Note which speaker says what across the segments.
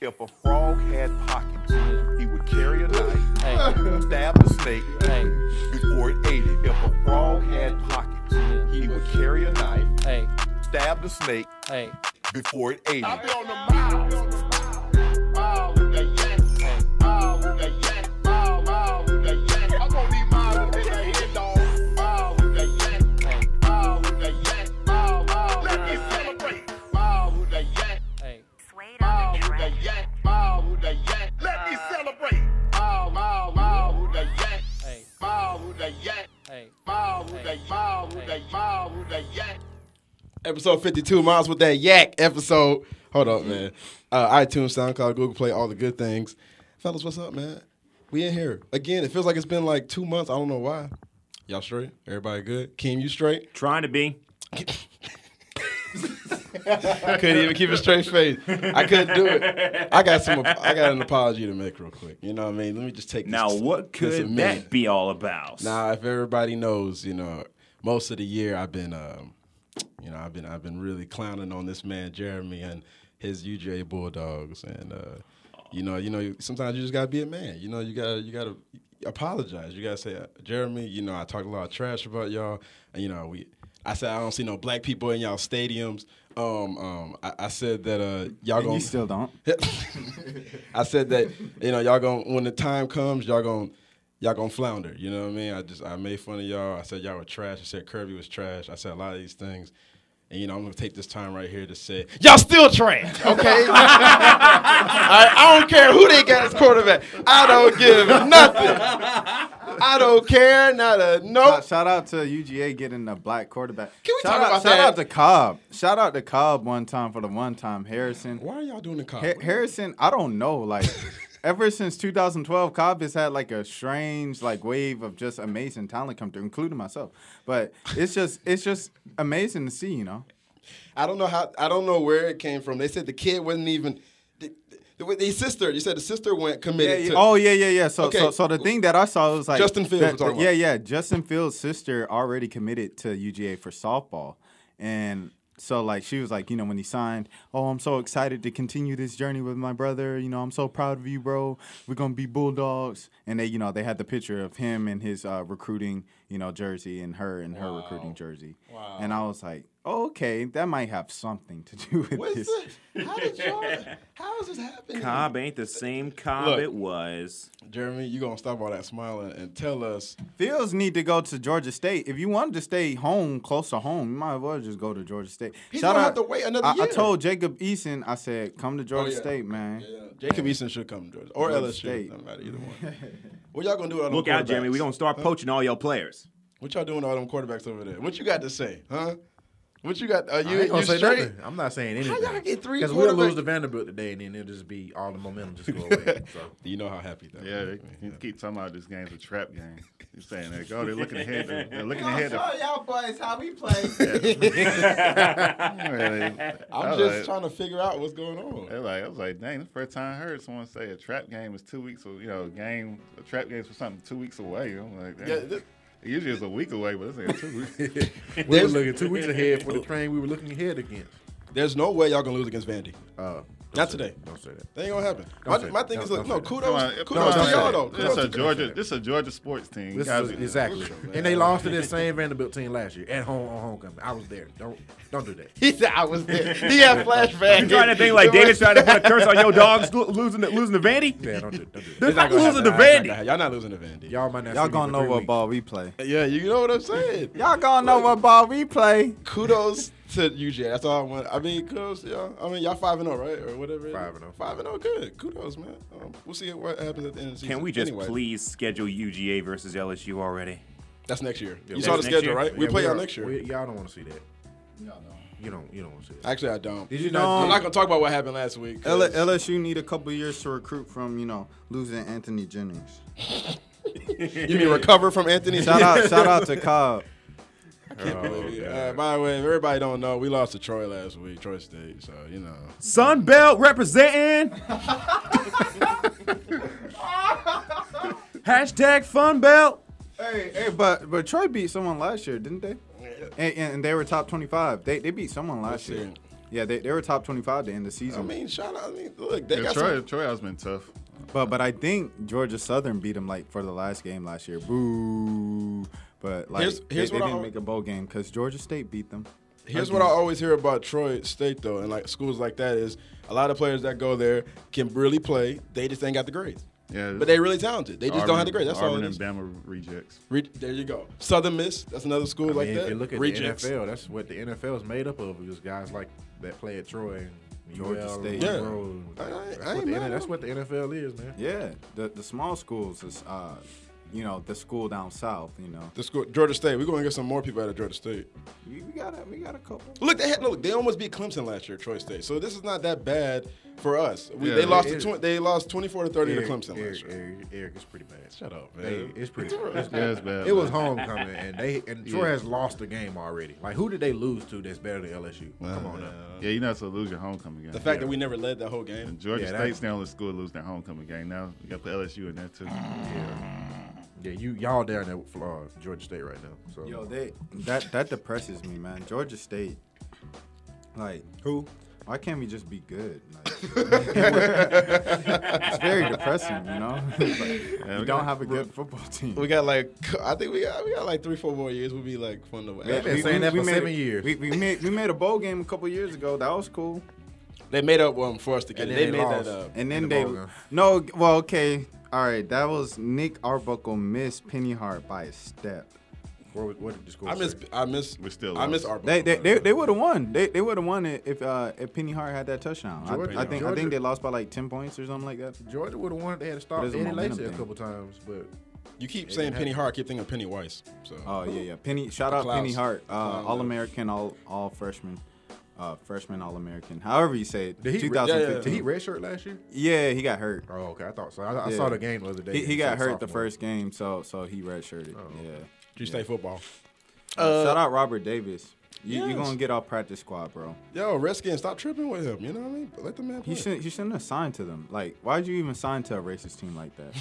Speaker 1: If a frog had pockets, he would carry a knife,
Speaker 2: Hey,
Speaker 1: stab the snake
Speaker 2: hey,
Speaker 1: before it ate it. If a frog had pockets, he would carry a knife,
Speaker 2: hey,
Speaker 1: stab the snake
Speaker 2: hey,
Speaker 1: before it ate
Speaker 3: I be
Speaker 1: it.
Speaker 3: on the mile. Mile with the yak. Mile with the yak. Mile, mile with the yak. I'm gonna need mile with the head dog. Mile with the yak.
Speaker 2: hey,
Speaker 3: Mile with the yak. Mile, mile. Let me celebrate. Mile with the yak.
Speaker 2: hey.
Speaker 4: Swayed
Speaker 3: Mile
Speaker 4: on the
Speaker 3: with
Speaker 5: Oh,
Speaker 3: the
Speaker 4: track.
Speaker 3: yak. Mile with the yak. Let me celebrate. Mile, mile, mile with the yak.
Speaker 2: Hey,
Speaker 3: Mile with the yak.
Speaker 2: hey.
Speaker 3: Mile with the mile with the mile with the yak.
Speaker 6: Episode 52, Miles with that yak episode. Hold up, man. Uh, iTunes, SoundCloud, Google Play, all the good things. Fellas, what's up, man? We in here. Again, it feels like it's been like two months. I don't know why. Y'all straight? Everybody good? Keem, you straight?
Speaker 7: Trying to be.
Speaker 6: couldn't even keep a straight face. I couldn't do it. I got some. I got an apology to make real quick. You know what I mean? Let me just take this-
Speaker 7: Now, what
Speaker 6: this a
Speaker 7: could
Speaker 6: minute.
Speaker 7: that be all about?
Speaker 6: Now, if everybody knows, you know, most of the year I've been, um, you know, I've been I've been really clowning on this man Jeremy and his UJ Bulldogs, and uh, you know, you know, sometimes you just gotta be a man. You know, you gotta you gotta apologize. You gotta say, uh, Jeremy, you know, I talk a lot of trash about y'all, and you know, we. I said I don't see no black people in y'all stadiums. Um, um, I, I said that uh, y'all gonna
Speaker 7: you still don't.
Speaker 6: I said that you know y'all gonna when the time comes y'all gonna y'all gonna flounder. You know what I mean? I just I made fun of y'all. I said y'all were trash. I said Kirby was trash. I said a lot of these things. And you know I'm gonna take this time right here to say y'all still trash. Okay. I, I don't care who they got as quarterback. I don't give nothing. I don't care. Not a nope.
Speaker 8: Shout- Shout out to UGA getting a black quarterback.
Speaker 6: Can we
Speaker 8: shout
Speaker 6: talk
Speaker 8: out,
Speaker 6: about
Speaker 8: shout
Speaker 6: that?
Speaker 8: out to Cobb. Shout out to Cobb one time for the one time Harrison.
Speaker 6: Why are y'all doing the cop?
Speaker 8: Har- Harrison, I don't know. Like ever since 2012, Cobb has had like a strange like wave of just amazing talent come through, including myself. But it's just it's just amazing to see, you know.
Speaker 6: I don't know how. I don't know where it came from. They said the kid wasn't even. The, the, the sister. You said the sister went committed to.
Speaker 8: Oh yeah, yeah, yeah. So,
Speaker 6: Okay.
Speaker 8: so, so the thing that I saw was like
Speaker 6: Justin Fields
Speaker 8: that-
Speaker 6: we're talking
Speaker 8: Yeah,
Speaker 6: about.
Speaker 8: yeah. Justin Fields' sister already committed to UGA for softball, and so like she was like, you know, when he signed, oh, I'm so excited to continue this journey with my brother. You know, I'm so proud of you, bro. We're gonna be bulldogs. And they, you know, they had the picture of him in his uh, recruiting, you know, jersey and her in her recruiting jersey. Wow. And I was like, oh, okay, that might have something to do with
Speaker 6: What's
Speaker 8: this.
Speaker 6: the, how did y'all? How is this happening?
Speaker 7: Cobb ain't the same Cobb
Speaker 6: Look.
Speaker 7: it was.
Speaker 6: Jeremy, you gonna stop all that smiling and tell us?
Speaker 8: Fields need to go to Georgia State. If you wanted to stay home, close to home, you might as well just go to Georgia State.
Speaker 6: He's gonna have to wait another
Speaker 8: I,
Speaker 6: year. Oh,
Speaker 8: I told Jacob Eason, I said, come to Georgia
Speaker 6: yeah.
Speaker 8: State, man.
Speaker 6: Jacob Eason should come to Georgia or
Speaker 8: Georgia
Speaker 6: LSU.
Speaker 8: State.
Speaker 6: Doesn't matter either one. What y'all gonna do? with All them
Speaker 7: Look out,
Speaker 6: quarterbacks?
Speaker 7: Jeremy. We gonna start poaching all your players.
Speaker 6: What y'all doing? with All them quarterbacks over there. What you got to say, huh? What you got? Are you,
Speaker 5: I ain't gonna
Speaker 6: you
Speaker 5: say
Speaker 6: straight?
Speaker 5: nothing. I'm not saying
Speaker 6: How
Speaker 5: anything.
Speaker 6: y'all get three
Speaker 5: Because we'll
Speaker 6: quarterbacks?
Speaker 5: lose to Vanderbilt today, and then it'll just be all the momentum just go away. So
Speaker 6: You know how happy that.
Speaker 9: Yeah, they
Speaker 6: Yeah.
Speaker 9: you keep talking about this game's a trap game. You're saying that. Oh, they're looking ahead. To, they're looking ahead. To,
Speaker 8: y'all boys how we play.
Speaker 6: I'm just trying to figure out what's going on.
Speaker 9: They're like, I was like, dang, the first time I heard someone say a trap game is two weeks. You know, a game a trap game is for something two weeks away. I'm like, damn.
Speaker 6: Yeah, this-
Speaker 9: usually it's a week away, but it's like two weeks.
Speaker 5: we were looking two weeks ahead for the train we were looking ahead against.
Speaker 6: There's no way y'all gonna lose against Vandy.
Speaker 5: Uh,
Speaker 6: Not today.
Speaker 5: Don't say that.
Speaker 6: That ain't gonna happen.
Speaker 5: Don't
Speaker 6: My,
Speaker 5: say
Speaker 6: my
Speaker 5: that.
Speaker 6: thing
Speaker 5: Don't-
Speaker 6: is,
Speaker 5: don't
Speaker 6: look, no
Speaker 5: say that.
Speaker 9: Come
Speaker 6: kudos,
Speaker 9: on, come
Speaker 6: kudos
Speaker 9: on,
Speaker 6: to
Speaker 9: man.
Speaker 6: y'all though.
Speaker 9: This
Speaker 6: Kudos
Speaker 9: is a
Speaker 6: to-
Speaker 9: Georgia. This is a Georgia sports team.
Speaker 5: This
Speaker 9: Guys,
Speaker 5: is exactly. and they lost to that same Vanderbilt team last year at home on homecoming. I was there. Don't don't do that.
Speaker 6: He said I was there. He had flashbacks.
Speaker 7: You trying to think like David trying to put a curse on your dogs lo- losing to, losing to Vandy?
Speaker 5: Yeah, don't do, don't do
Speaker 7: They're
Speaker 5: that.
Speaker 7: not losing to
Speaker 6: Nah, it's not
Speaker 7: Vandy.
Speaker 6: gonna- Y'all not losing to Vandy.
Speaker 5: Y'all might not.
Speaker 8: y'all
Speaker 5: see me
Speaker 8: gonna
Speaker 5: for
Speaker 8: know
Speaker 5: three
Speaker 8: what
Speaker 5: weeks.
Speaker 8: ball we play.
Speaker 6: Yeah, you know what I'm saying.
Speaker 8: Y'all gonna know what ball we play.
Speaker 6: kudos to UJ. That's all I want. I mean, kudos to y'all. I mean, y'all five and zero, right, or whatever. it is.
Speaker 5: 5-0.
Speaker 6: Five and zero. Good. Kudos, man. Um, we'll see what happens at the end of the season.
Speaker 7: Can we just
Speaker 6: Anyway,
Speaker 7: please schedule UGA versus LSU already?
Speaker 6: That's next year. You
Speaker 5: that's
Speaker 6: saw the
Speaker 7: next
Speaker 6: schedule,
Speaker 7: year.
Speaker 6: right? We
Speaker 5: Yeah,
Speaker 6: play y'all
Speaker 5: are-
Speaker 6: next year.
Speaker 5: we- y'all don't want to see that. You don't. You don't want to see that.
Speaker 6: Actually, I don't.
Speaker 5: Did you
Speaker 8: No.
Speaker 5: not?
Speaker 6: I'm not gonna talk about what happened last week. 'cause-
Speaker 8: L- LSU need a couple years to recruit from, you know, losing Anthony Jennings.
Speaker 6: you mean recover from Anthony?
Speaker 8: Shout out, shout out to Cobb.
Speaker 6: Uh, by the way, if everybody don't know, we lost to Troy last week, Troy State. So you know,
Speaker 7: Sunbelt representing. Hashtag Funbelt.
Speaker 8: Hey, hey, but but Troy beat someone last year, didn't they? And, and, and they were top twenty five. They they beat someone last year.
Speaker 6: Listen,
Speaker 8: Yeah, they, they were top 25 to end the season.
Speaker 6: I mean, shout out. I mean, look, they
Speaker 9: Yeah,
Speaker 6: got
Speaker 9: Troy,
Speaker 6: some,
Speaker 9: Troy has been tough.
Speaker 8: but but I think Georgia Southern beat them like for the last game last year. Boo. But like
Speaker 6: Here's-
Speaker 8: they-
Speaker 6: here's
Speaker 8: they,
Speaker 6: what I-
Speaker 8: didn't make a bowl game because Georgia State beat them.
Speaker 6: Here's what I always hear about Troy State though, and like schools like that is a lot of players that go there can really play. They just ain't got the grades.
Speaker 9: Yeah.
Speaker 6: But they really talented. They just don't have the grades. That's
Speaker 9: Auburn
Speaker 6: all it
Speaker 9: and
Speaker 6: is.
Speaker 9: Bama rejects.
Speaker 6: Re- there you go. Southern Miss. That's another school
Speaker 5: I
Speaker 6: like
Speaker 5: mean,
Speaker 6: that.
Speaker 5: if you look at
Speaker 6: Rejects.
Speaker 5: the NFL, that's what the NFL is made up of. Because guys like that play at Troy and
Speaker 8: Georgia
Speaker 5: UL,
Speaker 8: State.
Speaker 6: Yeah.
Speaker 5: Monroe.
Speaker 6: I- I- I
Speaker 5: that's, what
Speaker 6: ain't
Speaker 5: the,
Speaker 6: mad
Speaker 5: N-
Speaker 6: at
Speaker 5: that's
Speaker 6: them.
Speaker 5: what the NFL is, man.
Speaker 8: Yeah, the the small schools is uh, you know, the school down south. You know,
Speaker 6: The school, Georgia State. We're going to get some more people out of Georgia State.
Speaker 8: we, we got a we got a couple.
Speaker 6: Look, they had look. They almost beat Clemson last year, Troy State. So this is not that bad for us. We,
Speaker 9: Yeah,
Speaker 6: they
Speaker 9: it
Speaker 6: lost. To
Speaker 5: is.
Speaker 6: twen- they lost twenty four to thirty
Speaker 5: Eric,
Speaker 6: to Clemson last
Speaker 5: Eric,
Speaker 6: year.
Speaker 5: Eric, Eric, it's pretty bad.
Speaker 6: Shut up, man.
Speaker 5: They, it's pretty. it's-
Speaker 9: Yeah, it's bad.
Speaker 5: It was
Speaker 9: man.
Speaker 5: homecoming, and they and Troy
Speaker 9: Yeah.
Speaker 5: has lost the game already. Like, who did they lose to that's better than LSU? Come on now.
Speaker 9: Yeah, you're not supposed to lose your homecoming game.
Speaker 6: The fact that we never led that whole game.
Speaker 9: And Georgia
Speaker 5: Yeah, that-
Speaker 9: State's the only school to lose their homecoming game. Now you got the LSU in there too.
Speaker 5: Yeah, you y'all down there with uh, Georgia State right now. So
Speaker 8: Yo, they that that depresses me, man. Georgia State, like who? Why can't we just be good? Like, it's very depressing, you know. It's like,
Speaker 9: Yeah,
Speaker 8: we
Speaker 9: we
Speaker 8: don't
Speaker 9: got-
Speaker 8: have a good football team.
Speaker 6: We got like I think we got we got like three four more years. We'll be like fun to watch.
Speaker 8: Yeah,
Speaker 5: been saying that for
Speaker 8: made
Speaker 5: seven
Speaker 8: it-
Speaker 5: years.
Speaker 8: We, we made we made a bowl game a couple years ago. That was cool.
Speaker 6: They made up one for us to get.
Speaker 5: And
Speaker 6: it.
Speaker 5: then
Speaker 6: They,
Speaker 5: they
Speaker 6: made
Speaker 5: lost.
Speaker 6: that up.
Speaker 8: And then
Speaker 5: the
Speaker 8: they
Speaker 5: bowl game.
Speaker 8: no. Well, okay, all right. That was Nick Arbuckle missed Pennyhart by a step.
Speaker 5: where was- what did the score?
Speaker 6: I miss
Speaker 5: say?
Speaker 6: I miss
Speaker 9: We still
Speaker 6: I miss
Speaker 9: lost.
Speaker 6: our
Speaker 8: They they, they, they would have won. They, they would have won it if uh, if Penny Hart had that touchdown. I-
Speaker 5: Georgia-
Speaker 8: I, think I
Speaker 5: Georgia-
Speaker 8: think they lost by like ten points or something like that.
Speaker 5: Georgia would have won. if They had to stop
Speaker 8: But it's a
Speaker 5: Eddie
Speaker 8: momentum
Speaker 5: Lacy a
Speaker 8: thing.
Speaker 5: couple times, but
Speaker 6: You keep saying Penny Hart. I keep thinking Penny Weiss. So
Speaker 8: Oh yeah yeah. Penny shout out
Speaker 6: Klaus.
Speaker 8: Penny Hart, uh,
Speaker 6: Klaus.
Speaker 8: All American, all all freshman, uh, freshman All American. However you say it.
Speaker 5: did he, yeah, yeah, yeah. did
Speaker 8: 2015.
Speaker 5: he redshirt last year?
Speaker 8: yeah, he got hurt.
Speaker 5: Oh, okay. I thought so. I, I
Speaker 8: Yeah.
Speaker 5: saw the game the other day.
Speaker 8: He, he
Speaker 5: It's
Speaker 8: got
Speaker 5: like
Speaker 8: hurt the
Speaker 5: sophomore. Oh,
Speaker 8: first game, so so he redshirted. Yeah. Uh,
Speaker 6: you stay football.
Speaker 8: shout out Robert Davis. You, you
Speaker 6: Uh, Yes.
Speaker 8: gonna get off practice squad, bro.
Speaker 6: Yo, Redskins, stop tripping with him. You know what I mean? Let the man play.
Speaker 8: You shouldn't you shouldn't have signed to them. Like, why'd you even sign to a racist team like that?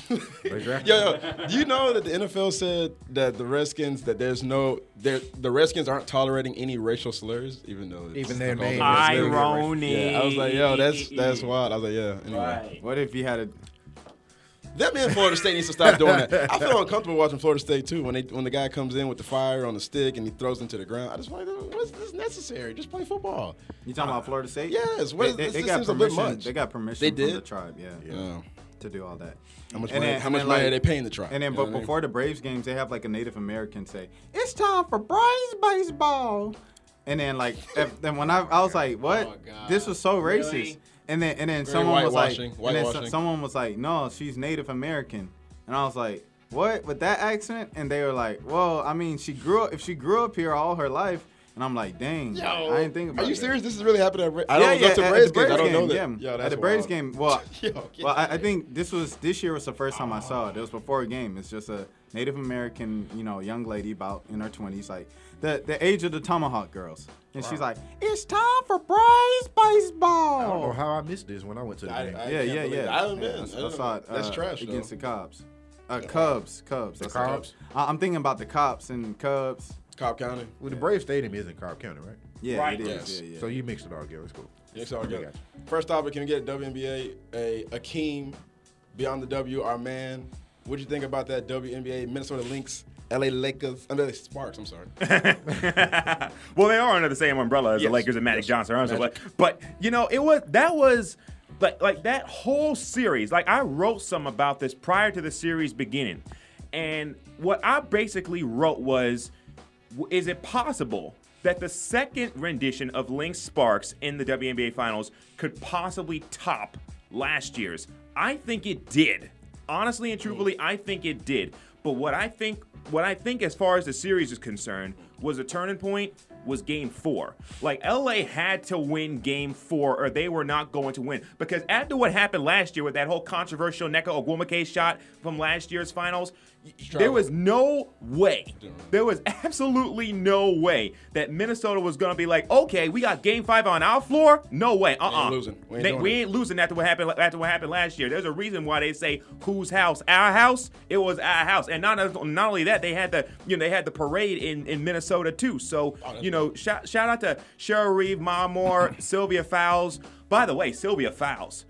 Speaker 5: They drafted him.
Speaker 6: Yo, yo, do you know that the NFL said that the Redskins that there's no there the Redskins aren't tolerating any racial slurs, even though it's
Speaker 5: Even their
Speaker 6: called the
Speaker 5: name
Speaker 6: Redskins.
Speaker 5: is
Speaker 2: Irony.
Speaker 6: Yeah, I was like, yo, that's that's wild. I was like, yeah. Anyway,
Speaker 2: Right.
Speaker 8: what if you had a
Speaker 6: that man Florida State needs to stop doing that. I feel uncomfortable watching Florida State too when they when the guy comes in with the fire on the stick and he throws into the ground. I just like, what's this necessary? Just play football.
Speaker 8: You talking about Florida State?
Speaker 6: yes, what
Speaker 8: They-
Speaker 6: is-
Speaker 8: they,
Speaker 6: this-
Speaker 8: they
Speaker 6: this
Speaker 8: got
Speaker 6: seems a bit
Speaker 8: permission.
Speaker 6: much.
Speaker 8: They got permission
Speaker 6: They
Speaker 8: from the
Speaker 6: did?
Speaker 8: tribe, yeah,
Speaker 6: Yeah.
Speaker 8: to do all that.
Speaker 6: How Uh, much money?
Speaker 8: And then-
Speaker 6: how
Speaker 8: and
Speaker 6: much
Speaker 8: then,
Speaker 6: money
Speaker 8: like-
Speaker 6: are they paying the tribe?
Speaker 8: And then,
Speaker 6: You know
Speaker 8: but
Speaker 6: what I mean?
Speaker 8: before the Braves games, they have like a Native American say, "It's time for Braves baseball." And then, like, if, then when I, I was like, "What?
Speaker 2: Oh, God.
Speaker 8: this was so racist."
Speaker 2: Really?
Speaker 8: And then, and then
Speaker 6: Very
Speaker 8: someone was like,
Speaker 6: whitewashing,
Speaker 8: and then so-
Speaker 6: whitewashing.
Speaker 8: someone was like, "No, she's Native American," and I was like. What with that accent? And they were like, "Well, I mean, she grew up. If she grew up here all her life, and I'm like, dang, I didn't think about.
Speaker 6: Are you
Speaker 8: that.
Speaker 6: serious? This is really happening at Ra- I don't go to
Speaker 8: at- at
Speaker 6: Braves
Speaker 8: the
Speaker 6: games. I don't
Speaker 8: Braves
Speaker 6: know that.
Speaker 8: game,
Speaker 6: Yo,
Speaker 8: Yeah, at
Speaker 6: that's
Speaker 8: the Braves
Speaker 6: wild.
Speaker 8: game. Well,
Speaker 6: Yo, get
Speaker 8: well, I, I
Speaker 6: that.
Speaker 8: think this was this year was the first time I saw it. It was before a game. It's just a Native American, you know, young lady about in her twenties, like the the age of the tomahawk girls, and she's like, "It's time for Braves baseball."
Speaker 5: I don't know Oh, how I missed this when I went to the
Speaker 6: I-
Speaker 5: game.
Speaker 6: I-
Speaker 8: yeah,
Speaker 6: can't
Speaker 8: yeah,
Speaker 6: believe it.
Speaker 8: yeah.
Speaker 6: I haven't
Speaker 8: Yeah,
Speaker 6: been.
Speaker 8: I, s-
Speaker 6: I don't
Speaker 8: saw
Speaker 6: know.
Speaker 8: it.
Speaker 6: That's
Speaker 8: uh,
Speaker 6: trash, though.
Speaker 8: against the Cubs. Uh, Cubs, Cubs. The
Speaker 5: Cubs?
Speaker 8: I'm thinking about the cops and Cubs.
Speaker 6: Cobb County.
Speaker 5: Well, the Brave Stadium is in Cobb County, right?
Speaker 8: Yeah,
Speaker 2: Right.
Speaker 8: it is.
Speaker 6: Yes.
Speaker 8: Yeah, yeah.
Speaker 5: So you mixed it all together. It's cool.
Speaker 6: It's all
Speaker 5: I
Speaker 6: good.
Speaker 5: got you.
Speaker 6: First topic, can we get WNBA? A Akeem, Beyond the W, our man. What'd you think about that WNBA Minnesota Lynx, LA Lakers, I mean, Sparks, I'm sorry.
Speaker 7: well, they are under the same umbrella as
Speaker 6: Yes.
Speaker 7: the Lakers and Magic
Speaker 6: Yes.
Speaker 7: Johnson. aren't they? But you know, it was that was like like that whole series. Like I wrote some about this prior to the series beginning, and what I basically wrote was, w- is it possible? That the second rendition of Link Sparks in the WNBA Finals could possibly top last year's. I think it did. Honestly and truthfully, I think it did. But what I think, what I think, as far as the series is concerned, was a turning point was Game Four. Like LA had to win Game Four, or they were not going to win. Because after what happened last year with that whole controversial Neka Ogwumike shot from last year's finals, y- there was no way, there was absolutely no way that Minnesota was going to be like, okay, we got Game Five on our floor. No way. Uh uh
Speaker 6: losing. We ain't
Speaker 7: They-
Speaker 6: doing
Speaker 7: we
Speaker 6: it.
Speaker 7: ain't losing after what happened after what happened last year. There's a reason why they say whose house, our house. It was our house, and not not only that, they had the you know they had the parade in in Minnesota Minnesota too. So you know, shout, shout out to Cheryl Reeve, Ma Moore, Sylvia Fowles. By the way, Sylvia Fowles,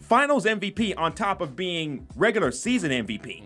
Speaker 7: Finals MVP on top of being regular season MVP.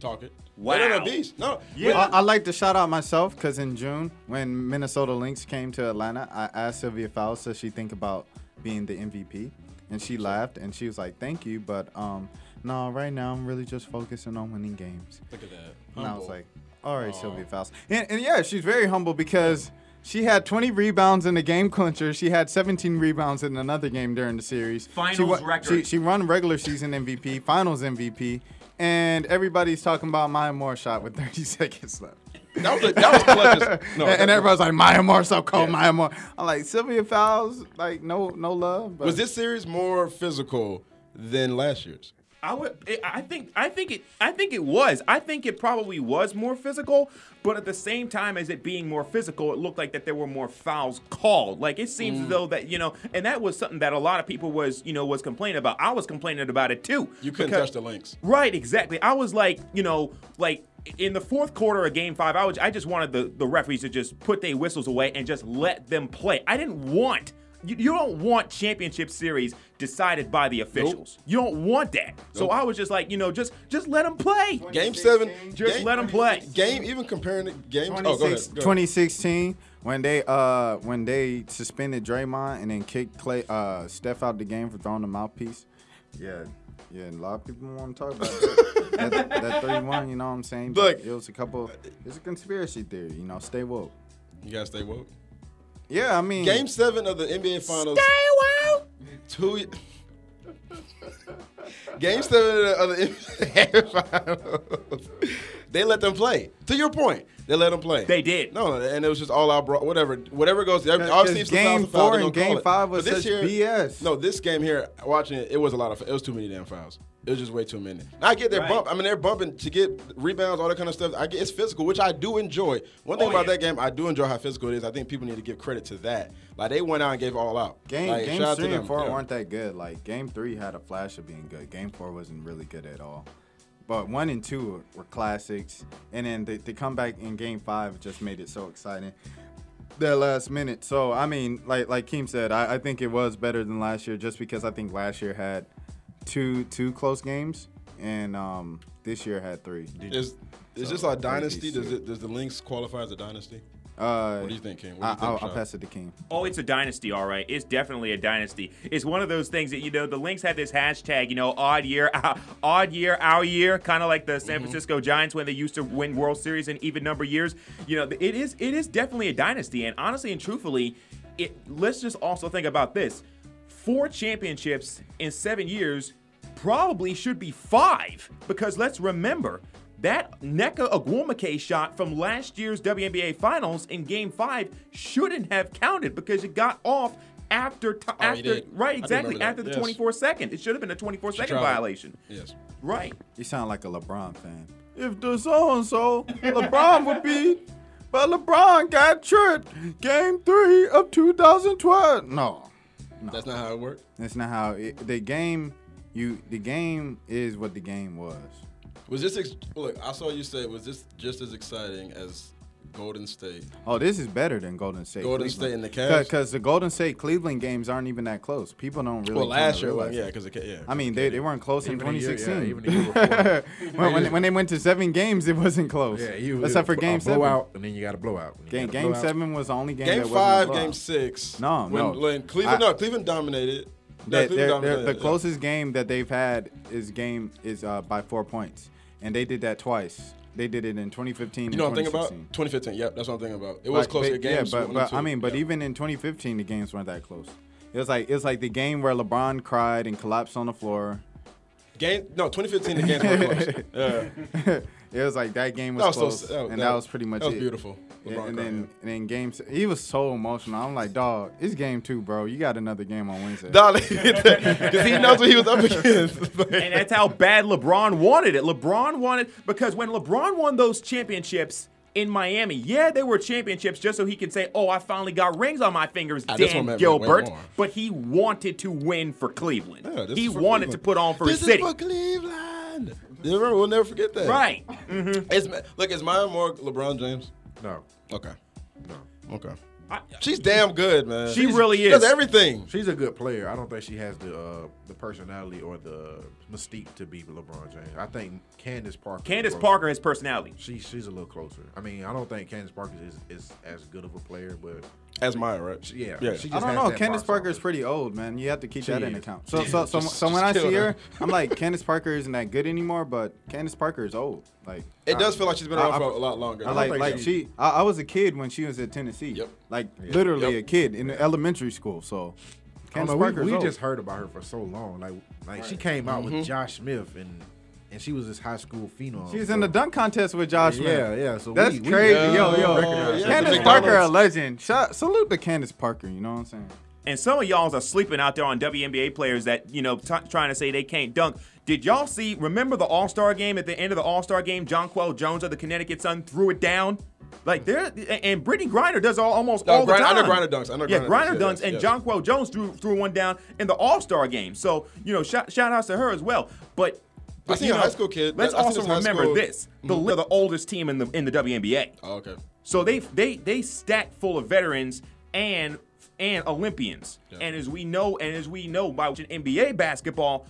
Speaker 6: Talk it.
Speaker 7: Wow.
Speaker 6: No, no, no, beast. No.
Speaker 8: I, I like to shout out myself because in June, when Minnesota Lynx came to Atlanta, I asked Sylvia Fowles does she think about being the MVP, and she laughed and she was like, "Thank you, but um, no, right now I'm really just focusing on winning games."
Speaker 6: Look at that.
Speaker 8: And I was
Speaker 6: Humble.
Speaker 8: like, all right, Sylvia Fowles. And, and yeah, she's very humble because she had 20 rebounds in the game clincher. She had 17 rebounds in another game during the series.
Speaker 7: Finals
Speaker 8: she, wa-
Speaker 7: record.
Speaker 8: She, she won regular season MVP, finals MVP, and everybody's talking about Maya Moore shot with 30 seconds left.
Speaker 6: that was a, that was clutch. as- No,
Speaker 8: and,
Speaker 6: that-
Speaker 8: and everybody's like, Maya Moore, so cold, Maya Moore. I'm like, Sylvia Fowles, like, no no love. But
Speaker 6: was this series more physical than last year's?
Speaker 7: I would. It, I think. I think it. I think it was. I think it probably was more physical. But at the same time as it being more physical, it looked like that there were more fouls called. Like it seems
Speaker 6: Mm.
Speaker 7: as though that you know, and that was something that a lot of people was you know was complaining about. I was complaining about it too.
Speaker 6: You couldn't
Speaker 7: because-
Speaker 6: touch the links.
Speaker 7: Right, exactly. I was like, you know, like in the fourth quarter of game five, I was I just wanted the, the referees to just put their whistles away and just let them play. I didn't want you, you don't want championship series decided by the officials. You don't want that. So
Speaker 6: Nope.
Speaker 7: I was just like, you know, just just let them play.
Speaker 6: Game seven.
Speaker 7: Just
Speaker 6: game,
Speaker 7: let them play.
Speaker 6: Game even comparing the games. Oh, go ahead.
Speaker 8: 26
Speaker 6: Go ahead.
Speaker 8: 2016 when they uh when they suspended Draymond and then kicked Clay uh Steph out the game for throwing the mouthpiece. Yeah, yeah, a lot of people want to talk about that. that, that thirty-one. You know what I'm saying? But
Speaker 6: Look.
Speaker 8: it was a couple. It's a conspiracy theory. You know, stay woke.
Speaker 6: You gotta stay woke.
Speaker 8: Yeah, I mean,
Speaker 6: Game seven of the NBA Finals. Two. Game seven of the, of the NBA Finals. They let them play. To your point, they let them play.
Speaker 7: They did.
Speaker 6: No, no, and it was just all out. Bro- whatever, whatever goes. Every,
Speaker 8: 'Cause
Speaker 6: obviously, if it's a foul,
Speaker 8: game
Speaker 6: it's a foul,
Speaker 8: four
Speaker 6: they're
Speaker 8: and
Speaker 6: gonna
Speaker 8: game
Speaker 6: call it.
Speaker 8: five was
Speaker 6: But this
Speaker 8: such
Speaker 6: year-
Speaker 8: BS.
Speaker 6: No, this game here, watching it, it was a lot of. It was too many damn fouls. It was just way too many. Now, I get their
Speaker 7: Right.
Speaker 6: bump. I mean, they're bumping to get rebounds, all that kind of stuff. I get it's physical, which I do enjoy. One thing
Speaker 7: Oh,
Speaker 6: about
Speaker 7: yeah.
Speaker 6: that game, I do enjoy how physical it is. I think people need to give credit to that. Like they went out and gave all out.
Speaker 8: game
Speaker 6: like,
Speaker 8: game
Speaker 6: shout out to
Speaker 8: three
Speaker 6: them.
Speaker 8: and four
Speaker 6: Yeah.
Speaker 8: weren't that good. Like game three had a flash of being good. Game four wasn't really good at all. But one and two were classics, and then the, the comeback in game five just made it so exciting. That last minute. So I mean, like like Keem said, I, I think it was better than last year, just because I think last year had two two close games, and um, this year had three.
Speaker 6: Is is this
Speaker 8: So,
Speaker 6: our dynasty?
Speaker 8: ABC.
Speaker 6: Does it, does the Lynx qualify as a dynasty?
Speaker 8: Uh,
Speaker 6: What do you think, King? What do you
Speaker 8: I,
Speaker 6: think,
Speaker 8: I'll, I'll
Speaker 6: Rashad?
Speaker 8: pass it to Keem.
Speaker 7: Oh, it's a dynasty, all right. It's definitely a dynasty. It's one of those things that you know. The Lynx had this hashtag, you know, odd year, odd year, our year, kind of like the San Francisco Giants when they used to win World Series in even number years. You know, it is it is definitely a dynasty. And honestly and truthfully, it let's just also think about this: four championships in seven years probably should be five because let's remember that Neka Aguamake shot from last year's WNBA Finals in Game Five shouldn't have counted because it got off after t-
Speaker 6: Oh, he
Speaker 7: after
Speaker 6: did. I
Speaker 7: right
Speaker 6: do
Speaker 7: exactly
Speaker 6: remember that,
Speaker 7: after the
Speaker 6: yes.
Speaker 7: 24 second. It should have been a 24 second
Speaker 6: tried it.
Speaker 7: violation.
Speaker 6: Yes.
Speaker 7: Right.
Speaker 8: You sound like a LeBron fan. If the so and so, LeBron would beat, but LeBron got tripped. Game three of 2012. No,
Speaker 6: That's not how it worked.
Speaker 8: that's not how it, the game. You the game is what the game was.
Speaker 6: Was this ex- look? I saw you say was this just as exciting as Golden State?
Speaker 8: Oh, this is better than Golden State.
Speaker 6: Golden State and
Speaker 8: Cleveland.
Speaker 6: the Cavs?
Speaker 8: because the Golden State Cleveland games aren't even that close. People don't really.
Speaker 6: Well, last
Speaker 8: kinda
Speaker 6: year,
Speaker 8: realize
Speaker 6: yeah,
Speaker 8: that.
Speaker 6: because yeah.
Speaker 8: I mean, they, they weren't close in
Speaker 5: Even a year- yeah,
Speaker 8: 2016.
Speaker 5: even a year before.
Speaker 8: when, when, when they went to seven games, it wasn't close.
Speaker 5: Yeah, you
Speaker 8: except for
Speaker 5: a
Speaker 8: game seven.
Speaker 5: blowout, and then you got a blowout. And you
Speaker 8: Game,
Speaker 5: got a
Speaker 8: game
Speaker 5: blowout.
Speaker 8: seven was the only game.
Speaker 6: game
Speaker 8: that
Speaker 6: five,
Speaker 8: wasn't a
Speaker 6: game
Speaker 8: blowout.
Speaker 6: six.
Speaker 8: No,
Speaker 6: when,
Speaker 8: no.
Speaker 6: When Cleveland,
Speaker 8: I-
Speaker 6: no, Cleveland dominated. No,
Speaker 8: They-
Speaker 6: Cleveland
Speaker 8: they're- they're-
Speaker 6: dominated,
Speaker 8: the
Speaker 6: yeah.
Speaker 8: closest game that they've had is game is uh, by four points, and they did that twice. They did it in 2015.
Speaker 6: You know what
Speaker 8: and
Speaker 6: I'm thinking about? 2015.
Speaker 8: 2016.
Speaker 6: Yeah, that's what I'm thinking about. It was
Speaker 8: But-
Speaker 6: closer
Speaker 8: but-
Speaker 6: games.
Speaker 8: Yeah,
Speaker 6: one
Speaker 8: but,
Speaker 6: and
Speaker 8: but
Speaker 6: two.
Speaker 8: I mean, but
Speaker 6: Yeah.
Speaker 8: even in 2015, the games weren't that close. It was like it was like the game where LeBron cried and collapsed on the floor.
Speaker 6: game no 2015 the games were close. Yeah.
Speaker 8: it was like that game was,
Speaker 6: That was so
Speaker 8: close,
Speaker 6: s- that-
Speaker 8: and
Speaker 6: that-
Speaker 8: that, was pretty much
Speaker 6: that was
Speaker 8: it.
Speaker 6: beautiful.
Speaker 8: And,
Speaker 6: LeBron
Speaker 8: and
Speaker 6: cried,
Speaker 8: then
Speaker 6: yeah.
Speaker 8: and then game, se- he was so emotional. I'm like, dog, it's game two, bro. You got another game on Wednesday.
Speaker 6: Dolly, because he knows what he was up against.
Speaker 7: and that's how bad LeBron wanted it. LeBron wanted because when LeBron won those championships in Miami, yeah, they were championships just so he can say, "Oh, I finally got rings on my fingers."
Speaker 6: Ah, this one
Speaker 7: Dan
Speaker 6: meant way
Speaker 7: Gilbert,
Speaker 6: more.
Speaker 7: but he wanted to win for Cleveland.
Speaker 6: Yeah, this
Speaker 7: he
Speaker 6: is for
Speaker 7: wanted
Speaker 6: Cleveland.
Speaker 7: to put on for
Speaker 6: this
Speaker 7: his city,
Speaker 6: Is for Cleveland. You remember, we'll never forget that.
Speaker 7: right? Mm-hmm.
Speaker 6: It's, look, is Maya Moore LeBron James?
Speaker 5: No,
Speaker 6: Okay.
Speaker 5: no.
Speaker 6: Okay.
Speaker 7: I-
Speaker 6: She's damn good, man.
Speaker 7: She really
Speaker 6: She does
Speaker 7: is.
Speaker 6: everything.
Speaker 5: She's a good player. I don't think she has the uh, the personality or the mystique to be LeBron James. I think Candace Parker. is
Speaker 7: Candace
Speaker 5: closer.
Speaker 7: Parker has personality.
Speaker 5: She she's a little closer. I mean, I don't think Candace Parker is, is as good of a player, but
Speaker 6: As Maya, right?
Speaker 5: yeah,
Speaker 6: Yeah.
Speaker 5: she just
Speaker 8: I don't
Speaker 5: has
Speaker 8: know.
Speaker 5: that
Speaker 8: Candace
Speaker 5: box
Speaker 8: Parker is
Speaker 5: office.
Speaker 8: pretty old, man. You have to keep that in
Speaker 5: is.
Speaker 8: account. So, so, so, so when I
Speaker 6: just
Speaker 8: see
Speaker 6: kill
Speaker 8: her,
Speaker 6: her.
Speaker 8: I'm like, Candace Parker isn't that good anymore. But Candace Parker is old. Like,
Speaker 6: it does feel like she's been around
Speaker 8: I- I-
Speaker 6: for a lot longer.
Speaker 8: I like,
Speaker 5: think
Speaker 8: like
Speaker 5: so.
Speaker 8: she. I, I was a kid when she was at Tennessee.
Speaker 6: Yep.
Speaker 8: Like literally
Speaker 6: Yep.
Speaker 8: a kid in elementary school. So,
Speaker 5: I don't
Speaker 8: Candace
Speaker 5: know,
Speaker 8: Parker.
Speaker 5: we,
Speaker 8: is
Speaker 5: we
Speaker 8: old.
Speaker 5: just heard about her for so long. Like like she came out
Speaker 7: Mm-hmm.
Speaker 5: with Josh Smith and and she was this high school phenom.
Speaker 8: She's
Speaker 5: so-
Speaker 8: in the dunk contest with Josh.
Speaker 5: Yeah,
Speaker 8: Smith.
Speaker 5: yeah, so
Speaker 8: that's
Speaker 5: we- we-
Speaker 8: crazy.
Speaker 5: Yeah,
Speaker 8: yo,
Speaker 5: we
Speaker 8: yo,
Speaker 5: recognize
Speaker 6: her.
Speaker 8: Candace
Speaker 6: Yeah,
Speaker 8: Parker, a
Speaker 6: McDonald's.
Speaker 8: legend. Shout, salute to Candace Parker. You know what I'm saying?
Speaker 7: And some of y'all are sleeping out there on WNBA players that, you know, t- trying to say they can't dunk. Did y'all see, remember the All Star game? At the end of the All Star game, Jonquel Jones of the Connecticut Sun threw it down. Like there, and Brittany Griner does all, almost
Speaker 6: No,
Speaker 7: all the
Speaker 6: Griner- I
Speaker 7: time.
Speaker 6: know Griner dunks. I know
Speaker 7: yeah,
Speaker 6: Griner
Speaker 7: Griner
Speaker 6: dunks. Yes,
Speaker 7: dunks, and
Speaker 6: yes.
Speaker 7: Jonquel Jones threw threw one down in the All Star game. So you know, shout shout outs to her as well. But, but
Speaker 6: seen
Speaker 7: you
Speaker 6: a
Speaker 7: know,
Speaker 6: high school kid.
Speaker 7: Let's
Speaker 6: I- I seen
Speaker 7: also
Speaker 6: this high
Speaker 7: remember
Speaker 6: school- Mm-hmm.
Speaker 7: this: the they're the oldest team in the in the WNBA.
Speaker 6: Oh, okay.
Speaker 7: So they they they stack full of veterans and and Olympians.
Speaker 6: Yeah.
Speaker 7: And as we know, and as we know by watching NBA basketball,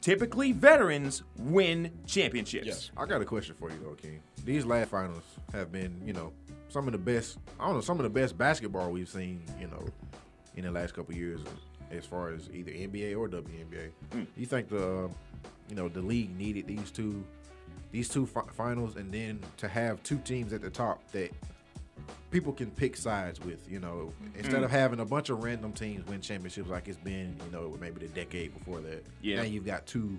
Speaker 7: typically veterans win championships.
Speaker 6: Yes.
Speaker 5: I got a question for you though, King. These last finals have been, you know, some of the best. I don't know, some of the best basketball we've seen, you know, in the last couple of years, as far as either NBA or WNBA. You think the, you know, the league needed these two, these two fi- finals, and then to have two teams at the top that people can pick sides with, you know, instead of having a bunch of random teams win championships like it's been, you know, maybe the decade before that.
Speaker 7: Yeah.
Speaker 5: Now you've got two,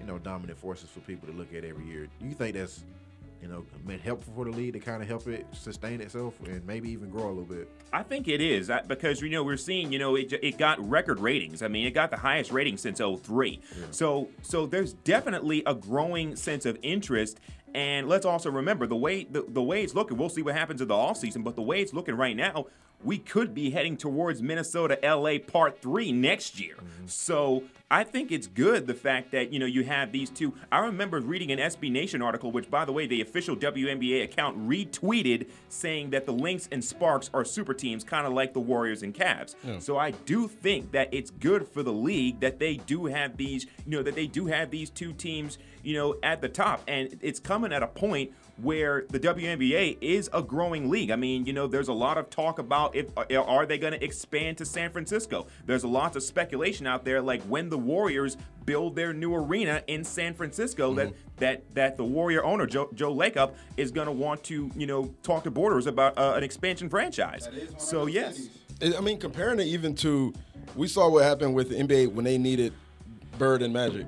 Speaker 5: you know, dominant forces for people to look at every year. Do you think that's, you know, been helpful for the league to kind of help it sustain itself and maybe even grow a little bit?
Speaker 7: I think it is I, because you know we're seeing you know it, j- it got record ratings. I mean, it got the highest rating since 03. So so there's definitely a growing sense of interest. And let's also remember the way the, the way it's looking. We'll see what happens in the offseason, but the way it's looking right now, we could be heading towards Minnesota LA Part 3 next year. So I think it's good the fact that you know you have these two. I remember reading an SB Nation article, which by the way, the official WNBA account retweeted saying that the Lynx and Sparks are super teams, kind of like the Warriors and Cavs. So I do think that it's good for the league that they do have these, you know, that they do have these two teams, you know, at the top, and it's coming at a point where the WNBA is a growing league. I mean, you know, there's a lot of talk about if uh, are they going to expand to San Francisco. There's a lot of speculation out there, like when the Warriors build their new arena in San Francisco, that that that the Warrior owner Joe, Joe Lakeup is going to want to you know talk to Borders about uh, an expansion franchise. So yes,
Speaker 6: I mean, comparing it even to, we saw what happened with the NBA when they needed Bird and Magic.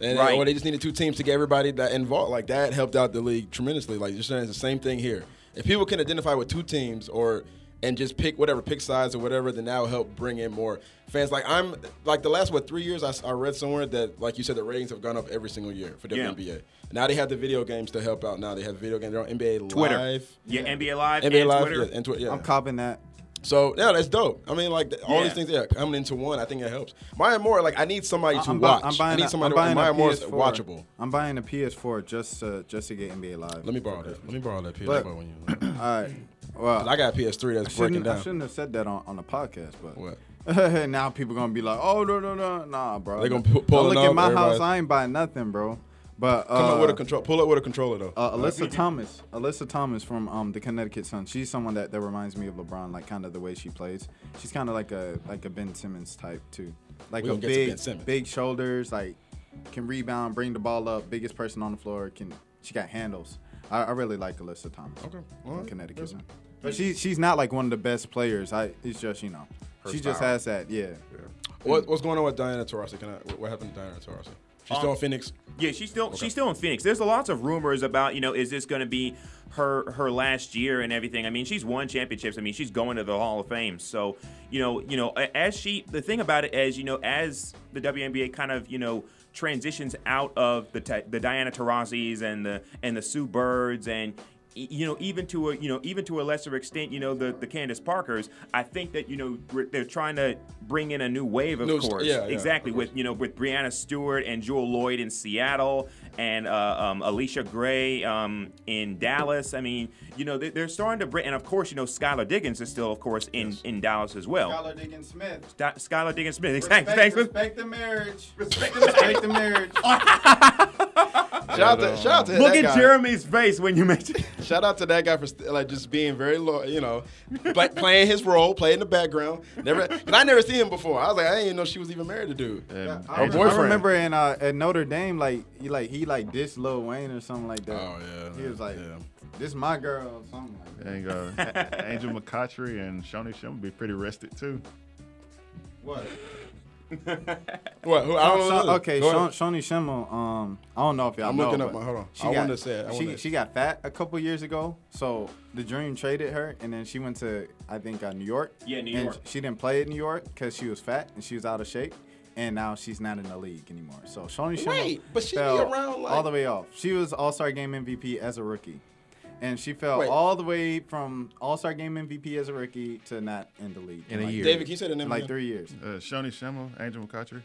Speaker 6: And
Speaker 7: Right.
Speaker 6: or they just needed two teams to get everybody that involved. Like that helped out the league tremendously. Like you're saying, it's the same thing here. If people can identify with two teams or and just pick whatever pick sides or whatever, then that will help bring in more fans. Like I'm like the last what three years, I, s- I read somewhere that like you said, the ratings have gone up every single year for
Speaker 7: Yeah.
Speaker 6: WNBA. Now they have the video games to help out. Now they have video games. They're on NBA
Speaker 7: Twitter,
Speaker 6: Live,
Speaker 7: yeah, NBA Live,
Speaker 6: NBA
Speaker 7: and
Speaker 6: Live,
Speaker 7: Twitter.
Speaker 6: yeah, and Twitter. Yeah.
Speaker 8: I'm copping that.
Speaker 6: So yeah, that's dope. I mean, like th- all
Speaker 7: Yeah.
Speaker 6: these things, yeah, coming into one, I think it helps. Maya Moore, like I need somebody to
Speaker 8: I'm, bu-
Speaker 6: watch.
Speaker 8: I'm buying.
Speaker 6: I
Speaker 8: a-
Speaker 6: need somebody.
Speaker 8: I'm
Speaker 6: to
Speaker 8: buying
Speaker 6: Maya
Speaker 8: a
Speaker 6: Moore's
Speaker 8: PS4.
Speaker 6: watchable.
Speaker 8: I'm buying a PS4 just to, just to get NBA Live.
Speaker 6: Let me borrow that. Let me borrow that PS4
Speaker 8: But-
Speaker 6: when you.
Speaker 8: All right. Well,
Speaker 6: I got a PS3 that's breaking
Speaker 8: shouldn't, I
Speaker 6: down.
Speaker 8: shouldn't have said that on, on the podcast, but
Speaker 6: What?
Speaker 8: now people gonna be like, oh no no no nah, bro.
Speaker 6: They gonna pu- pull
Speaker 8: Don't
Speaker 6: it
Speaker 8: look at
Speaker 6: up,
Speaker 8: my house.
Speaker 6: everybody-
Speaker 8: I ain't buying nothing, bro. But uh,
Speaker 6: Come up with a control. Pull up with a controller though.
Speaker 8: uh, Alyssa Thomas, Alyssa Thomas from um, the Connecticut Sun. She's someone that, that reminds me of LeBron, like kind of the way she plays. She's kind of like a like a Ben Simmons type too, like
Speaker 6: We
Speaker 8: a
Speaker 6: gonna get to Ben
Speaker 8: big
Speaker 6: Simmons.
Speaker 8: big shoulders, like can rebound, bring the ball up, biggest person on the floor. Can she got handles? I, I really like Alyssa Thomas
Speaker 6: Okay.
Speaker 8: from
Speaker 6: All right.
Speaker 8: Connecticut
Speaker 6: That's-
Speaker 8: Sun. But she she's not like one of the best players. I it's just you know she just
Speaker 5: style.
Speaker 8: has that yeah.
Speaker 6: what, what's going on with Diana Taurasi? Can I? what- What happened to Diana Taurasi? She's
Speaker 8: Um,
Speaker 6: still in Phoenix.
Speaker 7: Yeah, she's still she's still in Phoenix. There's a lots of rumors about you know is this going to be her her last year and everything. I mean, she's won championships. I mean, she's going to the Hall of Fame. So you know you know a- as she the thing about it is you know as the WNBA kind of you know transitions out of the Ti- the Diana Taurasi's and the and the Sue Birds and e- you know, even to a you know, even to a lesser extent, you know, the the Candace Parkers. I think that you know we're- they're trying to bring in a new wave, of
Speaker 6: New st-
Speaker 7: course,
Speaker 6: yeah, yeah, of
Speaker 7: exactly with you know with Brianna Stewart and Jewel Lloyd in Seattle and uh, um, Alicia Gray um, in Dallas. I mean, you know, they, they're starting to bring, and of course, you know, Skylar Diggins is still, of course, in in Dallas as well.
Speaker 8: Tyler Diggins Smith.
Speaker 7: Skylar, Skylar Diggins Smith,
Speaker 8: Respect,
Speaker 7: exactly. Thanks, Luke.
Speaker 8: respect the marriage. Respect, respect the marriage.
Speaker 1: Shout out to, shout out to
Speaker 7: Look
Speaker 1: that
Speaker 7: at
Speaker 1: guy.
Speaker 7: Jeremy's face when you mention.
Speaker 6: Shout out to that guy for st- like just being very low, you know, but playing his role, playing the background. Never, cause I never seen him before. I was like, I didn't even know she was even married to dude.
Speaker 9: And-
Speaker 8: I,
Speaker 6: Her
Speaker 8: rem-
Speaker 6: boyfriend.
Speaker 8: I remember in uh, at Notre Dame, like he like he like dissed Lil Wayne or something like that.
Speaker 6: Oh yeah,
Speaker 8: He was like,
Speaker 6: yeah.
Speaker 8: "This my girl," or something like that.
Speaker 9: and uh, A- Angel McCautry and Shawnee Shum be pretty rested too.
Speaker 8: What?
Speaker 6: what? Who, I don't know.
Speaker 8: Sha- okay,
Speaker 6: Go
Speaker 8: Sha-
Speaker 6: ahead.
Speaker 8: Shawnee Schimmel. Um, I don't know if y'all
Speaker 6: I'm
Speaker 8: know.
Speaker 6: looking up
Speaker 8: but
Speaker 6: my- hold on.
Speaker 8: She
Speaker 6: I
Speaker 8: got,
Speaker 6: wanna say it. I
Speaker 8: she
Speaker 6: wanna-
Speaker 8: she got fat a couple years ago, so the Dream traded her, and then she went to I think uh, New York.
Speaker 7: Yeah, New
Speaker 8: and
Speaker 7: York.
Speaker 8: She didn't play at New York because she was fat and she was out of shape, and now she's not in the league anymore. So Shawnee Schimmel.
Speaker 6: Wait, but she be
Speaker 8: fell
Speaker 6: around, like-
Speaker 8: all the way off. She was All Star Game MVP as a rookie. And she fell
Speaker 6: Wait.
Speaker 8: all the way from All Star Game MVP as a rookie to not in the league
Speaker 5: In a
Speaker 8: like,
Speaker 5: year.
Speaker 6: David, can you say the name?
Speaker 8: in like
Speaker 6: again?
Speaker 8: three years.
Speaker 9: Uh, Shawnee Shum, Angel McCautry.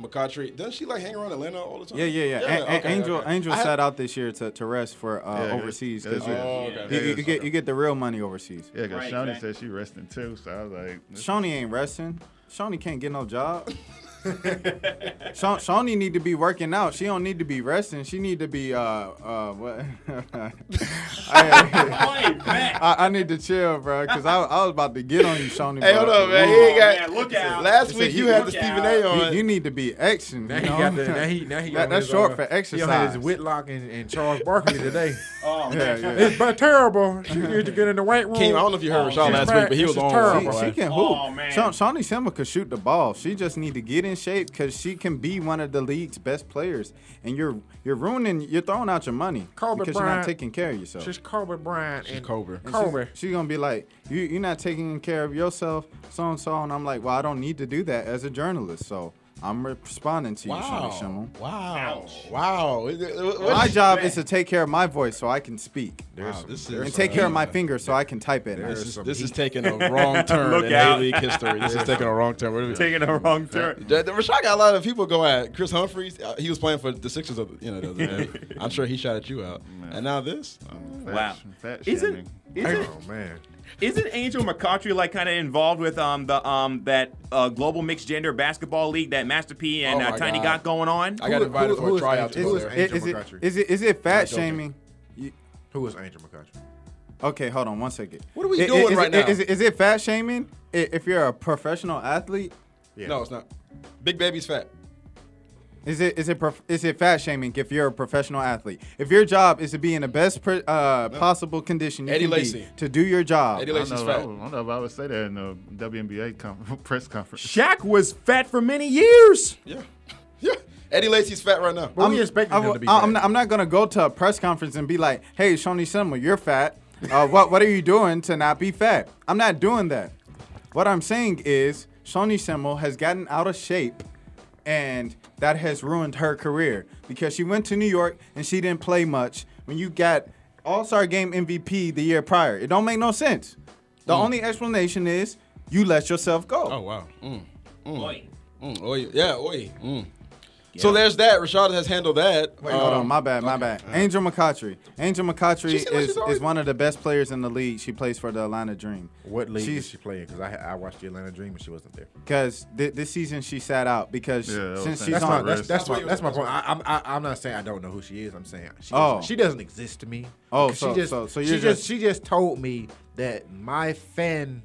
Speaker 6: McCautry. Doesn't she like hang around Atlanta all the time?
Speaker 8: Yeah, yeah, yeah. A- A-
Speaker 6: okay,
Speaker 8: Angel,
Speaker 6: okay.
Speaker 8: Angel
Speaker 6: I had-
Speaker 8: sat out this year to, to rest for uh,
Speaker 9: Yeah,
Speaker 8: overseas
Speaker 9: yeah,
Speaker 8: because
Speaker 9: yeah,
Speaker 8: you,
Speaker 6: Oh,
Speaker 9: yeah,
Speaker 6: okay.
Speaker 8: you, you get you get the real money overseas.
Speaker 9: Yeah, because
Speaker 7: Right,
Speaker 9: Shawnee
Speaker 7: exactly.
Speaker 9: said she resting too, so I was like, this-
Speaker 8: Shawnee ain't resting. Shawnee can't get no job. Sha- Shawnee need to be working out. She don't need to be resting. She need to be uh uh what? I, I, I need to chill, bro, because I, I was about to get on you, Shawnee.
Speaker 6: Hey,
Speaker 8: bro.
Speaker 6: hold up, man. He
Speaker 8: You-
Speaker 6: ain't got.
Speaker 7: man, look out.
Speaker 6: Last
Speaker 8: He
Speaker 6: week
Speaker 8: said,
Speaker 6: you
Speaker 8: you
Speaker 6: had the
Speaker 8: look
Speaker 6: Stephen A
Speaker 8: You,
Speaker 6: on.
Speaker 8: you need to be action. You
Speaker 5: Now he
Speaker 8: know?
Speaker 5: got the, now he, now he
Speaker 8: That-
Speaker 5: on
Speaker 8: that's
Speaker 5: his,
Speaker 8: short
Speaker 5: uh,
Speaker 8: for
Speaker 5: He on his
Speaker 8: exercise.
Speaker 5: Whitlock and, and Charles Barkley today.
Speaker 7: Oh man.
Speaker 8: yeah, yeah.
Speaker 5: it's but terrible. She needs to get in the weight room.
Speaker 6: Came, I don't know if you
Speaker 8: Oh,
Speaker 6: heard Rashad
Speaker 5: she's
Speaker 6: last
Speaker 5: back.
Speaker 6: week, but he
Speaker 5: This
Speaker 6: was
Speaker 5: is
Speaker 6: on.
Speaker 5: terrible.
Speaker 6: bro.
Speaker 8: She, she can hoop.
Speaker 7: Oh, man.
Speaker 8: Sha- Shawnee Simba could shoot the ball. She just need to get in shape because she can be one of the league's best players. And you're you're ruining, you're throwing out your money
Speaker 5: Kobe
Speaker 8: because you're not
Speaker 5: Bryant.
Speaker 8: taking care of yourself.
Speaker 5: She's Kobe Bryant. and
Speaker 6: Cobra.
Speaker 8: And
Speaker 5: Kobe.
Speaker 8: She's, she's gonna be like, you, you're not taking care of yourself, so and so. And I'm like, well, I don't need to do that as a journalist. So I'm responding to you, Shawnee
Speaker 6: Wow.
Speaker 8: Simon.
Speaker 6: Wow. Wow. Is it- what-
Speaker 8: My job is to take care of my voice so I can speak,
Speaker 6: Wow, this is-
Speaker 8: and take care of my fingers so I can type it.
Speaker 6: This is,
Speaker 5: some
Speaker 6: this is
Speaker 5: heat.
Speaker 6: taking a wrong turn
Speaker 7: Look
Speaker 6: in
Speaker 7: out.
Speaker 6: A-League history. This is taking a wrong turn. What are we-
Speaker 7: Taking a wrong turn.
Speaker 6: The- the- Rashad got a lot of people go at Chris Humphreys. uh, He was playing for the Sixers, of, you know. The other day. I'm sure he shouted you out. And now this,
Speaker 9: fat,
Speaker 7: Wow.
Speaker 9: fat
Speaker 7: Isn't
Speaker 9: shaming.
Speaker 7: isn't
Speaker 5: Oh man.
Speaker 7: Isn't Angel McCautry like kind of involved with um the um that uh, global mixed gender basketball league that Master P and
Speaker 6: Oh
Speaker 7: uh,
Speaker 6: my
Speaker 7: Tiny
Speaker 6: God. Mm.
Speaker 7: got going on?
Speaker 6: I got invited
Speaker 5: who- who
Speaker 6: for a
Speaker 5: is
Speaker 6: tryout to
Speaker 5: Angel?
Speaker 6: go
Speaker 5: Who is
Speaker 6: there.
Speaker 5: Angel
Speaker 8: is, it,
Speaker 5: McCutcheon.
Speaker 8: is it is it fat
Speaker 6: joking.
Speaker 8: shaming? You-
Speaker 5: Who was Angel McCutcheon?
Speaker 8: Okay, hold on one second.
Speaker 6: What are we
Speaker 8: I-
Speaker 6: doing
Speaker 8: is it-
Speaker 6: right now?
Speaker 8: Is, it- is it fat shaming i- if you're a professional athlete?
Speaker 5: Yeah.
Speaker 6: No, it's not. Big Baby's fat.
Speaker 8: Is it is it prof- is it fat shaming if you're a professional athlete? If your job is to be in the best pr- uh, possible condition you
Speaker 6: Eddie
Speaker 8: can
Speaker 6: Lacy.
Speaker 8: be to do your job,
Speaker 6: Eddie
Speaker 9: I
Speaker 6: Lacy's
Speaker 9: don't, know, I,
Speaker 6: fat.
Speaker 9: don't, know if I would say that in the WNBA com- press conference.
Speaker 7: Shaq was fat for many years.
Speaker 6: Yeah, yeah. Eddie Lacy's fat right now.
Speaker 5: But we expected
Speaker 8: I
Speaker 5: him to
Speaker 8: w-
Speaker 5: be.
Speaker 8: I-
Speaker 5: fat.
Speaker 8: I'm not, I'm not gonna go to a press conference and be like, "Hey, Shawnee Simba, you're fat. Uh, what what are you doing to not be fat?" I'm not doing that. What I'm saying is, Shawnee Simba has gotten out of shape, and that has ruined her career because she went to New York and she didn't play much. When you got All Star Game MVP the year prior, it don't make no sense. The
Speaker 5: Mm.
Speaker 8: only explanation is you let yourself go.
Speaker 6: Oh wow. Mm,
Speaker 7: Boy.
Speaker 6: mm, oi. Yeah, oi. Mm. So there's that. Rashad has handled that.
Speaker 8: Wait, hold
Speaker 6: Um,
Speaker 8: on. My bad. My bad. Angel McCautry. Angel McCautry
Speaker 6: She seems like
Speaker 8: is,
Speaker 6: she's always-
Speaker 8: is one of the best players in the league. She plays for the Atlanta Dream.
Speaker 5: What league
Speaker 8: She's-
Speaker 5: is she playing? Because I I watched the Atlanta Dream and she wasn't there.
Speaker 8: Because this season she sat out because
Speaker 9: Yeah, that
Speaker 8: since
Speaker 9: was
Speaker 8: she's
Speaker 5: That's my
Speaker 8: on.
Speaker 5: that's, that's
Speaker 6: That's
Speaker 5: my
Speaker 6: what you-
Speaker 5: that's my point. I, I'm I, I'm not saying I don't know who she is. I'm saying she
Speaker 8: Oh.
Speaker 5: doesn't, she doesn't exist to me.
Speaker 8: Oh,
Speaker 5: Because
Speaker 8: so-
Speaker 5: she just
Speaker 8: so- so
Speaker 5: she
Speaker 8: you're
Speaker 5: just,
Speaker 8: just-
Speaker 5: she just told me that my fan,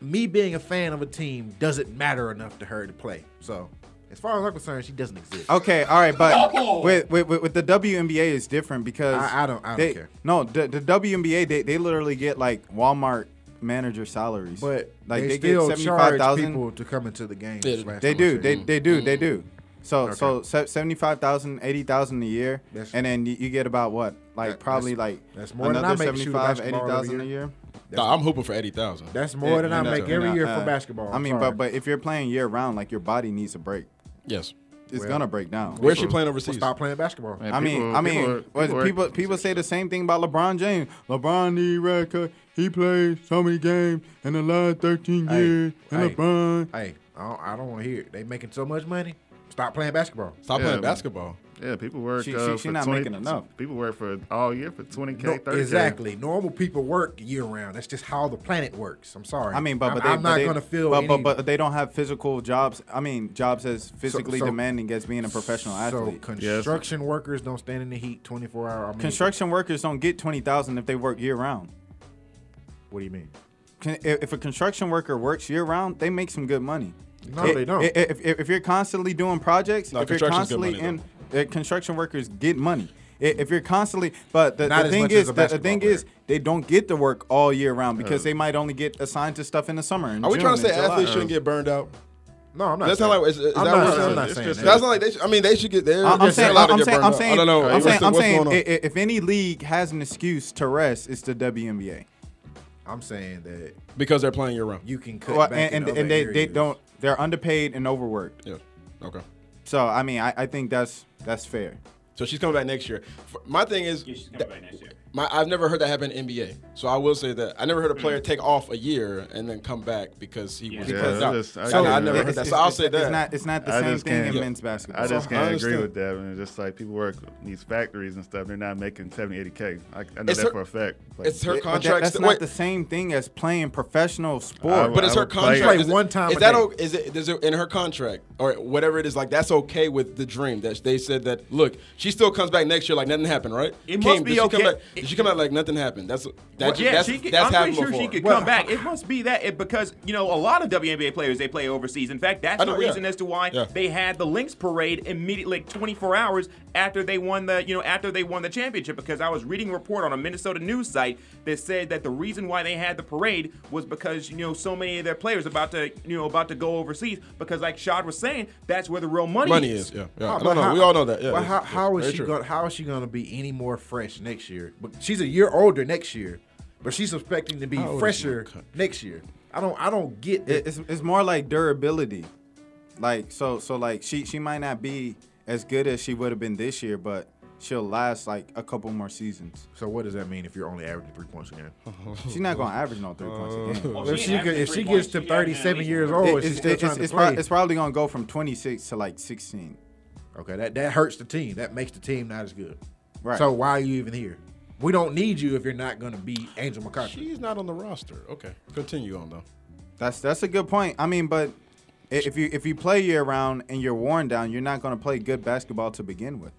Speaker 5: me being a fan of a team doesn't matter enough to her to play. So as far as I'm concerned, she doesn't exist.
Speaker 8: Okay, all right, but with, with, with with the WNBA is different because
Speaker 5: Oh. I- I don't- I don't
Speaker 8: they-
Speaker 5: care.
Speaker 8: No, the, the WNBA they, they literally get like Walmart manager salaries,
Speaker 5: But
Speaker 8: like
Speaker 5: they,
Speaker 8: they, get
Speaker 5: still
Speaker 8: seventy five
Speaker 5: charge
Speaker 8: thousand
Speaker 5: people to come into the game.
Speaker 6: They-
Speaker 8: They do. They, they do. They do. So so se- 75,000, 80,000 a year
Speaker 5: That's-
Speaker 8: and then you, you get about what? Like
Speaker 5: That-
Speaker 8: probably
Speaker 5: that's-
Speaker 8: like
Speaker 5: that's more than
Speaker 8: another
Speaker 5: I make shooting
Speaker 8: 75,
Speaker 5: basketball every
Speaker 8: 80,000 a
Speaker 5: year.
Speaker 8: year.
Speaker 6: Nah, I'm hooping for eighty thousand.
Speaker 5: That's more than I
Speaker 6: and
Speaker 5: make
Speaker 6: that's-
Speaker 5: every
Speaker 8: And,
Speaker 5: year
Speaker 8: uh,
Speaker 5: for basketball.
Speaker 8: I mean, but but if you're playing year round like your body needs a break.
Speaker 6: Yes.
Speaker 8: it's
Speaker 5: Well,
Speaker 8: gonna break down.
Speaker 6: Where's she
Speaker 5: People-
Speaker 6: playing
Speaker 5: Well,
Speaker 6: overseas?
Speaker 5: stop playing basketball.
Speaker 9: Man,
Speaker 8: I mean,
Speaker 9: people-
Speaker 8: I mean,
Speaker 9: are-
Speaker 8: what- people
Speaker 9: are-
Speaker 8: people, say the same thing about LeBron James. LeBron the record. He played so many games in the last 13
Speaker 5: Hey,
Speaker 8: years. and
Speaker 5: hey.
Speaker 8: LeBron,
Speaker 5: Hey, I don't, I don't want to hear it. They making so much money. Stop playing basketball.
Speaker 6: Stop
Speaker 9: Yeah,
Speaker 6: playing
Speaker 9: man.
Speaker 6: basketball.
Speaker 9: Yeah, people work.
Speaker 8: She-
Speaker 9: uh,
Speaker 8: she- she
Speaker 9: for
Speaker 8: not
Speaker 9: 20
Speaker 8: making enough.
Speaker 9: People work for all year for twenty
Speaker 5: No,
Speaker 9: k, thirty
Speaker 5: exactly. Normal people work year round. That's just how the planet works. I'm sorry.
Speaker 8: I mean, but but
Speaker 5: I'm,
Speaker 8: they,
Speaker 5: I'm
Speaker 8: but
Speaker 5: not
Speaker 8: they-
Speaker 5: gonna feel
Speaker 8: but,
Speaker 5: any,
Speaker 8: but but they don't have physical jobs. I mean, jobs as physically
Speaker 5: so-
Speaker 8: demanding as being a professional athlete.
Speaker 5: So construction workers don't stand in the heat 24 hour. I mean,
Speaker 8: Construction workers don't get twenty thousand if they work year round.
Speaker 5: What do you mean?
Speaker 8: Can, if if a construction worker works year round, they make some good money.
Speaker 5: No,
Speaker 8: I-
Speaker 5: they don't.
Speaker 8: i- If, if, if you're constantly doing projects,
Speaker 6: No,
Speaker 8: if you're
Speaker 6: construction's good
Speaker 8: constantly
Speaker 6: money,
Speaker 8: in, uh, construction workers get money. I- If you're constantly, but the,
Speaker 5: Not
Speaker 8: the
Speaker 5: as
Speaker 8: thing
Speaker 5: much as
Speaker 8: is,
Speaker 5: a
Speaker 8: the, the thing
Speaker 5: basketball
Speaker 8: is, they don't get to work all year round because they might only get assigned to stuff in the summer. in
Speaker 6: Uh. Are we
Speaker 8: June
Speaker 6: trying to
Speaker 8: and
Speaker 6: say
Speaker 8: July.
Speaker 6: athletes shouldn't get burned out?
Speaker 5: No, I'm not.
Speaker 6: That's
Speaker 5: saying
Speaker 6: not like is,
Speaker 5: that.
Speaker 6: is
Speaker 5: I'm
Speaker 6: that
Speaker 5: not,
Speaker 6: what
Speaker 5: I'm
Speaker 6: you're
Speaker 5: not
Speaker 6: saying?
Speaker 5: saying that.
Speaker 6: That's not like they. Should, I mean, they should get. They're,
Speaker 8: I'm, I'm
Speaker 6: they're
Speaker 8: saying,
Speaker 6: allowed to
Speaker 8: I'm
Speaker 6: get
Speaker 8: saying,
Speaker 6: burned
Speaker 8: I'm
Speaker 6: out.
Speaker 8: saying,
Speaker 6: I don't know.
Speaker 8: I'm
Speaker 6: What's
Speaker 8: saying,
Speaker 6: the-
Speaker 8: I'm
Speaker 6: what's
Speaker 8: saying
Speaker 6: going on?
Speaker 8: i- i- if any league has an excuse to rest, it's the WNBA.
Speaker 5: I'm saying that
Speaker 6: because they're playing year round.
Speaker 5: you can cut
Speaker 8: Well,
Speaker 5: back
Speaker 8: and
Speaker 5: in
Speaker 8: and, and
Speaker 5: other
Speaker 8: they, they
Speaker 5: areas.
Speaker 8: don't, they're underpaid and overworked.
Speaker 6: Yeah. Okay.
Speaker 8: So I mean, I, I think that's that's fair.
Speaker 6: So she's coming back next year. For- My thing is,
Speaker 7: Yeah, she's coming
Speaker 6: that-
Speaker 7: back next year.
Speaker 6: My, I've never heard that happen in NBA. So I will say that I never heard a player take off a year and then come back because he was
Speaker 7: Yeah,
Speaker 6: burned out.
Speaker 9: just- I
Speaker 6: So
Speaker 9: get
Speaker 6: I
Speaker 9: it.
Speaker 6: never heard
Speaker 8: It's-
Speaker 6: that.
Speaker 8: it's-
Speaker 6: So I'll
Speaker 8: it's-
Speaker 6: say
Speaker 8: It's
Speaker 6: that.
Speaker 8: not, it's not the
Speaker 9: I
Speaker 8: same
Speaker 9: just
Speaker 8: thing in
Speaker 9: can't-
Speaker 8: men's basketball.
Speaker 9: I just
Speaker 6: I
Speaker 9: can't agree
Speaker 6: understand.
Speaker 9: with that. I mean, just like people work these factories and stuff, they're not making 70, 80 k. I, I know
Speaker 6: It's
Speaker 9: that
Speaker 6: her-
Speaker 9: for a fact. Like,
Speaker 6: It's her
Speaker 8: But that-
Speaker 6: contract.
Speaker 8: that's
Speaker 6: sti-
Speaker 8: not
Speaker 6: wait,
Speaker 8: the same thing as playing professional
Speaker 9: I
Speaker 8: sport.
Speaker 9: would-
Speaker 6: But it's her
Speaker 9: would play
Speaker 6: contract.
Speaker 9: it.
Speaker 6: Is it-
Speaker 5: one time
Speaker 6: Is
Speaker 5: a
Speaker 6: that
Speaker 5: day.
Speaker 6: okay? Is it, is it in her contract or whatever it is? Like that's okay with the dream that they said that. Look, she still comes back next year like nothing happened, right?
Speaker 7: It must be
Speaker 6: did she
Speaker 7: okay.
Speaker 6: Come back, did she come out like nothing happened? That's that.
Speaker 7: yeah,
Speaker 6: that's,
Speaker 7: she could,
Speaker 6: that's
Speaker 7: I'm
Speaker 6: happened
Speaker 7: pretty sure
Speaker 6: before.
Speaker 7: she could
Speaker 5: Well,
Speaker 7: come back. It must be that it, because you know a lot of WNBA players they play overseas. In fact, that's
Speaker 6: I
Speaker 7: the
Speaker 6: know, yeah.
Speaker 7: reason as to why
Speaker 6: Yeah.
Speaker 7: they had the Lynx parade immediately, like 24 hours after they won the you know after they won the championship. Because I was reading a report on a Minnesota news site that said that the reason why they had the parade was because you know so many of their players about to you know about to go overseas because like Shad was saying that's where the real money,
Speaker 6: Money is yeah. yeah.
Speaker 5: How-
Speaker 6: I don't
Speaker 5: Oh, but
Speaker 6: know.
Speaker 5: how-
Speaker 6: we all know that. Yeah.
Speaker 5: but
Speaker 6: it's-
Speaker 5: how,
Speaker 6: it's
Speaker 5: how is
Speaker 6: very
Speaker 5: she
Speaker 6: true.
Speaker 5: gonna how is she gonna be any more fresh next year? But she's a year older next year, but she's expecting to be
Speaker 6: old is
Speaker 5: fresher
Speaker 6: my cut?
Speaker 5: next year. I don't I don't get
Speaker 8: It-
Speaker 5: that.
Speaker 8: it's, it's more like durability. Like so so like she she might not be as good as she would have been this year, but she'll last like a couple more seasons.
Speaker 5: So what does that mean if you're only averaging three points a game?
Speaker 8: She's not gonna average no three points a game.
Speaker 5: if she could, if she gets to 37 years
Speaker 8: It-
Speaker 5: old,
Speaker 8: it's,
Speaker 5: and she's still
Speaker 8: it's-
Speaker 5: trying to
Speaker 8: it's
Speaker 5: play.
Speaker 8: prob- it's probably gonna go from 26 to like 16.
Speaker 5: Okay, that, that hurts the team. That makes the team not as good.
Speaker 8: Right.
Speaker 5: So why are you even here? We don't need you if you're not going to be Angel McCarthy.
Speaker 6: She's not on the roster. Okay, continue on though.
Speaker 8: That's that's a good point. I mean, but i- if you if you play year round and you're worn down, you're not gonna play good basketball to begin with.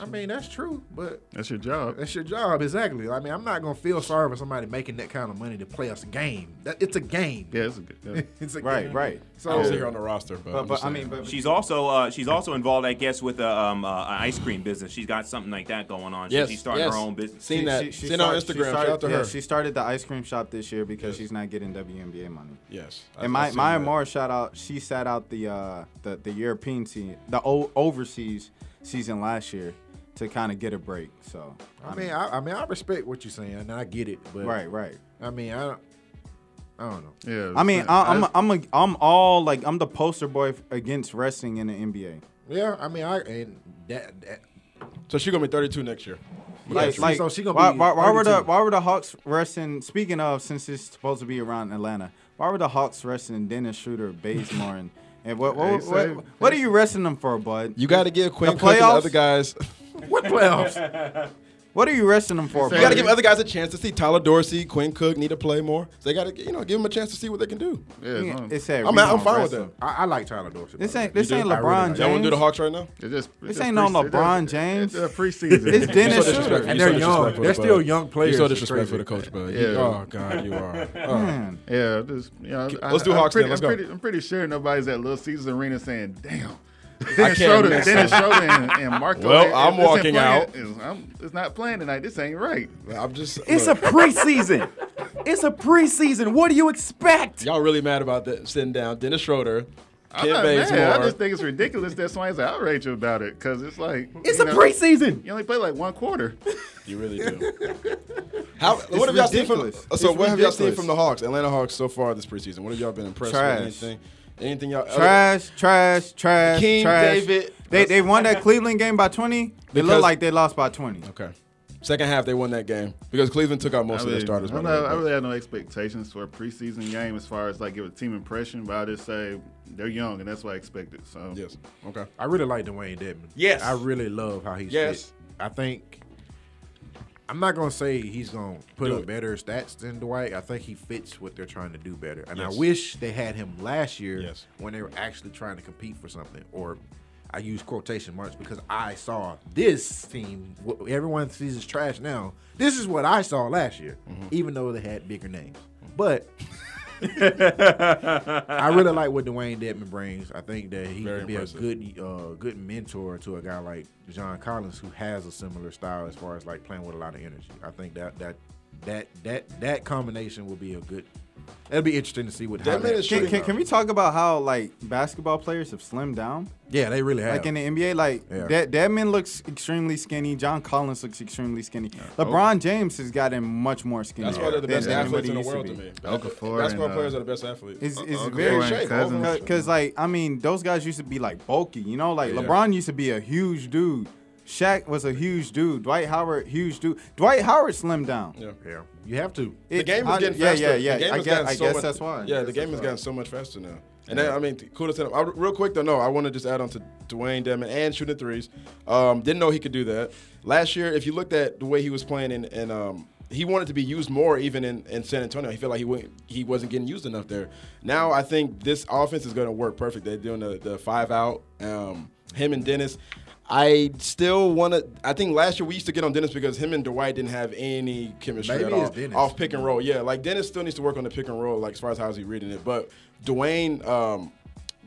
Speaker 5: I mean, that's true, but
Speaker 9: that's your job.
Speaker 5: that's your job exactly. I mean, I'm not going to feel sorry for somebody making that kind of money to play us a game. That it's a game.
Speaker 9: Yeah, it's a good. yeah.
Speaker 5: It's a
Speaker 8: Right,
Speaker 5: game.
Speaker 8: right.
Speaker 6: I don't
Speaker 5: So
Speaker 6: see her on the roster, but,
Speaker 8: But,
Speaker 6: I'm
Speaker 8: but
Speaker 6: just
Speaker 8: I
Speaker 6: saying.
Speaker 8: mean, but
Speaker 7: She's also uh, she's also involved, I guess, with a, um, uh, an ice cream business. She's got something like that going on. She-
Speaker 6: yes,
Speaker 7: she's starting
Speaker 6: yes.
Speaker 7: her own business.
Speaker 6: Seen that? Seen
Speaker 8: start-
Speaker 6: on
Speaker 8: she
Speaker 6: Instagram.
Speaker 8: started-
Speaker 6: Shout out to
Speaker 8: yeah,
Speaker 6: her.
Speaker 8: She started the ice cream shop this year because she's not getting WNBA money.
Speaker 6: Yes. I-
Speaker 8: And
Speaker 6: I
Speaker 8: my
Speaker 6: seen
Speaker 8: Maya
Speaker 6: that.
Speaker 8: Moore shout out. She sat out the uh, the the European season, the o- overseas season last year, to kind of get a break. So
Speaker 5: I mean, I, I mean, I respect what you're saying, and I get it. But
Speaker 8: right, right.
Speaker 5: I mean, I don't, I don't know.
Speaker 9: Yeah,
Speaker 8: I mean,
Speaker 9: it's-
Speaker 8: I, I'm
Speaker 9: that's-
Speaker 8: a, I'm a, I'm all like I'm the poster boy f- against resting in the NBA.
Speaker 5: Yeah, I mean, I and that, that
Speaker 6: So she's gonna be 32 next year.
Speaker 8: Like,
Speaker 5: she-
Speaker 8: like
Speaker 5: so she gonna
Speaker 8: why,
Speaker 5: be
Speaker 8: why, why were the
Speaker 5: 32.
Speaker 8: why were the Hawks resting? Speaking of, since it's supposed to be around Atlanta, why were the Hawks resting Dennis Schroeder, Bazemore, and, and what what,
Speaker 9: They
Speaker 8: what,
Speaker 9: say-
Speaker 8: what, are you resting them for, bud?
Speaker 6: You got to give Quinn
Speaker 8: The
Speaker 6: Cook and the
Speaker 8: playoffs?
Speaker 6: other guys.
Speaker 5: what playoffs?
Speaker 8: What are you resting them for,
Speaker 6: You
Speaker 8: bud?
Speaker 6: got to give other guys a chance to see. Tyler Dorsey, Quinn Cook need to play more. So they got to, you know, give them a chance to see what they can do.
Speaker 9: yeah, as long as-
Speaker 8: It said
Speaker 6: I'm- I'm
Speaker 8: rebound
Speaker 6: fine with
Speaker 8: wrestling.
Speaker 6: that.
Speaker 5: I, I like Tyler Dorsey. by
Speaker 8: This
Speaker 5: the
Speaker 8: ain't
Speaker 5: way.
Speaker 8: this ain't
Speaker 5: I really
Speaker 8: LeBron
Speaker 5: like
Speaker 6: Y'all want to do the
Speaker 8: James.
Speaker 6: Hawks right now?
Speaker 9: It's just, it's
Speaker 8: This
Speaker 9: just
Speaker 8: ain't no
Speaker 9: preseason.
Speaker 8: LeBron
Speaker 9: It's-
Speaker 8: James.
Speaker 9: It's a preseason.
Speaker 8: It's Dennis
Speaker 6: so disrespectful.
Speaker 8: Schroeder.
Speaker 5: And
Speaker 6: You're
Speaker 5: they're young.
Speaker 6: disrespectful to
Speaker 5: They're
Speaker 6: Bud.
Speaker 5: still young players.
Speaker 6: You're so
Speaker 5: It's
Speaker 6: disrespectful to
Speaker 5: crazy.
Speaker 6: Coach Bud.
Speaker 9: Yeah.
Speaker 6: Oh God, you are. Oh.
Speaker 8: Man,
Speaker 9: Yeah, just you know,
Speaker 6: Let's do
Speaker 9: I'm
Speaker 6: Hawks
Speaker 9: pretty,
Speaker 6: then, let's
Speaker 9: I'm
Speaker 6: go.
Speaker 9: Pretty, I'm pretty sure nobody's at Little Caesars Arena saying, "Damn."
Speaker 6: can't
Speaker 9: Dennis Schroeder,
Speaker 6: miss
Speaker 9: Dennis Schroeder, and, and Marco.
Speaker 6: Well,
Speaker 9: it- it-
Speaker 6: I'm
Speaker 9: this ain't
Speaker 6: walking
Speaker 9: playing-
Speaker 6: out.
Speaker 9: It's, I'm, it's not playing tonight. This ain't right.
Speaker 6: I'm just.
Speaker 7: It's a
Speaker 6: look,
Speaker 7: preseason. it's a preseason. What do you expect?
Speaker 6: y'all really mad about that? Sitting down, Dennis Schroeder,
Speaker 9: I'm
Speaker 6: Ken
Speaker 9: not mad. I
Speaker 6: Bazemore.
Speaker 9: just think it's ridiculous that somebody's outraged about it because it's like
Speaker 7: It's
Speaker 9: you
Speaker 7: a
Speaker 9: know,
Speaker 7: preseason.
Speaker 9: You only play like one quarter.
Speaker 6: You really do. How, what have y'all seen from? Uh,
Speaker 8: ridiculous.
Speaker 6: So
Speaker 8: It's
Speaker 6: what have y'all seen
Speaker 8: ridiculous.
Speaker 6: from the Hawks, Atlanta Hawks, so far this preseason? What have y'all been impressed
Speaker 8: Trash.
Speaker 6: with? Anything? Anything y'all?
Speaker 8: trash, trash, trash,
Speaker 6: King
Speaker 8: trash.
Speaker 6: David
Speaker 8: They they won that Cleveland game by twenty. It
Speaker 6: Because-
Speaker 8: looked like they lost by twenty.
Speaker 6: Okay. Second half, they won that game because Cleveland took out most of their starters.
Speaker 9: I,
Speaker 6: by the
Speaker 9: don't know,
Speaker 6: way.
Speaker 9: I really have no expectations for a preseason game as far as like give a team impression, but I just say they're young and that's what I expected. So
Speaker 6: yes. Okay.
Speaker 5: I really like Dwayne Dedman.
Speaker 7: Yes.
Speaker 5: I really love how he's
Speaker 6: Yes.
Speaker 5: fit. I think I'm not gonna say he's gonna put up better stats than Dwight. I think he fits what they're trying to do better. And I
Speaker 6: Yes.
Speaker 5: wish they had him last year
Speaker 6: Yes.
Speaker 5: when they were actually trying to compete for something. Or I use quotation marks because I saw this team. what Everyone sees is trash now. This is what I saw last year,
Speaker 6: Mm-hmm.
Speaker 5: even though they had bigger names. But I really like what Dwayne Dedman brings. I think that he
Speaker 6: Very
Speaker 5: can be
Speaker 6: impressive.
Speaker 5: a good, uh, good mentor to a guy like John Collins, who has a similar style as far as like playing with a lot of energy. I think that that that that that combination will be a good. It'll be interesting to see what. how
Speaker 6: Dedman
Speaker 5: that-
Speaker 6: is
Speaker 8: Can,
Speaker 6: shooting
Speaker 8: can, can we talk about how like basketball players have slimmed down?
Speaker 5: Yeah, they really have.
Speaker 8: Like in the NBA, like
Speaker 5: Yeah.
Speaker 8: that Deadman looks extremely skinny. John Collins looks extremely skinny. LeBron James has gotten much more skinny.
Speaker 6: That's why they're the best
Speaker 8: than
Speaker 6: athletes in the
Speaker 8: anybody
Speaker 6: world to
Speaker 8: used
Speaker 6: me.
Speaker 9: Okafor
Speaker 6: Basketball
Speaker 9: and, uh,
Speaker 6: players are the best athletes.
Speaker 8: It's, it's
Speaker 9: Okafor
Speaker 8: very
Speaker 9: and
Speaker 6: shape,
Speaker 9: Cousins.
Speaker 6: overall.
Speaker 8: because like I mean those guys used to be like bulky, you know. Like
Speaker 6: Yeah.
Speaker 8: LeBron used to be a huge dude. Shaq was a huge dude. Dwight Howard, huge dude. Dwight Howard slimmed down.
Speaker 6: Yeah.
Speaker 5: yeah, you have to.
Speaker 6: The
Speaker 8: It-
Speaker 6: game is
Speaker 8: I-
Speaker 6: getting
Speaker 8: yeah,
Speaker 6: faster.
Speaker 8: Yeah, yeah,
Speaker 6: The game
Speaker 8: I
Speaker 6: has
Speaker 8: guess,
Speaker 6: gotten
Speaker 8: I
Speaker 6: so
Speaker 8: guess
Speaker 6: much-
Speaker 8: that's why.
Speaker 6: Yeah, the game has gotten so much faster now. And then, I mean, kudos to them. I, real quick though, no, I want to just add on to Dwayne Dedman and shooting threes. Um, didn't know he could do that. Last year, if you looked at the way he was playing, and, and um, he wanted to be used more even in, in San Antonio. He felt like he wouldn't, he wasn't getting used enough there. Now I think this offense is going to work perfect. They're doing the, the five out. Um, him and Dennis. I still want to. I think last year we used to get on Dennis because him and Dwight didn't have any chemistry
Speaker 5: Maybe
Speaker 6: at all
Speaker 5: it's Dennis.
Speaker 6: off pick and roll. Yeah, like Dennis still needs to work on the pick and roll, like as far as how's he reading it. But Dwayne, um,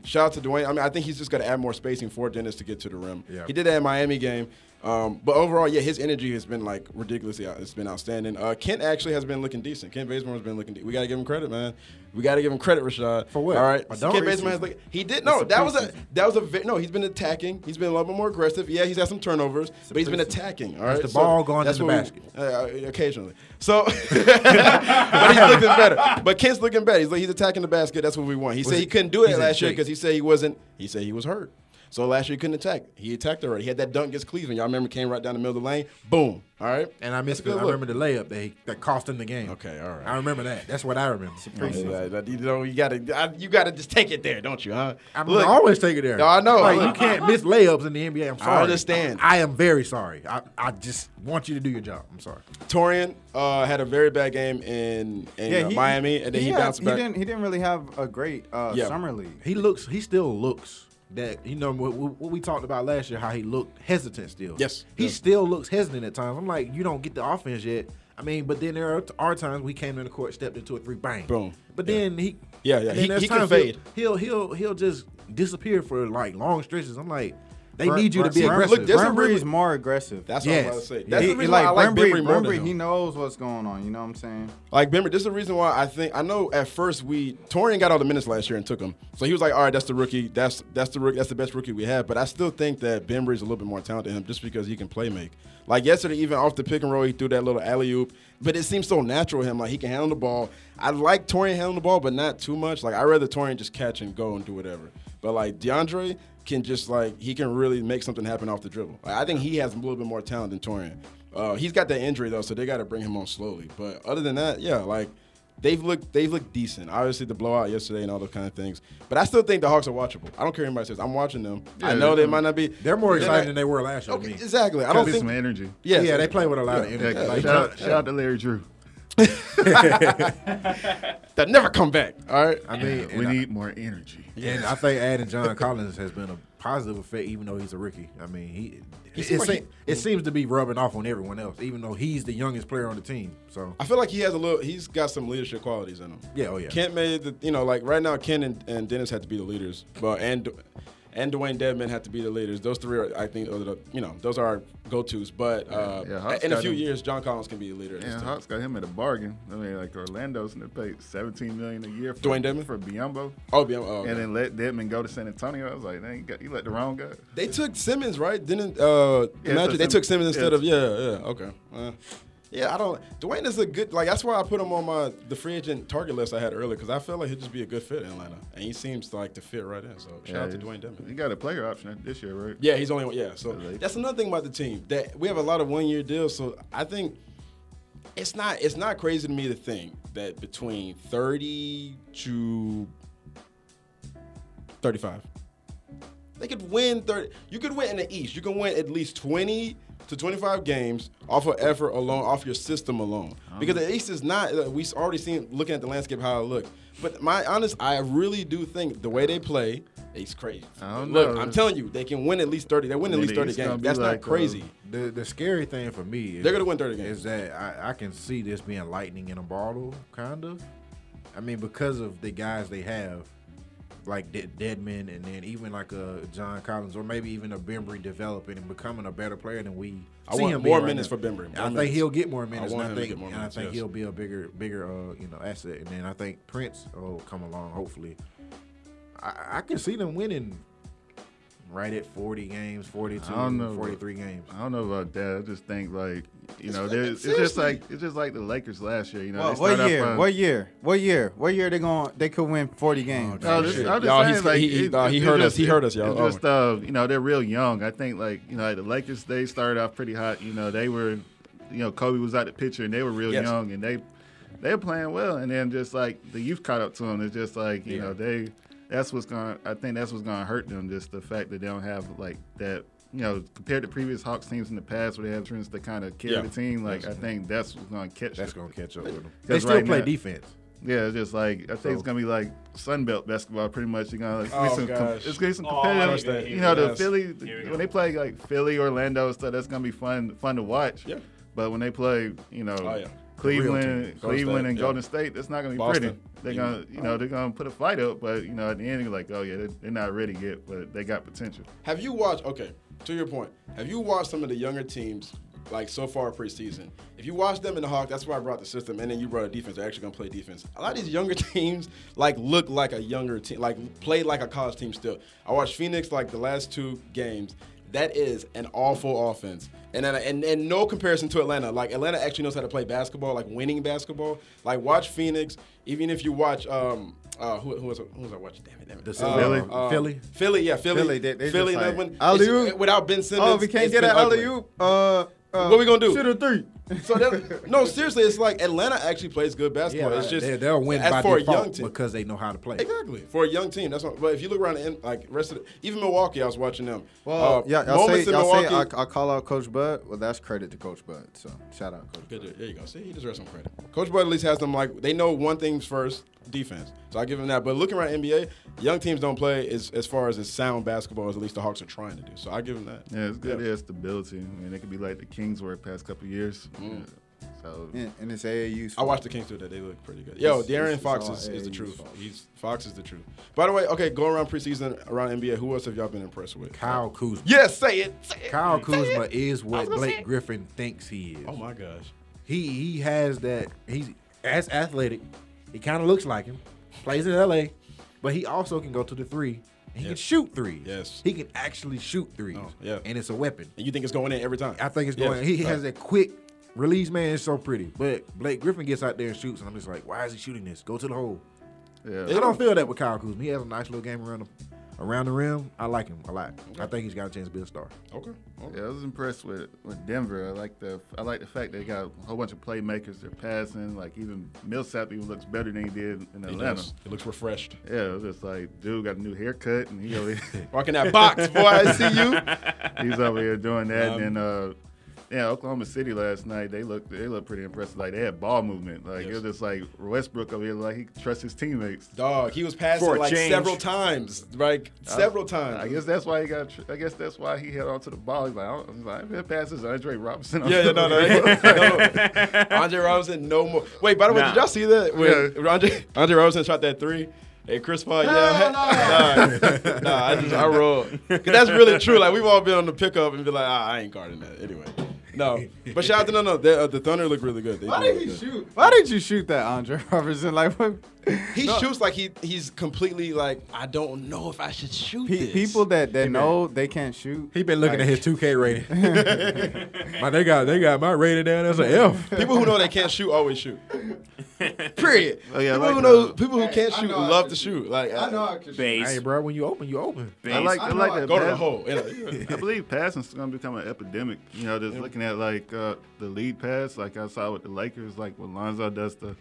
Speaker 6: shout out to Dwayne. I mean, I think he's just got to add more spacing for Dennis to get to the rim.
Speaker 5: Yeah.
Speaker 6: He did that in Miami game. Um, but overall, yeah, his energy has been like ridiculously. out- It's been outstanding. Uh, Kent actually has been looking decent. Kent Bazemore has been looking. De- we gotta give him credit, man. We gotta give him credit, Rashad.
Speaker 5: For what?
Speaker 6: All right.
Speaker 5: I don't
Speaker 6: Kent Bazemore has
Speaker 5: preseason.
Speaker 6: look- He did. No,
Speaker 5: It's a
Speaker 6: that was a
Speaker 5: preseason.
Speaker 6: that was a ve- no. He's been attacking. He's been a little bit more aggressive. Yeah, he's had some turnovers, but he's been attacking. All right.
Speaker 5: the ball going
Speaker 6: that's
Speaker 5: in the
Speaker 6: what we-
Speaker 5: basket.
Speaker 6: uh, occasionally. So, but he's looking better. But Kent's looking better. He's, like, he's attacking the basket. That's what we want. He said
Speaker 5: it-
Speaker 6: he couldn't do it
Speaker 5: he's a
Speaker 6: last year
Speaker 5: Jake.
Speaker 6: because he said he wasn't. He said he was hurt. So last year he couldn't attack. He attacked already. He had that dunk against Cleveland. Y'all remember? Came right down the middle of the lane. Boom. All right.
Speaker 5: And I missed.
Speaker 6: That's
Speaker 5: The,
Speaker 6: a good
Speaker 5: I
Speaker 6: look.
Speaker 5: remember the layup that he, that cost him the game.
Speaker 6: Okay, all right.
Speaker 5: I remember that. That's what I remember.
Speaker 6: Yeah, that- you know, you gotta, I- you gotta just take it there, don't you? Huh?
Speaker 5: I'm
Speaker 6: Look,
Speaker 5: gonna always take it there.
Speaker 6: No, I know.
Speaker 5: Like,
Speaker 6: Look.
Speaker 5: you can't miss layups in the NBA. I'm sorry.
Speaker 6: understand.
Speaker 5: I, I am very sorry. I, I just want you to do your job. I'm sorry.
Speaker 6: Torian uh, had a very bad game in, in uh, Miami, and then he,
Speaker 8: had-
Speaker 6: bounced back.
Speaker 8: He didn't, he didn't really have a great uh,
Speaker 6: Yeah.
Speaker 8: summer league.
Speaker 5: He looks. He still looks that. You know what, what we talked about last year? How he looked hesitant still.
Speaker 6: Yes.
Speaker 5: He
Speaker 6: Yeah.
Speaker 5: still looks hesitant at times. I'm like, you don't get the offense yet. I mean, but then there are, are times we came in the court, stepped into a three, bang.
Speaker 6: Boom.
Speaker 5: But
Speaker 6: Yeah.
Speaker 5: then he.
Speaker 6: Yeah,
Speaker 5: and
Speaker 6: yeah.
Speaker 5: then
Speaker 6: He-
Speaker 5: there's
Speaker 6: he can
Speaker 5: times
Speaker 6: fade.
Speaker 5: He'll, he'll he'll he'll just disappear for like long stretches. I'm like, they
Speaker 8: Brent-
Speaker 5: need you to
Speaker 8: Brent-
Speaker 5: be
Speaker 8: Brent-
Speaker 5: aggressive.
Speaker 6: look, there's
Speaker 8: Brent
Speaker 6: a reason-
Speaker 8: Bree's more aggressive.
Speaker 6: That's
Speaker 5: Yes.
Speaker 6: what I was about to say. That's
Speaker 5: He-
Speaker 6: the
Speaker 5: he
Speaker 6: reason
Speaker 8: like
Speaker 6: why I like
Speaker 8: Brent Bree-
Speaker 6: Bembry more
Speaker 8: Brent
Speaker 6: than
Speaker 8: Bree,
Speaker 6: him.
Speaker 8: he knows what's going on. You know what I'm saying?
Speaker 6: Like, remember, this is the reason why I think I know. At first, we Torian got all the minutes last year and took him, so he was like, "All right, that's the rookie. That's that's the rookie. That's the best rookie we have." But I still think that Bembry's a little bit more talented than him just because he can play make. Like yesterday, even off the pick and roll, he threw that little alley oop, but it seems so natural to him. Like he can handle the ball. I like Torian handling the ball, but not too much. Like I would rather Torian just catch and go and do whatever. But like DeAndre can just like he can really make something happen off the dribble. Like, I think he has a little bit more talent than Torian. Uh, he's got that injury though, so they got to bring him on slowly. But other than that, yeah, like they've looked they've looked decent. Obviously the blowout yesterday and all those kind of things. But I still think the Hawks are watchable. I don't care what anybody says. I'm watching them. I
Speaker 9: Yeah,
Speaker 6: know they
Speaker 9: they're-
Speaker 6: might not be.
Speaker 5: They're more excited
Speaker 6: not-
Speaker 5: than they were last year.
Speaker 6: Okay,
Speaker 5: to me.
Speaker 6: exactly. I don't
Speaker 9: Give me
Speaker 6: think.
Speaker 9: some energy.
Speaker 6: yes,
Speaker 5: yeah, they play with a lot of energy.
Speaker 9: Yeah,
Speaker 5: Like,
Speaker 9: shout, out, shout out to Larry Drew.
Speaker 6: That never come back. All right.
Speaker 5: I mean, and
Speaker 9: we
Speaker 5: I-
Speaker 9: need more energy.
Speaker 5: And I think adding John Collins has been a positive effect, even though he's a rookie. I mean, he, it,
Speaker 6: seems
Speaker 5: it,
Speaker 6: like
Speaker 5: se- it seems to be rubbing off on everyone else, even though he's the youngest player on the team. So
Speaker 6: I feel like he has a little. He's got some leadership qualities in him.
Speaker 5: Yeah, oh, yeah.
Speaker 6: Kent made the. You know, like right now, Ken and, and Dennis had to be the leaders, but and and Dwayne Dedman had to be the leaders. Those three, are, I think, are the, you know, those are our go tos. But uh,
Speaker 9: Yeah, Hawks
Speaker 6: in a
Speaker 9: got
Speaker 6: few
Speaker 9: him.
Speaker 6: years, John Collins can be the leader. Of this
Speaker 9: Yeah,
Speaker 6: team.
Speaker 9: Hawks got him at a bargain. I mean, like Orlando's and they paid seventeen million a year for
Speaker 6: Dwayne Dedman?
Speaker 9: for Biombo,
Speaker 6: Oh, yeah, oh,
Speaker 9: and then let Dedman go to San Antonio. I was like, dang, you, got, you let the wrong guy.
Speaker 6: they took Simmons, right? Didn't uh,
Speaker 9: Yeah,
Speaker 6: Magic?
Speaker 9: so
Speaker 6: They took Simmons
Speaker 9: Simmons-
Speaker 6: instead
Speaker 9: yeah.
Speaker 6: of yeah, yeah. Okay. Uh, Yeah, I don't. Dwayne is a good like. That's why I put him on my the free agent target list I had earlier because I felt like he'd just be a good fit in Atlanta, and he seems like to fit right in. So shout out to
Speaker 9: Yeah,
Speaker 6: Dwayne Denman.
Speaker 9: You got a player option this year, right?
Speaker 6: Yeah, he's only yeah. So
Speaker 9: Really?
Speaker 6: that's another thing about the team that we have a lot of one year deals. So I think it's not it's not crazy to me to think that between thirty to thirty five, they could win thirty. You could win in the East. You can win at least twenty to twenty five games off of effort alone, off your system alone. Because the East is not. uh, We already seen looking at the landscape how it looked. But my honest, I really do think the way they play, it's crazy.
Speaker 9: I don't
Speaker 6: Look,
Speaker 9: know.
Speaker 6: I'm telling telling you, they can win at least 30. They win at
Speaker 9: It
Speaker 6: least
Speaker 9: is
Speaker 6: 30
Speaker 9: gonna
Speaker 6: games.
Speaker 9: be
Speaker 6: That's
Speaker 9: like, um,
Speaker 6: not crazy.
Speaker 5: The the scary thing for me is
Speaker 6: They're gonna win 30 games.
Speaker 5: Is that I, I can see this being lightning in a bottle, kind of. I mean, because of the guys they have, like De- Deadman, and then even like a John Collins, or maybe even a Bembry developing and becoming a better player than we.
Speaker 6: I
Speaker 5: see
Speaker 6: want
Speaker 5: him
Speaker 6: more
Speaker 5: being right
Speaker 6: minutes
Speaker 5: now.
Speaker 6: for Bembry,
Speaker 5: And
Speaker 6: more
Speaker 5: I think
Speaker 6: minutes.
Speaker 5: he'll get more minutes. and I
Speaker 6: want him to
Speaker 5: think,
Speaker 6: get more
Speaker 5: and
Speaker 6: minutes,
Speaker 5: I think
Speaker 6: yes.
Speaker 5: he'll be a bigger, bigger, uh, you know, asset. And then I think Prince will come along hopefully. I, I can see them winning. Right at 40 games, 42,
Speaker 9: I don't know.
Speaker 5: 43 games.
Speaker 9: I don't know about that. I just think like you know,
Speaker 6: fucking
Speaker 9: there's it's just like it's just like the Lakers last year. You know,
Speaker 8: Well,
Speaker 9: they
Speaker 8: what
Speaker 9: start out
Speaker 8: year?
Speaker 9: fine.
Speaker 8: What year? What year? What year they going? They could win
Speaker 9: Oh,
Speaker 8: forty games.
Speaker 9: No, this, I'm just
Speaker 6: Y'all,
Speaker 9: saying,
Speaker 6: he's-
Speaker 9: like,
Speaker 6: he- he- nah, he
Speaker 9: it's
Speaker 6: heard us. He heard us,
Speaker 9: it's
Speaker 6: y'all. Oh
Speaker 9: Just uh, you know, they're real young. I think like you know, like the Lakers they started off pretty hot. You know, they were, you know, Kobe was out the picture and they were real
Speaker 6: Yes.
Speaker 9: young and they they were playing well. And then just like the youth caught up to them, it's just like you know they that's what's going. to I think that's what's going to hurt them. Just the fact that they don't have like that. You know, compared to previous Hawks teams in the past, where they have trends to kind of carry
Speaker 6: Yeah.
Speaker 9: the team, like I think that's what's going to catch.
Speaker 5: That's
Speaker 9: them.
Speaker 5: gonna catch up with them.
Speaker 9: 'Cause
Speaker 5: They still
Speaker 9: right
Speaker 5: play
Speaker 9: now-
Speaker 5: defense.
Speaker 9: Yeah, it's just like I think it's
Speaker 5: So-
Speaker 9: gonna be like Sunbelt basketball, pretty much. You're gonna it's gonna
Speaker 6: Oh,
Speaker 9: be some, com-
Speaker 6: gosh.
Speaker 9: it's gonna be some
Speaker 7: Oh, I
Speaker 6: hate
Speaker 9: competitive.
Speaker 6: that.
Speaker 9: you know, the
Speaker 6: Yes.
Speaker 9: Philly
Speaker 7: Here we go.
Speaker 9: when they play like Philly, Orlando, and stuff. That's gonna be fun, fun to watch.
Speaker 6: Yeah.
Speaker 9: But when they play, you know,
Speaker 6: Oh, yeah.
Speaker 5: Real team.
Speaker 9: Cleveland,
Speaker 6: Golden
Speaker 9: Cleveland,
Speaker 6: State,
Speaker 9: and
Speaker 6: yeah.
Speaker 9: Golden State, that's not gonna be
Speaker 6: Boston.
Speaker 9: pretty. They're gonna, you know, they're gonna put a fight up, but you know, at the end you're like, oh yeah, they're, they're not ready yet, but they got potential.
Speaker 6: Have you watched? Okay, to your point, have you watched some of the younger teams like so far preseason? If you watch them in the Hawk, that's why I brought the system, and then you brought a defense. They're actually gonna play defense. A lot of these younger teams like look like a younger team, like play like a college team still. I watched Phoenix like the last two games. That is an awful offense, and then, and and no comparison to Atlanta. Like Atlanta actually knows how to play basketball, like winning basketball. Like watch Phoenix. Even if you watch um uh who who was who was I watching? Damn it, damn it.
Speaker 5: The
Speaker 6: Uh,
Speaker 5: Philly?
Speaker 6: uh,
Speaker 5: Philly?
Speaker 6: Philly, yeah, Philly,
Speaker 8: Philly, they- they
Speaker 6: Philly,
Speaker 8: just
Speaker 6: another
Speaker 8: like,
Speaker 6: one.
Speaker 8: alley-oop.
Speaker 6: It's- Without Ben Simmons,
Speaker 8: Oh, we can't
Speaker 6: it's
Speaker 8: get
Speaker 6: been
Speaker 8: an
Speaker 6: ugly.
Speaker 8: alley oop. Uh, uh,
Speaker 6: What we gonna do?
Speaker 8: Shoot a three.
Speaker 6: So that, no, seriously, it's like Atlanta actually plays good basketball. it's just
Speaker 5: they, will win
Speaker 6: as
Speaker 5: by
Speaker 6: for a young
Speaker 5: default
Speaker 6: team.
Speaker 5: because they know how to play.
Speaker 6: Exactly for a young team. That's what. But if you look around, the, like rest of the, even Milwaukee, I was watching them.
Speaker 8: Well,
Speaker 6: Uh,
Speaker 8: yeah, y'all say,
Speaker 6: moments in
Speaker 8: y'all say uh, I,
Speaker 6: Milwaukee-
Speaker 8: I call out Coach Bud. Well, that's credit to Coach Bud. So shout out Coach.
Speaker 6: Good, there you go. See, he deserves some credit. Coach Bud at least has them like they know one thing's first defense. So I give him that. But looking around NBA, young teams don't play as, as far as as sound basketball as at least the Hawks are trying to do. So I give him that.
Speaker 9: Yeah, it's good. Yeah, stability. I mean, they could be like the Kings were the past couple years.
Speaker 6: Mm.
Speaker 9: Yeah. So
Speaker 8: Yeah, and it's AAU.
Speaker 6: I watched the Kings do that. They look pretty good. Yo,
Speaker 8: It's-
Speaker 6: Darren
Speaker 8: it's-
Speaker 6: Fox
Speaker 8: it's all
Speaker 6: is, is the
Speaker 8: AAU
Speaker 6: truth.
Speaker 8: fault.
Speaker 6: He's Fox is the truth. By the way, okay, go around preseason around NBA. Who else have y'all been impressed with?
Speaker 5: Kyle Kuzma.
Speaker 6: Yes, say it. Say it.
Speaker 5: Kyle Kuzma is what Blake Griffin thinks he is.
Speaker 6: Oh my gosh.
Speaker 5: He he has that. He's as athletic. He kind of looks like him. Plays in L.A., but he also can go to the three. He can
Speaker 6: Yes.
Speaker 5: shoot threes.
Speaker 6: Yes.
Speaker 5: He can actually shoot threes.
Speaker 6: Oh, yeah.
Speaker 5: And it's a weapon.
Speaker 6: And you think it's going in every time?
Speaker 5: I think it's going.
Speaker 6: Yes.
Speaker 5: He
Speaker 6: Right.
Speaker 5: has a quick release, man. It's so pretty. But Blake Griffin gets out there and shoots, and I'm just like, why is he shooting this? Go to the hole.
Speaker 9: yeah,
Speaker 5: I don't feel that with Kyle Kuzma. He has a nice little game around him, around the rim. I like him a lot. I think he's got a chance to be a star.
Speaker 6: Okay. okay.
Speaker 9: Yeah, I was impressed with, with Denver. I like the I like the fact they got a whole bunch of playmakers. They're passing. Like even Millsap even looks better than he did in
Speaker 6: He
Speaker 9: Atlanta.
Speaker 6: does. It looks refreshed.
Speaker 9: Yeah, it was just like dude got a new haircut and he over here-
Speaker 6: Rocking that box, boy. I see you.
Speaker 9: he's over here doing that.
Speaker 6: Um,
Speaker 9: and then uh, yeah, Oklahoma City last night they looked they looked pretty impressive. Like they had ball movement. Like it
Speaker 6: Yes.
Speaker 9: was just like Westbrook over here like he trusts his teammates.
Speaker 6: Dog, he was passing
Speaker 7: For a
Speaker 6: like
Speaker 7: change.
Speaker 6: several times. Like several times.
Speaker 9: I guess that's why he got. I guess that's why he held on to the ball. He's like, I don't- I was like, that pass is Andre Robinson.
Speaker 6: Yeah, yeah, no, no, no. Andre Robinson, no more. Wait, by the way,
Speaker 7: Nah.
Speaker 6: did y'all see that? When Andre, Andre Robinson shot that three. Hey, Chris Paul, yeah. Nah, nah, I just, I roll. Cause that's really true. Like, we've all been on the pickup and be like, ah, I ain't guarding that. Anyway. No, but shout out to no, no. The, uh, the Thunder look really good. They
Speaker 8: Why
Speaker 6: do
Speaker 8: did
Speaker 6: look
Speaker 8: he
Speaker 6: good.
Speaker 8: shoot? Why did you shoot that, Andre Robertson? Like, what?
Speaker 6: He shoots like he he's completely like I don't know if I should shoot
Speaker 8: Pe-
Speaker 6: this.
Speaker 8: people that, that know they can't shoot.
Speaker 5: He been looking at his 2K rating. my, they got they got my rating down as an F.
Speaker 6: people who know they can't shoot always shoot. Period.
Speaker 9: Oh, yeah, I
Speaker 6: people
Speaker 9: like
Speaker 6: who know
Speaker 9: that.
Speaker 6: people who can't
Speaker 8: I
Speaker 6: shoot
Speaker 8: know I
Speaker 6: love
Speaker 8: can
Speaker 6: to
Speaker 8: shoot.
Speaker 6: shoot. Like I
Speaker 8: I can
Speaker 7: Base.
Speaker 5: Hey, bro, when you open, you open.
Speaker 9: I like
Speaker 8: I
Speaker 9: I, like
Speaker 8: know
Speaker 9: that.
Speaker 6: go to the
Speaker 9: pass-
Speaker 6: hole. Yeah.
Speaker 9: I believe passing's going to become an epidemic. You know, just looking at like uh, the lead pass, like I saw with the Lakers, like when Lonzo does the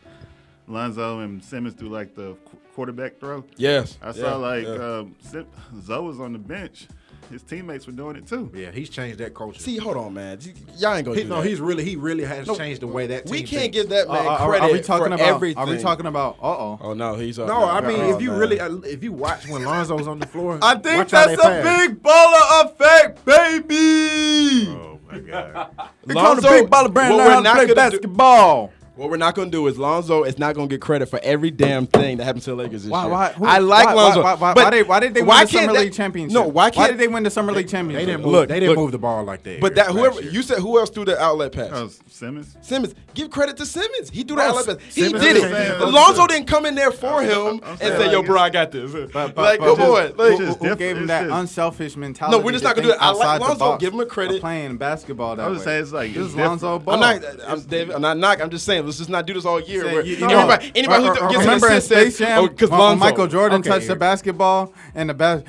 Speaker 9: Lonzo and Simmons do like the qu- quarterback throw.
Speaker 6: Yes.
Speaker 9: I saw
Speaker 6: Yeah,
Speaker 9: like
Speaker 6: yeah.
Speaker 9: um, Sim- Zoe was on the bench. His teammates were doing it too.
Speaker 5: Yeah, he's changed that culture.
Speaker 6: See, hold on, man. You- Y'all ain't gonna
Speaker 5: He-
Speaker 6: do
Speaker 5: no,
Speaker 6: that.
Speaker 5: he's really he really has changed the way that team
Speaker 6: we can't
Speaker 5: thinks.
Speaker 6: give that man
Speaker 8: are,
Speaker 6: credit
Speaker 8: Uh, are we talking
Speaker 6: for
Speaker 8: about?
Speaker 6: everything.
Speaker 8: Are we talking about? Uh oh.
Speaker 6: Oh no, he's up
Speaker 5: No, I
Speaker 6: there.
Speaker 5: mean
Speaker 8: Oh,
Speaker 5: if you
Speaker 8: man.
Speaker 5: really if you watch when Lonzo's on the floor,
Speaker 8: I think
Speaker 5: watch how
Speaker 8: that's
Speaker 5: they
Speaker 8: a
Speaker 5: pass.
Speaker 8: big baller effect, baby.
Speaker 5: Oh my god.
Speaker 8: They call the big baller brand
Speaker 6: what we're
Speaker 8: now
Speaker 6: not
Speaker 8: play
Speaker 6: gonna
Speaker 8: basketball.
Speaker 6: Do, what we're not gonna do is Lonzo is not gonna get credit for every damn thing that happened to the Lakers this
Speaker 8: Why-
Speaker 6: year.
Speaker 8: why- who-
Speaker 6: I like
Speaker 8: why-
Speaker 6: Lonzo.
Speaker 8: Why, why,
Speaker 6: but
Speaker 8: why, did, why did they win
Speaker 6: why
Speaker 8: the summer
Speaker 6: can't that-
Speaker 8: league championship?
Speaker 6: No, why can't
Speaker 8: why did they win the summer league championship?
Speaker 5: They didn't move
Speaker 6: Look,
Speaker 5: they didn't
Speaker 6: look.
Speaker 5: move the ball like that.
Speaker 6: But that
Speaker 5: last
Speaker 6: whoever
Speaker 5: year.
Speaker 6: you said, who else threw the outlet pass?
Speaker 9: Oh, Simmons.
Speaker 6: Simmons, give credit to Simmons. He threw
Speaker 8: Oh,
Speaker 6: the
Speaker 5: Bro,
Speaker 6: outlet pass. He
Speaker 5: Simmons
Speaker 6: did
Speaker 5: is
Speaker 6: it.
Speaker 5: saying-
Speaker 6: Lonzo didn't come in there for him
Speaker 9: I'm
Speaker 6: and
Speaker 9: saying,
Speaker 6: say, "Yo,
Speaker 9: like,
Speaker 6: bro, I got this."
Speaker 8: But- but-
Speaker 6: like, come
Speaker 8: but just-
Speaker 6: on. Like,
Speaker 9: just-
Speaker 8: Who, who
Speaker 9: different.
Speaker 8: gave him
Speaker 9: It's
Speaker 8: that
Speaker 9: just-
Speaker 8: unselfish mentality?
Speaker 6: No, we're just
Speaker 8: to
Speaker 6: not gonna
Speaker 8: think
Speaker 6: do it. I like
Speaker 8: outside the
Speaker 6: Lonzo.
Speaker 8: box
Speaker 6: Give him a credit.
Speaker 8: of Playing basketball that
Speaker 9: I was
Speaker 8: way.
Speaker 9: saying it's like
Speaker 8: this
Speaker 9: it's
Speaker 8: Lonzo
Speaker 9: different.
Speaker 8: Ball.
Speaker 6: I'm not, I'm, David, I'm not knocking. I'm just saying, let's just not do this all year.
Speaker 8: Saying
Speaker 6: where
Speaker 8: you- you know-
Speaker 6: anybody, anybody
Speaker 8: Or-
Speaker 6: who
Speaker 8: or- or
Speaker 6: gets an
Speaker 8: remember in
Speaker 6: assist says,
Speaker 8: Space Jam,
Speaker 6: "Oh, 'cause
Speaker 8: when
Speaker 6: Lonzo."
Speaker 8: Michael Jordan
Speaker 5: Okay,
Speaker 8: touched the
Speaker 5: Eric.
Speaker 8: basketball and the bas.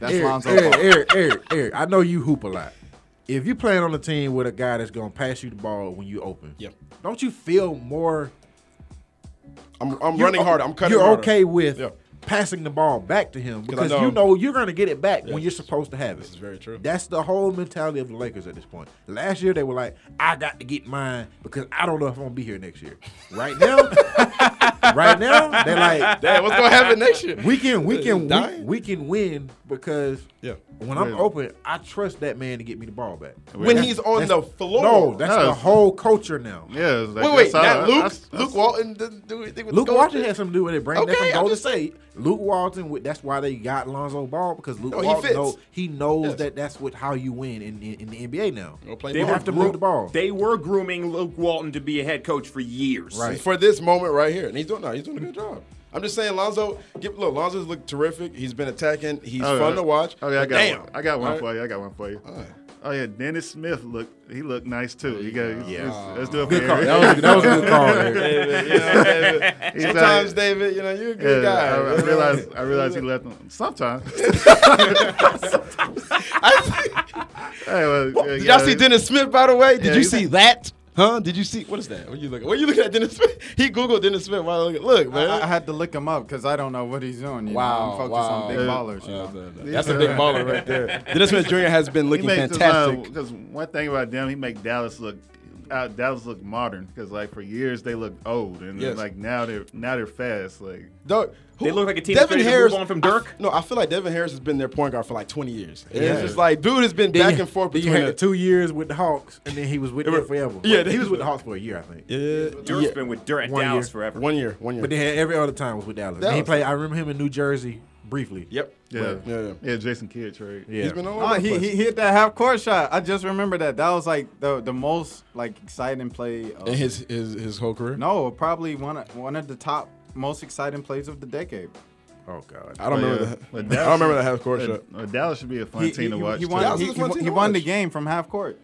Speaker 8: That's
Speaker 5: Eric,
Speaker 8: Lonzo.
Speaker 5: Eric,
Speaker 8: Ball.
Speaker 5: Eric, Eric, Eric, I know you hoop a lot. If you playing on a team with a guy that's gonna pass you the ball when you open,
Speaker 6: Yeah.
Speaker 5: don't you feel more
Speaker 6: I'm, I'm
Speaker 5: you're
Speaker 6: running
Speaker 5: o-
Speaker 6: harder. I'm cutting.
Speaker 5: You're
Speaker 6: harder.
Speaker 5: okay with
Speaker 6: Yeah.
Speaker 5: passing the ball back to him because
Speaker 6: know-
Speaker 5: you know you're going to get it back
Speaker 6: Yeah.
Speaker 5: when you're supposed to have it. This
Speaker 6: is very true.
Speaker 5: That's the whole mentality of the Lakers at this point. Last year they were like, I got to get mine because I don't know if I'm going to be here next year. Right now, right now they're like,
Speaker 6: Damn, what's gonna happen next year?
Speaker 5: we can Uh, we can we,
Speaker 6: Dying?
Speaker 5: we can win because
Speaker 6: Yeah.
Speaker 5: when I'm
Speaker 9: Right.
Speaker 5: open, I trust that man to get me the ball back.
Speaker 6: when
Speaker 5: That's-
Speaker 6: he's on the
Speaker 5: that's-
Speaker 6: floor.
Speaker 5: No, that's
Speaker 9: No.
Speaker 5: the whole culture now.
Speaker 9: Yeah, it's like
Speaker 6: wait, wait,
Speaker 9: that's all
Speaker 6: not
Speaker 9: I-
Speaker 6: Luke.
Speaker 9: I- I-
Speaker 6: Luke Walton didn't do anything with
Speaker 5: Luke
Speaker 6: the
Speaker 5: Walton
Speaker 6: goal.
Speaker 5: had something to do with it. Bring
Speaker 6: Okay,
Speaker 5: that from
Speaker 6: I'm
Speaker 5: Golden
Speaker 6: just-
Speaker 5: State. Luke Walton, with- that's why they got Lonzo Ball because Luke
Speaker 6: No, he
Speaker 5: Walton
Speaker 6: fits.
Speaker 5: know, he knows
Speaker 6: Yes.
Speaker 5: that that's what how you win in, in, in the NBA now.
Speaker 6: Go play
Speaker 5: they
Speaker 6: ball.
Speaker 5: have to move the ball.
Speaker 7: They were grooming Luke Walton to be a head coach for years.
Speaker 5: Right.
Speaker 6: for this moment right here, and he's doing no, he's doing a good job. I'm just saying, Lonzo. Give, look, Lonzo's looked terrific. He's been attacking. He's
Speaker 9: Oh,
Speaker 6: fun
Speaker 9: yeah.
Speaker 6: to watch.
Speaker 9: Okay, I
Speaker 6: But
Speaker 9: got
Speaker 6: damn,
Speaker 9: one. I got one
Speaker 6: All right.
Speaker 9: for you. I got one for you.
Speaker 6: right.
Speaker 9: Oh yeah, Dennis Smith look. He looked nice too. He got.
Speaker 5: Yeah.
Speaker 9: Let's, let's do it for
Speaker 5: Good call.
Speaker 9: Eric.
Speaker 5: That was, that was a good call. Eric.
Speaker 6: David, you know, David.
Speaker 9: He's out
Speaker 6: Sometimes,
Speaker 9: here.
Speaker 6: David, you know, you're a
Speaker 9: Yeah,
Speaker 6: good guy.
Speaker 9: I, I
Speaker 6: you know?
Speaker 9: realized. I realized he left him sometimes. Hey, well, yeah,
Speaker 6: Oh, Did
Speaker 9: yeah,
Speaker 6: y'all see Dennis Smith, by the way? Did
Speaker 9: Yeah,
Speaker 6: you
Speaker 9: he's
Speaker 6: see
Speaker 9: a-
Speaker 6: that? Huh? Did you see what is that? What are you looking? What are you looking at Dennis Smith? He Googled Dennis Smith. Why look, look man?
Speaker 8: I, I had to look him up because I don't know what he's doing. You
Speaker 6: Wow,
Speaker 8: know? I'm focused
Speaker 6: wow.
Speaker 8: on big
Speaker 6: Yeah.
Speaker 8: ballers. You
Speaker 6: Uh,
Speaker 8: know?
Speaker 6: that's a big baller right there. Dennis Smith Jr. has been
Speaker 9: He
Speaker 6: looking
Speaker 9: makes
Speaker 6: fantastic.
Speaker 9: because one thing about them, he make Dallas look. Uh, Dallas look modern because like for years they looked old and then
Speaker 6: Yes.
Speaker 9: like now they're now they're fast like
Speaker 6: Dog, who-
Speaker 7: They look like a team that's ready to move on from
Speaker 6: I f-
Speaker 7: Dirk.
Speaker 6: no, I feel like Devin Harris has been their point guard for like 20 years. And It's
Speaker 5: Yeah.
Speaker 6: just like dude has been
Speaker 5: Then
Speaker 6: back
Speaker 5: you-
Speaker 6: and forth
Speaker 5: then you
Speaker 6: between
Speaker 5: had the
Speaker 6: the
Speaker 5: two years with the Hawks, and then he was with them forever.
Speaker 6: Yeah,
Speaker 5: he was with the Hawks for a year, I think.
Speaker 6: Yeah,
Speaker 7: Dirk's
Speaker 6: yeah.
Speaker 7: been with Dirk at
Speaker 5: One
Speaker 7: Dallas
Speaker 5: year.
Speaker 7: forever.
Speaker 6: One year, one year.
Speaker 5: But then every other time was with Dallas. Then he
Speaker 6: Dallas.
Speaker 5: played. I remember him in New Jersey briefly.
Speaker 6: yep.
Speaker 9: yeah
Speaker 6: Yeah, yeah.
Speaker 9: Jason Kidd trade
Speaker 5: Yeah.
Speaker 6: He's been all
Speaker 8: Oh,
Speaker 6: over the
Speaker 8: he,
Speaker 6: place.
Speaker 8: he hit that half court shot. I just remember that. That was like the the most like exciting play. Of,
Speaker 6: in his, his his whole career.
Speaker 8: no, probably one of, one of the top most exciting plays of the decade.
Speaker 5: Oh God.
Speaker 6: I don't remember that.
Speaker 9: But
Speaker 6: I
Speaker 9: Dallas-
Speaker 6: don't remember that half court shot.
Speaker 9: Uh, Dallas should be a fun
Speaker 8: He,
Speaker 9: team to
Speaker 8: he-
Speaker 9: watch.
Speaker 8: he
Speaker 9: too.
Speaker 8: won,
Speaker 6: Dallas
Speaker 8: he,
Speaker 6: is a
Speaker 8: he
Speaker 6: fun
Speaker 8: won-
Speaker 6: team
Speaker 8: he
Speaker 6: to
Speaker 8: won the
Speaker 6: watch.
Speaker 8: game from half court.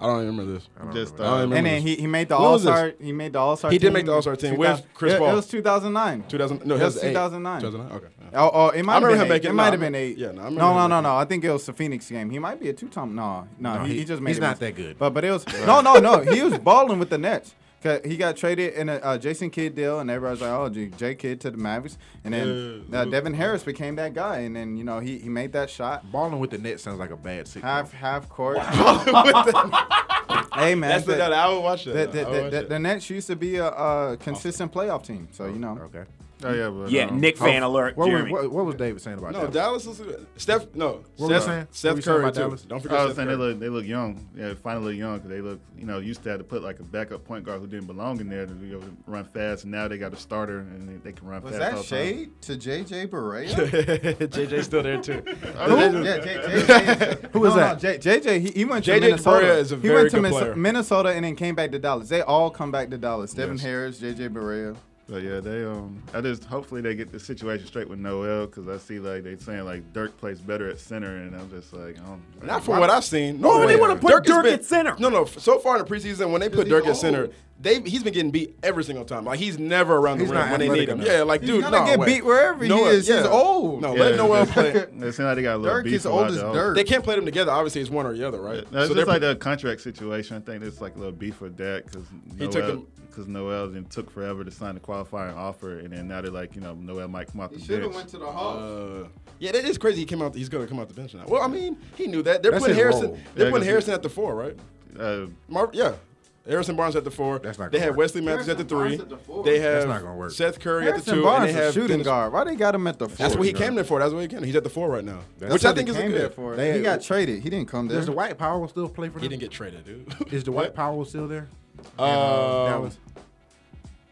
Speaker 6: I don't even remember this.
Speaker 9: Just
Speaker 6: I don't
Speaker 9: uh,
Speaker 6: remember
Speaker 8: And
Speaker 6: this.
Speaker 8: then he, he made the
Speaker 6: When
Speaker 8: All
Speaker 6: was this?
Speaker 8: Star. He made the All Star.
Speaker 6: He did make the All-Star team with Chris
Speaker 8: It,
Speaker 6: Paul.
Speaker 8: was 2009.
Speaker 6: 2000. No,
Speaker 8: It was
Speaker 6: 2009.
Speaker 8: 2009.
Speaker 6: 2009. Okay. Yeah.
Speaker 8: Oh, oh, it might
Speaker 6: I
Speaker 8: have
Speaker 6: remember
Speaker 8: been
Speaker 6: him
Speaker 8: eight.
Speaker 6: making- no,
Speaker 8: it
Speaker 6: I
Speaker 8: might have
Speaker 6: remember-
Speaker 8: been eight.
Speaker 6: yeah, no, I remember
Speaker 8: no,
Speaker 6: him
Speaker 8: no, no,
Speaker 6: making-
Speaker 8: no. I think it was the Phoenix game. He might be a two time. No, no,
Speaker 5: No,
Speaker 8: he,
Speaker 5: he-
Speaker 8: he just made.
Speaker 5: he's
Speaker 8: it
Speaker 5: not
Speaker 8: once.
Speaker 5: that good.
Speaker 8: But but it was no, no, no. He was balling with the Nets. 'Cause He got traded in a uh, Jason Kidd deal, and everybody's like, "Oh, J, J. Kidd to the Mavericks," and then
Speaker 6: Yeah.
Speaker 8: uh, Devin Harris became that guy, and then you know he, he made that shot
Speaker 5: Balling with the net sounds like a bad sitcom.
Speaker 8: half half court. hey man,
Speaker 6: That's the,
Speaker 8: the,
Speaker 6: I would watch that.
Speaker 8: the,
Speaker 6: I would watch
Speaker 8: the, the, the,
Speaker 6: that.
Speaker 8: the Nets used to be a, a consistent playoff team, so you know
Speaker 5: Okay.
Speaker 9: Oh yeah, but
Speaker 7: Yeah,
Speaker 9: um,
Speaker 7: Nick fan alert.
Speaker 5: What, was-
Speaker 7: Jeremy.
Speaker 5: what, what was David saying about
Speaker 6: No,
Speaker 5: Dallas?
Speaker 6: Dallas is Steph. No,
Speaker 5: What were you
Speaker 6: Steph,
Speaker 5: saying? What
Speaker 6: Steph
Speaker 5: were you saying
Speaker 6: Curry
Speaker 5: about
Speaker 6: too.
Speaker 5: Dallas?
Speaker 6: Don't forget
Speaker 9: Oh, I was
Speaker 6: Steph
Speaker 9: saying
Speaker 6: Curry.
Speaker 9: they look they look young. Yeah, finally look young because they look you know used to have to put like a backup point guard who didn't belong in there to be able to run fast. And now they got a starter and they, they can run
Speaker 2: Was
Speaker 9: fast. all
Speaker 2: that
Speaker 9: the time.
Speaker 2: shade to JJ Barea?
Speaker 6: JJ's still there too.
Speaker 2: yeah, J- JJ.
Speaker 8: Who was
Speaker 2: No, no,
Speaker 8: that?
Speaker 2: J-
Speaker 8: JJ, he, he went to
Speaker 6: JJ
Speaker 8: Minnesota.
Speaker 6: Barea is a
Speaker 8: he
Speaker 6: very
Speaker 8: went to
Speaker 6: good
Speaker 8: Minnes-
Speaker 6: player.
Speaker 8: Minnesota and then came back to Dallas. They all come back to Dallas. Devin
Speaker 6: Yes.
Speaker 8: Harris, JJ Barea.
Speaker 9: But yeah, they um, I just hopefully they get the situation straight with Noel because I see like they saying like Dirk plays better at center, and I'm just like, um,
Speaker 6: Not from what I've seen.
Speaker 7: Why
Speaker 6: No,
Speaker 7: would they
Speaker 6: way.
Speaker 7: wanna put
Speaker 6: has
Speaker 7: Dirk at center?
Speaker 6: No, no. f- So far in the preseason, when they put
Speaker 2: he's
Speaker 6: Dirk at
Speaker 2: old.
Speaker 6: center, they he's been getting beat every single time. Like he's never around
Speaker 5: He's
Speaker 6: the rim
Speaker 5: not
Speaker 6: when they need
Speaker 5: athletic
Speaker 6: him.
Speaker 5: enough.
Speaker 6: Yeah, like dude,
Speaker 2: gonna
Speaker 6: no
Speaker 2: get
Speaker 6: way.
Speaker 2: beat wherever he
Speaker 6: Noel-
Speaker 2: is. He's
Speaker 6: yeah.
Speaker 2: old.
Speaker 6: No,
Speaker 9: Yeah,
Speaker 6: let Noel
Speaker 9: they-
Speaker 6: play.
Speaker 9: It seems like they got a little
Speaker 2: Dirk
Speaker 9: beef
Speaker 2: is
Speaker 9: about
Speaker 2: old as
Speaker 9: that.
Speaker 2: dirt.
Speaker 6: They can't play them together. Obviously, it's one or the other, right?
Speaker 9: Uh, No,
Speaker 6: so
Speaker 9: it's
Speaker 6: they're
Speaker 9: just like the contract situation. I think it's like a little beef with that because
Speaker 6: He took
Speaker 9: Noel,
Speaker 6: them-
Speaker 9: because Noel then took forever to sign the qualifying offer, and then now they're like, you know, Noel might come out
Speaker 2: He
Speaker 9: the
Speaker 2: should have
Speaker 9: bench.
Speaker 2: went to the Hawks.
Speaker 6: Uh, yeah, that is crazy. He came out. He's gonna come out the bench now. Well, I mean, he knew that. They're
Speaker 5: That's
Speaker 6: putting
Speaker 5: his
Speaker 6: Harrison.
Speaker 5: role.
Speaker 6: They're
Speaker 9: Yeah, 'cause
Speaker 6: putting
Speaker 9: he-
Speaker 6: Harrison at the four, right?
Speaker 9: Uh,
Speaker 6: Mar- yeah. Harrison Barnes at the four.
Speaker 5: That's not
Speaker 6: they
Speaker 5: gonna
Speaker 6: have
Speaker 5: work.
Speaker 6: Wesley Matthews
Speaker 2: Harrison
Speaker 6: at the three.
Speaker 2: Barnes at the four.
Speaker 6: They have
Speaker 5: That's not gonna work.
Speaker 6: Seth Curry at
Speaker 8: Harrison
Speaker 6: the two.
Speaker 8: Barnes
Speaker 6: and they
Speaker 8: a
Speaker 6: have
Speaker 8: shooting
Speaker 6: Dennis-
Speaker 8: guard. Why they got him at the four?
Speaker 6: That's what he came there for. That's what he came. He's at the four right now,
Speaker 5: That's
Speaker 6: which
Speaker 5: what
Speaker 6: I think
Speaker 8: he
Speaker 6: is a
Speaker 8: came there
Speaker 6: good.
Speaker 8: for.
Speaker 5: They-
Speaker 8: he got traded. He didn't come there.
Speaker 5: Does the White Power still play for
Speaker 6: He
Speaker 5: them?
Speaker 6: didn't get traded, dude.
Speaker 5: Is the White Power still there? in,
Speaker 6: Um,
Speaker 5: Dallas?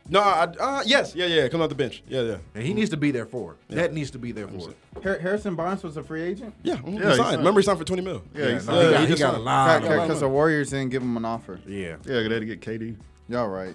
Speaker 6: no, I, uh, yes, yeah, yeah. Come out the bench. Yeah, yeah,
Speaker 5: And he needs to be there for. it. That needs to be there for. it.
Speaker 8: Har- Harrison Barnes was a free agent.
Speaker 6: yeah. mhm, he
Speaker 9: Yeah, he
Speaker 6: signed.
Speaker 9: signed.
Speaker 6: Remember, he signed for twenty mil.
Speaker 9: yeah,
Speaker 5: Yeah,
Speaker 9: he's-
Speaker 5: no, he got-
Speaker 6: he
Speaker 5: he
Speaker 6: just
Speaker 5: got a
Speaker 6: signed.
Speaker 5: lot. of-
Speaker 8: Because the Warriors didn't give him an offer.
Speaker 5: Yeah.
Speaker 9: yeah, they had to get KD.
Speaker 8: Y'all right.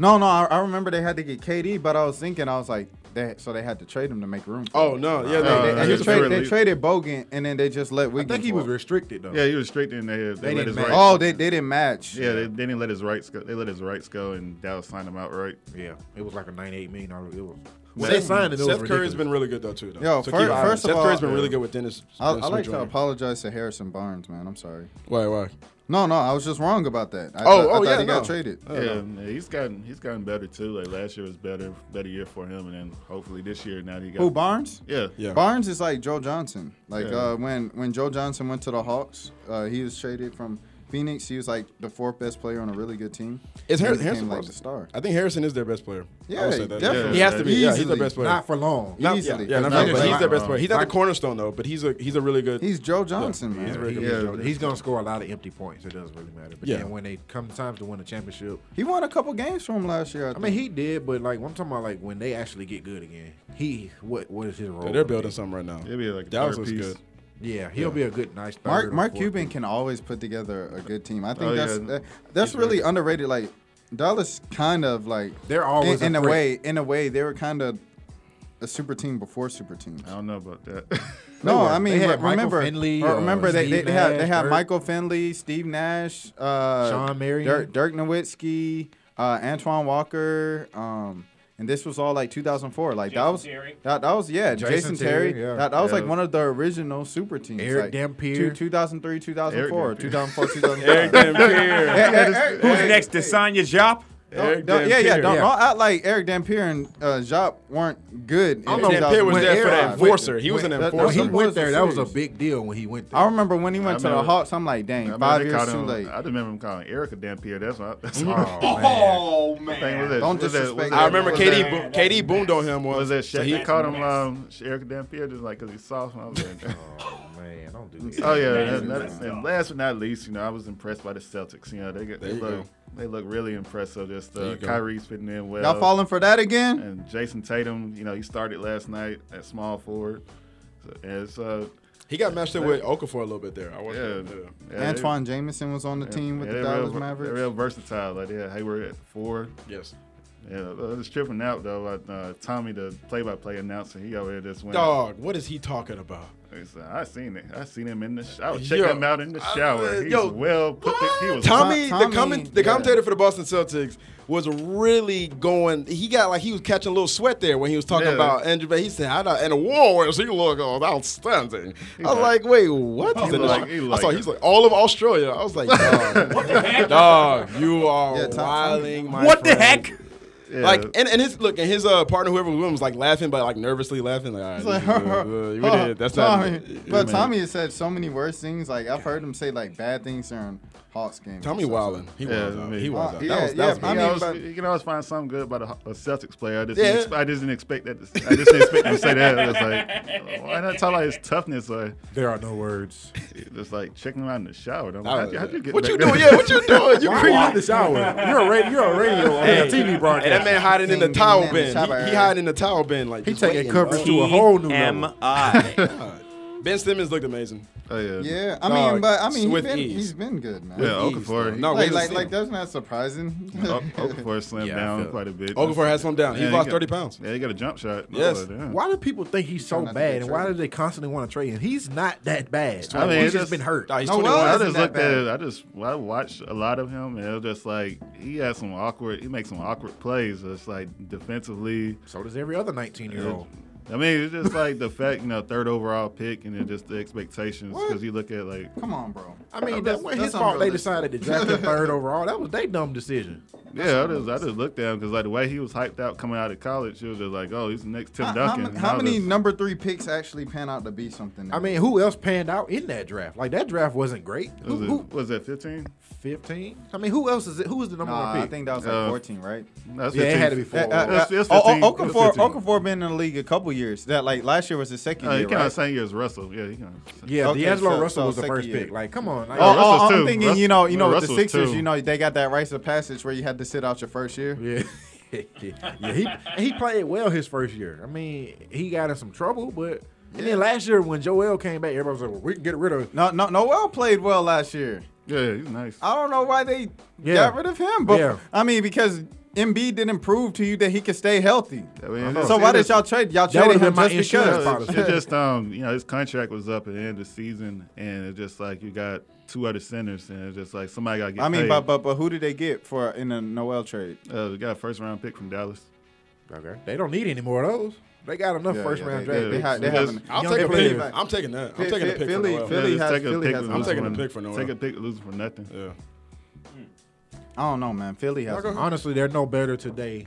Speaker 8: No, no, I, I remember they had to get KD, but I was thinking, I was like, they, so they had to trade him to make room. For
Speaker 6: Oh
Speaker 8: him.
Speaker 6: no, yeah,
Speaker 8: They,
Speaker 9: Uh,
Speaker 6: no,
Speaker 8: they-
Speaker 9: no,
Speaker 8: they
Speaker 9: it's a
Speaker 8: trade-
Speaker 9: free
Speaker 8: they
Speaker 9: league.
Speaker 8: traded Bogan, and then they just let
Speaker 5: I
Speaker 8: Wiggin.
Speaker 5: think he
Speaker 8: walk.
Speaker 5: was restricted
Speaker 6: Oh.
Speaker 5: though.
Speaker 9: Yeah, he was straight in
Speaker 5: They
Speaker 9: there. They, let
Speaker 5: didn't
Speaker 9: his
Speaker 5: match.
Speaker 9: rights.
Speaker 8: Oh, they, they didn't match.
Speaker 9: yeah, they, they didn't let his rights go. They let his rights go, and Dallas signed him outright.
Speaker 5: Yeah, it was like a ninety-eight million dollar. It was
Speaker 6: Seth,
Speaker 5: when they signed it. it was
Speaker 6: Seth Curry's
Speaker 5: ridiculous.
Speaker 6: been really good though too. Though.
Speaker 8: Yo,
Speaker 6: So
Speaker 8: fir-
Speaker 6: keep an eye on
Speaker 8: first
Speaker 6: him.
Speaker 8: of
Speaker 6: Seth Curry's
Speaker 8: all-
Speaker 6: been really good with Dennis.
Speaker 8: I, I
Speaker 6: Dennis
Speaker 8: like
Speaker 6: Smith
Speaker 8: to
Speaker 6: Jr.
Speaker 8: apologize to Harrison Barnes, man. I'm sorry.
Speaker 6: Why, why?
Speaker 8: No, no, I was just wrong about that.
Speaker 6: Oh,
Speaker 8: I, thought- I
Speaker 6: oh,
Speaker 8: thought
Speaker 6: yeah,
Speaker 8: he got
Speaker 6: no.
Speaker 8: traded.
Speaker 6: Uh,
Speaker 9: Yeah, yeah, he's gotten he's gotten better too. Like last year was better better year for him, and then hopefully this year now he got
Speaker 8: Who Barnes?
Speaker 9: Yeah,
Speaker 6: Yeah.
Speaker 8: Barnes is like Joe Johnson. Like
Speaker 9: Yeah.
Speaker 8: uh, when when Joe Johnson went to the Hawks, uh, he was traded from Phoenix. He was like the fourth best player on a really good team.
Speaker 6: It's
Speaker 8: And
Speaker 6: Har-
Speaker 8: he
Speaker 6: Harrison
Speaker 8: became, like
Speaker 6: Barnes.
Speaker 8: the star.
Speaker 6: I think Harrison is their best player. I
Speaker 8: Yeah,
Speaker 6: would say that.
Speaker 8: definitely.
Speaker 6: He has to be. Yeah, he's their
Speaker 8: Easily.
Speaker 6: best player.
Speaker 5: not for long.
Speaker 6: Not-
Speaker 8: Easily.
Speaker 6: Yeah, yeah, not
Speaker 8: Not
Speaker 6: for- but
Speaker 8: for
Speaker 6: he's their
Speaker 5: long.
Speaker 6: best player. He's not the cornerstone though, but he's a he's a really good.
Speaker 8: He's Joe Johnson, man.
Speaker 6: He's very good.
Speaker 5: Yeah, he's gonna score a lot of empty points. It doesn't really matter. But
Speaker 6: Yeah.
Speaker 5: then when they come times to win a championship,
Speaker 8: He won a couple games for him last year. I,
Speaker 5: I
Speaker 8: think.
Speaker 5: mean he did, but like I'm talking about like when they actually get good again, he what what is his role?
Speaker 6: They're
Speaker 5: gonna
Speaker 6: building
Speaker 5: be?
Speaker 6: something right now.
Speaker 9: It'd be like a
Speaker 6: Dallas
Speaker 9: third
Speaker 6: looks
Speaker 9: piece.
Speaker 6: good.
Speaker 5: Yeah, he'll be a good nice. third
Speaker 8: Mark
Speaker 5: or
Speaker 8: Mark
Speaker 5: fourth
Speaker 8: Cuban can always put together a good team. I think
Speaker 9: Oh,
Speaker 8: that's
Speaker 9: yeah.
Speaker 8: that- that's really underrated. Like Dallas, kind of like
Speaker 5: They're always
Speaker 8: in, in
Speaker 5: a
Speaker 8: a
Speaker 5: threat.
Speaker 8: way. In a way, they were kind of a super team before super teams.
Speaker 9: I don't know about that.
Speaker 8: No,
Speaker 5: were.
Speaker 8: I
Speaker 5: They
Speaker 8: mean
Speaker 5: had
Speaker 8: re-
Speaker 5: Michael
Speaker 8: remember
Speaker 5: Finley,
Speaker 8: or
Speaker 5: uh,
Speaker 8: remember they, they,
Speaker 5: Steve
Speaker 8: they had they
Speaker 5: Nash,
Speaker 8: had
Speaker 5: Dirk.
Speaker 8: Michael Finley, Steve Nash, uh,
Speaker 5: Sean Marion.
Speaker 8: Dirk, Dirk Nowitzki, uh, Antoine Walker, um, and this was all like 2004. Like that
Speaker 7: Jason
Speaker 8: was
Speaker 7: Terry.
Speaker 8: that, that was yeah,
Speaker 5: Jason
Speaker 8: Jason,
Speaker 5: Terry,
Speaker 8: Terry.
Speaker 5: yeah.
Speaker 8: That, that was like
Speaker 9: Yeah.
Speaker 8: one of the original super teams.
Speaker 5: Eric
Speaker 8: like,
Speaker 5: Dampier.
Speaker 8: two- 2003, 2004,
Speaker 9: Eric Dampier.
Speaker 8: 2004, 2005.
Speaker 6: Eric Dampier.
Speaker 8: Eric- Eric-
Speaker 7: Who's
Speaker 8: Eric-
Speaker 7: next? Desanya Jop?
Speaker 6: Eric
Speaker 8: Don't- yeah, yeah.
Speaker 6: Dampier.
Speaker 8: Don't,
Speaker 5: Yeah.
Speaker 8: don't act like Eric Dampier and uh, Jop weren't good. in
Speaker 5: I don't know.
Speaker 6: Dampier was
Speaker 5: When
Speaker 8: 2005.
Speaker 6: there for
Speaker 5: Aaron
Speaker 6: that
Speaker 5: went-
Speaker 6: enforcer. He was
Speaker 5: when-
Speaker 6: an
Speaker 8: that-
Speaker 5: When
Speaker 6: enforcer.
Speaker 5: he
Speaker 8: He was
Speaker 5: went there, that was a
Speaker 8: serious.
Speaker 5: big deal when he went there.
Speaker 8: I remember when he went to the
Speaker 9: remember-
Speaker 8: Hawks. I'm like,
Speaker 9: I
Speaker 8: dang,
Speaker 9: remember
Speaker 8: five
Speaker 9: they
Speaker 8: years
Speaker 9: called
Speaker 8: too
Speaker 9: him-
Speaker 8: late.
Speaker 9: I remember him calling Erica Dampier. That's what. I, that's what I-
Speaker 5: Oh, man.
Speaker 7: Oh,
Speaker 9: thing was
Speaker 7: man.
Speaker 9: that-
Speaker 8: Don't
Speaker 9: was that- was
Speaker 8: disrespect
Speaker 9: that-
Speaker 6: I remember
Speaker 9: was
Speaker 6: KD.
Speaker 9: that-
Speaker 6: Bo- KD boomed on him once.
Speaker 9: Was that
Speaker 6: So
Speaker 9: Shaq?
Speaker 6: he-
Speaker 9: He called him um, Erica Dampier just like because he soft. And I was like,
Speaker 5: Oh, man, don't do that.
Speaker 9: oh yeah. And, that- and last but not least, you know, I was impressed by the Celtics. You know, they got, they
Speaker 6: There you
Speaker 9: look
Speaker 6: go.
Speaker 9: they look really impressive. Just
Speaker 6: There
Speaker 9: uh,
Speaker 6: you go.
Speaker 9: Kyrie's fitting in well.
Speaker 8: Y'all falling for that again?
Speaker 9: and Jason Tatum, you know, he started last night at small forward. So, and it's uh,
Speaker 6: He got matched up with Okafor a little bit there. I watched
Speaker 9: yeah,
Speaker 6: that. yeah.
Speaker 9: yeah, they-
Speaker 8: Antoine Jameson was on the team with
Speaker 9: yeah,
Speaker 8: the
Speaker 9: they're real
Speaker 8: Dallas
Speaker 9: ver-
Speaker 8: Mavericks.
Speaker 9: They're real versatile. Like yeah, Hayward at four.
Speaker 6: Yes.
Speaker 9: Yeah, I was tripping out though. about, Uh, Tommy, the play-by-play announcer, he over here just went.
Speaker 6: Dog, what is he talking about?
Speaker 9: He said, I seen it. I seen him in the. Sh- I was checking
Speaker 6: Yo.
Speaker 9: him out in the
Speaker 6: I-
Speaker 9: shower. He's
Speaker 6: yo,
Speaker 9: well put. the- He was
Speaker 6: Tommy,
Speaker 8: Tommy,
Speaker 6: the comment, the
Speaker 8: yeah.
Speaker 6: commentator for the Boston Celtics was really going. He got like he was catching a little sweat there when he was talking
Speaker 9: Yeah.
Speaker 6: about Andrew. Bay. He said, "I don't." And the Warriors, he looked uh, outstanding. I was like,
Speaker 9: like-
Speaker 6: "Wait, what?" He's in the
Speaker 9: look-
Speaker 6: shot.
Speaker 9: he
Speaker 6: I
Speaker 9: like
Speaker 6: saw
Speaker 9: it.
Speaker 6: he's like all of Australia. I was like, "Dog, dog, you are
Speaker 8: Yeah, Tom- Tom-
Speaker 6: wilding, my
Speaker 7: What the
Speaker 6: friend.
Speaker 7: heck?
Speaker 9: Yeah.
Speaker 6: Like and, and his look and his uh, partner whoever was with him was like laughing but like nervously laughing like, all right, this is, uh, we did- that's
Speaker 8: Tommy.
Speaker 6: not
Speaker 8: but Tommy has said so many worse things. Like I've heard him say like bad things during Hawks game.
Speaker 6: Tommy
Speaker 8: So-
Speaker 6: Wildin. He
Speaker 9: Yeah,
Speaker 6: was. out.
Speaker 9: me.
Speaker 6: He was.
Speaker 8: Uh,
Speaker 6: out.
Speaker 8: yeah,
Speaker 6: that was. That
Speaker 8: yeah,
Speaker 6: was.
Speaker 8: but
Speaker 6: big.
Speaker 8: I
Speaker 9: I mean,
Speaker 8: mean,
Speaker 9: I was,
Speaker 8: but-
Speaker 9: you can always find something good about a, a Celtics player. I just,
Speaker 6: Yeah.
Speaker 9: didn't, ex- I just didn't expect that. To, I just didn't expect him to say that. It was like, why not talk about his toughness or
Speaker 5: There are no words.
Speaker 9: just like checking him out in the shower? I'm
Speaker 6: I
Speaker 9: like,
Speaker 6: was-
Speaker 9: how'd, how'd you get
Speaker 6: what
Speaker 9: back
Speaker 6: you
Speaker 9: there?
Speaker 6: doing? Yeah, what you doing? You creeping
Speaker 5: Out the shower. You're a radio. You're a radio. I mean, a TV
Speaker 6: And that
Speaker 5: broadcast.
Speaker 6: man hiding in the
Speaker 8: Sing
Speaker 6: towel
Speaker 8: in the
Speaker 6: bin. He,
Speaker 8: shower.
Speaker 6: he hiding in the towel bin like
Speaker 5: He
Speaker 6: just
Speaker 5: taking
Speaker 6: waiting,
Speaker 5: coverage
Speaker 6: bro.
Speaker 5: to a whole new level.
Speaker 7: M.I.
Speaker 6: Ben Simmons looked amazing.
Speaker 9: Oh, yeah.
Speaker 8: Yeah, I
Speaker 6: Dog,
Speaker 8: mean, but I mean, he's
Speaker 6: with
Speaker 8: been,
Speaker 6: ease.
Speaker 8: he's been good, man.
Speaker 9: Yeah,
Speaker 6: With ease,
Speaker 9: Okafor,
Speaker 6: though.
Speaker 9: he-
Speaker 6: No,
Speaker 8: like,
Speaker 6: wait
Speaker 8: like,
Speaker 6: to
Speaker 8: like,
Speaker 6: like,
Speaker 8: that's not surprising.
Speaker 9: O- Okafor slammed
Speaker 6: Yeah, I
Speaker 9: down
Speaker 6: feel-
Speaker 9: quite a bit.
Speaker 6: Okafor has him down.
Speaker 9: Yeah,
Speaker 6: He
Speaker 9: he
Speaker 6: lost
Speaker 9: got-
Speaker 6: 30 pounds.
Speaker 9: Yeah, he got a jump shot.
Speaker 6: Yes.
Speaker 9: Oh, damn.
Speaker 5: Why do people think he's so
Speaker 8: Trying not to get
Speaker 5: bad, and why do
Speaker 8: traded.
Speaker 5: they constantly want to trade him? He's not that bad.
Speaker 9: I
Speaker 5: I
Speaker 9: mean,
Speaker 5: mean,
Speaker 9: it's
Speaker 5: he's just
Speaker 9: just-
Speaker 5: been hurt.
Speaker 6: Nah, he's
Speaker 8: No,
Speaker 6: 21.
Speaker 8: well,
Speaker 9: I
Speaker 8: Wasn't
Speaker 9: just
Speaker 8: that
Speaker 9: looked at
Speaker 8: bad.
Speaker 9: it. I just I watched a lot of him, and it was just like he had some awkward. He makes some awkward plays. It's like defensively.
Speaker 5: So does every other 19 year old.
Speaker 9: I mean, it's just like the fact you know third overall pick, and then just the expectations because you look at like
Speaker 8: Come on, bro.
Speaker 5: I mean,
Speaker 8: That's-
Speaker 5: that was
Speaker 8: that's
Speaker 5: his fault they
Speaker 8: unrealistic.
Speaker 5: decided to draft him third overall. That was their dumb decision.
Speaker 9: yeah, I just I just looked at him because like the way he was hyped out coming out of college, it was just like oh he's the next Tim
Speaker 8: How, how,
Speaker 9: Duncan.
Speaker 8: many-
Speaker 9: And
Speaker 8: how
Speaker 9: I was
Speaker 8: many
Speaker 9: just-
Speaker 8: number three picks actually pan out to be something?
Speaker 5: I mean, who else panned out in that draft? Like that draft wasn't great. Who,
Speaker 9: was it,
Speaker 5: who,
Speaker 9: what was that fifteen?
Speaker 5: 15? I mean, who else is it? Who was the number
Speaker 8: nah,
Speaker 5: one
Speaker 8: I
Speaker 5: pick?
Speaker 8: think that was like
Speaker 9: Uh,
Speaker 8: 14, right?
Speaker 9: That's
Speaker 5: Yeah, it had to be four.
Speaker 8: Uh, uh,
Speaker 9: That's- that's
Speaker 8: oh, oh,
Speaker 9: 15.
Speaker 8: Okafor,
Speaker 9: That's 15.
Speaker 8: Okafor been in the league a couple years. That like last year was his second
Speaker 9: Uh, he
Speaker 8: year,
Speaker 9: kind of
Speaker 8: right?
Speaker 9: same year as Russell. Yeah, he kind of.
Speaker 5: yeah,
Speaker 8: Okay,
Speaker 5: D'Angelo
Speaker 8: so-
Speaker 5: Russell
Speaker 8: so
Speaker 5: was the
Speaker 8: second
Speaker 5: first
Speaker 8: year.
Speaker 5: pick. Like, come on. like-
Speaker 8: Oh,
Speaker 9: Yeah, Russell's
Speaker 8: oh, I'm
Speaker 9: two.
Speaker 8: thinking,
Speaker 9: Russ-
Speaker 8: you know, you know, with the
Speaker 9: Russell's
Speaker 8: Sixers,
Speaker 9: two.
Speaker 8: you know, they got that rites of passage where you had to sit out your first year.
Speaker 5: Yeah. yeah, he he played well his first year. I mean, he got in some trouble, but and then last year when Joel came back, everybody was like, well, "We can get rid of."
Speaker 8: No, no, Noel played well last year.
Speaker 9: Yeah, he's nice.
Speaker 8: I don't know why they
Speaker 5: Yeah.
Speaker 8: got rid of him, but
Speaker 5: Yeah.
Speaker 8: I mean, because Embiid didn't prove to you that he could stay healthy.
Speaker 9: I mean, it's-
Speaker 8: So why
Speaker 9: it's-
Speaker 8: did y'all trade? Y'all
Speaker 5: That
Speaker 8: traded
Speaker 5: would've
Speaker 8: him
Speaker 5: been my
Speaker 8: just
Speaker 5: insurance
Speaker 8: because.
Speaker 5: policy.
Speaker 9: It's just um, you know, his contract was up at the end of the season, and it's just like you got two other centers, and it's just like somebody got to get.
Speaker 8: I mean,
Speaker 9: paid.
Speaker 8: but, but but who did they get for in a Noel trade?
Speaker 9: uh, we got a first round pick from Dallas.
Speaker 5: Okay, they don't need any more of those. They got enough
Speaker 8: Yeah,
Speaker 5: first
Speaker 8: yeah,
Speaker 5: round
Speaker 8: they-
Speaker 5: draft
Speaker 8: they-
Speaker 5: picks.
Speaker 8: ha- they
Speaker 9: Because-
Speaker 8: haven't-
Speaker 6: I'm
Speaker 5: Young
Speaker 6: taking,
Speaker 5: players.
Speaker 6: pick. I'm taking that. I'm taking a pick
Speaker 8: Philly-
Speaker 6: for Noel.
Speaker 8: Philly-
Speaker 9: just
Speaker 8: has-
Speaker 9: take a
Speaker 8: Philly
Speaker 9: pick
Speaker 8: has
Speaker 9: with
Speaker 8: an
Speaker 6: I'm taking a
Speaker 9: losing-
Speaker 6: pick for Noel.
Speaker 9: Take a pick losing for nothing.
Speaker 6: Yeah.
Speaker 8: I don't know, man. Philly has.
Speaker 5: Honestly, they're no better today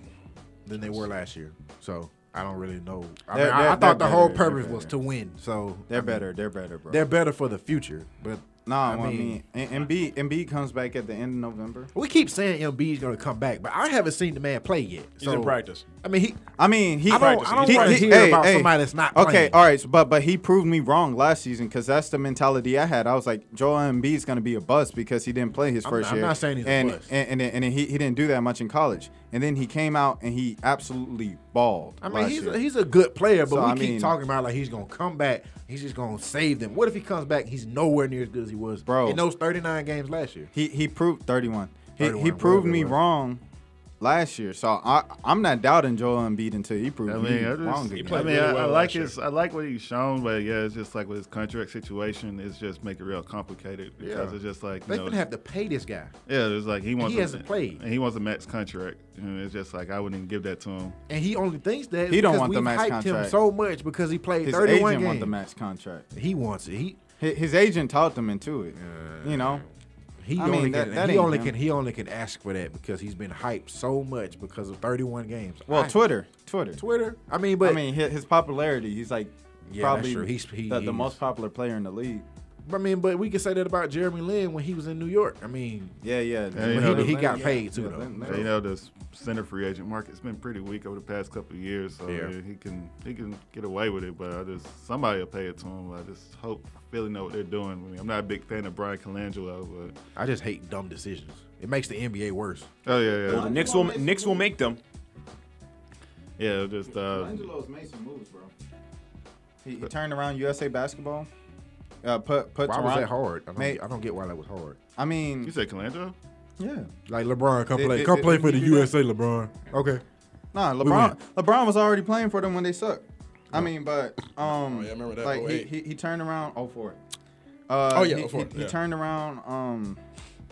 Speaker 5: than they were last year. So I don't really know. I, mean,
Speaker 8: They're-
Speaker 5: I, I
Speaker 8: they're-
Speaker 5: thought the
Speaker 8: they're
Speaker 5: whole
Speaker 8: better, they're
Speaker 5: purpose was
Speaker 8: better.
Speaker 5: to win. So
Speaker 8: They're better. They're better, bro.
Speaker 5: They're better for the future, but
Speaker 8: no,
Speaker 5: I
Speaker 8: I mean,
Speaker 5: mean-
Speaker 8: and Embiid Embiid comes back at the end of November.
Speaker 5: we keep saying MB's going to come back, but I haven't seen the man play yet.
Speaker 6: He's in practice.
Speaker 5: I mean, he
Speaker 8: I mean, he.
Speaker 5: I don't- I don't
Speaker 8: he-
Speaker 5: wanna
Speaker 8: he-
Speaker 5: hear about somebody that's not
Speaker 8: Okay,
Speaker 5: playing.
Speaker 8: all right, so- but but he proved me wrong last season because that's the mentality I had. I was like, Joel Embiid's going to be a bust because he didn't play his
Speaker 5: I'm-
Speaker 8: 1st
Speaker 5: I'm
Speaker 8: year.
Speaker 5: not saying he's a
Speaker 8: and,
Speaker 5: bust.
Speaker 8: And and, and, he, he didn't do that much in college, and then he came out and he absolutely balled.
Speaker 5: I mean,
Speaker 8: last
Speaker 5: he's
Speaker 8: year.
Speaker 5: a, he's a good player, but
Speaker 8: So,
Speaker 5: we
Speaker 8: I
Speaker 5: keep
Speaker 8: mean-
Speaker 5: talking about like he's gonna come back. He's just gonna save them. What if he comes back? He's nowhere near as good as he was,
Speaker 8: Bro.
Speaker 5: In those thirty nine games last year,
Speaker 8: He he proved 31. He,
Speaker 5: 31,
Speaker 8: he proved
Speaker 5: whatever it
Speaker 8: me
Speaker 5: was.
Speaker 8: wrong last year. So I I'm not doubting Joel Embiid until he proved
Speaker 9: I
Speaker 8: me
Speaker 9: mean, I,
Speaker 8: wrong
Speaker 9: just,
Speaker 8: again.
Speaker 9: I,
Speaker 6: played
Speaker 9: mean,
Speaker 6: really
Speaker 9: I, I
Speaker 6: well
Speaker 9: like
Speaker 6: last year.
Speaker 9: his, I like what he's shown, but yeah, it's just like with his contract situation, it's just make it real complicated because
Speaker 5: Yeah.
Speaker 9: it's just like you
Speaker 5: they
Speaker 9: know,
Speaker 5: gonna have to pay this guy.
Speaker 9: yeah, it's like he wants,
Speaker 5: He hasn't played.
Speaker 9: and he wants a max contract, and it's just like I wouldn't even give that to him.
Speaker 5: And he only thinks that
Speaker 8: He don't
Speaker 5: because
Speaker 8: want the
Speaker 5: we've
Speaker 8: max
Speaker 5: hyped him
Speaker 8: contract.
Speaker 5: so much because he played
Speaker 8: His
Speaker 5: thirty
Speaker 8: agent
Speaker 5: one games.
Speaker 8: want the max contract.
Speaker 5: He wants it. He
Speaker 8: His, his agent talked him into it. you know.
Speaker 5: he
Speaker 8: I
Speaker 5: only
Speaker 8: mean,
Speaker 5: can,
Speaker 8: that- that
Speaker 5: he
Speaker 8: ain't
Speaker 5: only
Speaker 8: him.
Speaker 5: can he only can ask for that because he's been hyped so much because of thirty one games.
Speaker 8: Well,
Speaker 5: I-
Speaker 8: Twitter, Twitter.
Speaker 5: Twitter. I mean, but
Speaker 8: I mean, his, his popularity. He's like
Speaker 5: Yeah, that's
Speaker 8: probably
Speaker 5: true. He's- he-
Speaker 8: the, the
Speaker 5: he's-
Speaker 8: most popular player in the league.
Speaker 5: I mean, but we can say that about Jeremy Lin when he was in New York. I mean,
Speaker 8: Yeah, yeah.
Speaker 9: you
Speaker 5: But
Speaker 9: know,
Speaker 5: he, he
Speaker 8: Lin-
Speaker 5: got
Speaker 8: yeah,
Speaker 5: paid too,
Speaker 8: yeah,
Speaker 5: though.
Speaker 8: Lin-
Speaker 9: Yeah, you know, this center free agent market's been pretty weak over the past couple of years, so
Speaker 5: Yeah.
Speaker 9: yeah, he can he can get away with it. But I just somebody will pay it to him. I just hope Philly know what they're doing. I mean, I'm not a big fan of Brian Colangelo,
Speaker 5: I just hate dumb decisions. It makes the NBA worse.
Speaker 9: but oh yeah, yeah,
Speaker 7: Well, the Knicks will Knicks will make them.
Speaker 9: yeah. Just uh,
Speaker 8: Angelo's made some moves, bro. He, he turned around USA Basketball. Uh, put put.
Speaker 5: Why was
Speaker 8: Toronto-
Speaker 5: that hard? I don't,
Speaker 8: Mate.
Speaker 5: I don't get why that was hard.
Speaker 8: I mean,
Speaker 9: you said Colangelo?
Speaker 8: yeah.
Speaker 5: Like LeBron, come
Speaker 8: It-
Speaker 5: play,
Speaker 8: it-
Speaker 5: come
Speaker 8: it-
Speaker 5: play
Speaker 8: it-
Speaker 5: for the
Speaker 8: you do
Speaker 5: USA, LeBron. Okay.
Speaker 8: Nah,
Speaker 5: win.
Speaker 8: LeBron. LeBron was already playing for them when they sucked. I mean, but um,
Speaker 6: Oh, yeah, I remember that,
Speaker 8: like he,
Speaker 6: 08.
Speaker 8: he, he turned around. Oh four. Uh,
Speaker 6: Oh, yeah,
Speaker 8: he,
Speaker 6: 04,
Speaker 8: he, he
Speaker 6: yeah.
Speaker 8: turned around um,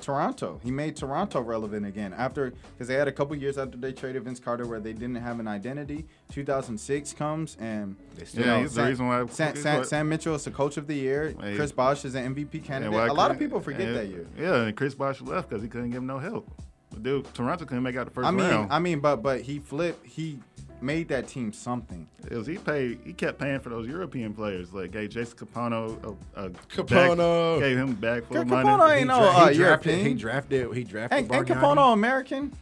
Speaker 8: Toronto. He made Toronto relevant again after because they had a couple years after they traded Vince Carter where they didn't have an identity. 2006 comes and
Speaker 9: Yeah, he's the reason why-
Speaker 8: Sam,
Speaker 9: he's
Speaker 8: Sam,
Speaker 9: what-
Speaker 8: Sam Mitchell is the coach of the year.
Speaker 9: Hey.
Speaker 8: Chris Bosh is an MVP
Speaker 9: And
Speaker 8: candidate.
Speaker 9: why
Speaker 8: A lot of
Speaker 9: Colan-
Speaker 8: people forget
Speaker 9: and-
Speaker 8: that year.
Speaker 9: Yeah, and Chris Bosh left because he couldn't give him no help. But dude, Toronto couldn't make out the first
Speaker 8: I mean,
Speaker 9: round.
Speaker 8: I mean, but but he flipped. He made that team something.
Speaker 9: It was he paid. He kept paying for those European players. Like gave Jason Capano a, a
Speaker 6: Capano.
Speaker 9: bag- gave him a bag full
Speaker 8: Girl,
Speaker 9: of money.
Speaker 8: Capano ain't no
Speaker 5: dra-
Speaker 8: uh,
Speaker 5: he drafted. He
Speaker 8: European.
Speaker 5: drafted. He drafted.
Speaker 8: Ain't, ain't
Speaker 5: Bargnani.
Speaker 8: Capano American?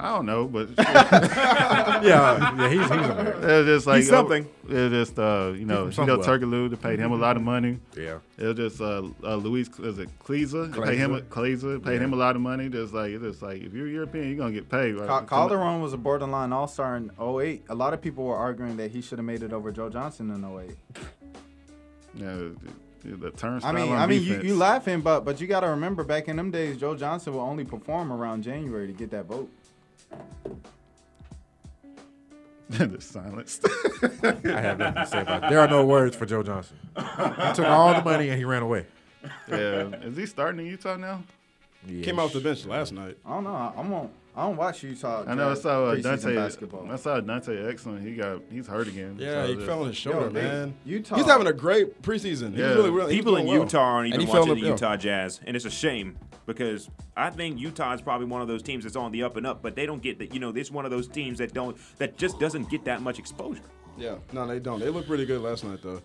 Speaker 9: I don't know, but it
Speaker 5: Yeah, yeah, he's he's American.
Speaker 9: was just like uh,
Speaker 7: He's something.
Speaker 9: It was just uh, you know,
Speaker 5: He's
Speaker 9: you
Speaker 5: from
Speaker 9: know,
Speaker 5: somewhere.
Speaker 9: Turkaloo. They paid him a lot of money.
Speaker 5: Yeah.
Speaker 9: It was just uh, uh Luis is it Kleza? They
Speaker 5: Kleza.
Speaker 9: Paid him a- Kleza. Paid him a lot of money. Just like it's just like if you're European, you're gonna get paid. Right?
Speaker 8: Ca- Calderon was a borderline All Star in 08. A lot of people were arguing that he should have made it over Joe Johnson in 08.
Speaker 9: Yeah, the, the turnstile.
Speaker 8: I mean,
Speaker 9: on
Speaker 8: I mean, you,
Speaker 9: defense.
Speaker 8: you laughing, but but you got to remember back in them days, Joe Johnson would only perform around January to get that vote.
Speaker 9: the silence.
Speaker 5: I have nothing to say about it. There are no words for Joe Johnson. He took all the money and he ran away.
Speaker 9: yeah, is he starting in Utah now?
Speaker 6: Came off the bench last night.
Speaker 8: I don't know. I, I'm on. I don't watch Utah.
Speaker 9: I know. I
Speaker 8: uh,
Speaker 9: saw uh,
Speaker 8: preseason
Speaker 9: Dante.
Speaker 8: basketball.
Speaker 9: I saw Dante Excellent. He got he's hurt again.
Speaker 6: Yeah,
Speaker 9: So
Speaker 6: he
Speaker 9: just-
Speaker 6: fell on his shoulder,
Speaker 8: they-
Speaker 6: man.
Speaker 8: Utah-
Speaker 6: He's having a great preseason. He's
Speaker 9: Yeah.
Speaker 6: really, really he's
Speaker 7: People in
Speaker 6: doing well.
Speaker 7: Utah aren't
Speaker 6: And
Speaker 7: even
Speaker 6: he fell
Speaker 7: watching
Speaker 6: in-
Speaker 7: the
Speaker 6: yeah.
Speaker 7: Utah Jazz, and it's a shame because I think Utah is probably one of those teams that's on the up and up, but they don't get that. You know, this one of those teams that don't that just doesn't get that much exposure.
Speaker 6: Yeah, no, they don't. They looked really good last night though.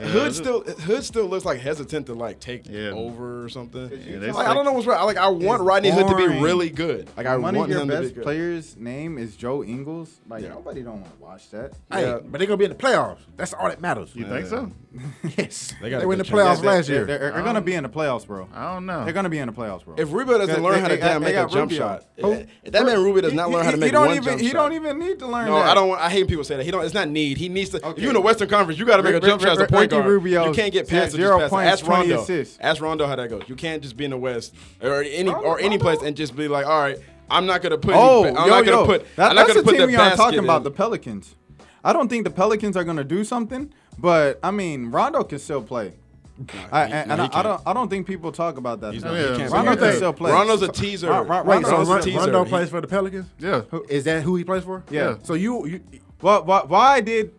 Speaker 9: it
Speaker 6: Hood
Speaker 9: was-
Speaker 6: still, Hood still looks like hesitant to like take
Speaker 9: Yeah.
Speaker 6: over or something.
Speaker 9: Yeah, they
Speaker 6: like, I don't know what's right. Like I want
Speaker 8: It's
Speaker 6: Rodney Hood to be
Speaker 8: boring.
Speaker 6: really good. Like I
Speaker 8: One
Speaker 6: want
Speaker 8: of your
Speaker 6: him to be
Speaker 8: best
Speaker 6: good.
Speaker 8: players' name is Joe Ingles. Like
Speaker 6: Yeah.
Speaker 8: nobody don't want to watch that.
Speaker 5: Hey,
Speaker 6: Yeah.
Speaker 5: but they're gonna be in the playoffs. That's all that matters.
Speaker 9: You think so?
Speaker 5: Yes. They,
Speaker 6: got a
Speaker 5: were in the
Speaker 6: good chance.
Speaker 5: playoffs last
Speaker 8: They're,
Speaker 5: year.
Speaker 8: they're, they're gonna be in the playoffs, bro.
Speaker 9: I don't know.
Speaker 8: They're gonna be in the playoffs, bro.
Speaker 6: If Rubio doesn't
Speaker 8: They-
Speaker 6: learn
Speaker 8: they-
Speaker 6: how to
Speaker 8: they
Speaker 6: damn
Speaker 8: got-
Speaker 6: make
Speaker 8: they
Speaker 6: a
Speaker 8: got
Speaker 6: jump
Speaker 8: Rubio.
Speaker 6: shot,
Speaker 8: Who-
Speaker 6: if if that man Rubio does
Speaker 8: He-
Speaker 6: not learn how to
Speaker 8: he-
Speaker 6: make
Speaker 8: he don't
Speaker 6: one
Speaker 8: even,
Speaker 6: jump
Speaker 8: He
Speaker 6: shot.
Speaker 8: don't even need to learn
Speaker 6: No,
Speaker 8: that.
Speaker 6: I don't. want- I hate when people say that. He don't. It's not need. He needs to. If
Speaker 8: Okay.
Speaker 6: you're in the Western Conference, you got to make a
Speaker 8: Rick-
Speaker 6: jump
Speaker 8: Rick-
Speaker 6: shot as a
Speaker 8: Rick-
Speaker 6: point guard.
Speaker 8: Ricky Rubio
Speaker 6: you can't get
Speaker 8: had
Speaker 6: past
Speaker 8: zero points,
Speaker 6: Ask
Speaker 8: 20
Speaker 6: Rondo.
Speaker 8: assists.
Speaker 6: Ask Rondo how that goes. You can't just be in the West or any
Speaker 8: Rondo-
Speaker 6: or any
Speaker 8: Rondo?
Speaker 6: place and just be like, all right, I'm not gonna put.
Speaker 8: Oh,
Speaker 6: any, I'm
Speaker 8: yo,
Speaker 6: not gonna
Speaker 8: yo.
Speaker 6: put.
Speaker 8: That-
Speaker 6: I'm not
Speaker 8: that's
Speaker 6: gonna
Speaker 8: the
Speaker 6: put
Speaker 8: team
Speaker 6: the
Speaker 8: we aren't
Speaker 6: basket
Speaker 8: talking about.
Speaker 6: in.
Speaker 8: The Pelicans. I don't think the Pelicans are going to do something, but I mean, Rondo can still play. I,
Speaker 6: he-
Speaker 8: and
Speaker 6: no, he
Speaker 8: and I, I
Speaker 6: can't.
Speaker 8: don't. I don't think people talk about that.
Speaker 6: not-
Speaker 8: enough.
Speaker 9: he can't
Speaker 8: Rondo
Speaker 9: be
Speaker 8: can
Speaker 9: here.
Speaker 8: still play.
Speaker 6: Rondo's a teaser.
Speaker 8: Ron- Ron-
Speaker 5: Wait,
Speaker 8: Rondo's
Speaker 5: so
Speaker 6: Rondo's
Speaker 5: Ron-
Speaker 6: a teaser.
Speaker 5: Rondo
Speaker 6: He-
Speaker 5: plays for the Pelicans?
Speaker 9: Yeah.
Speaker 5: Is that who he plays for?
Speaker 8: Yeah.
Speaker 5: So you, you
Speaker 8: Why, why, why did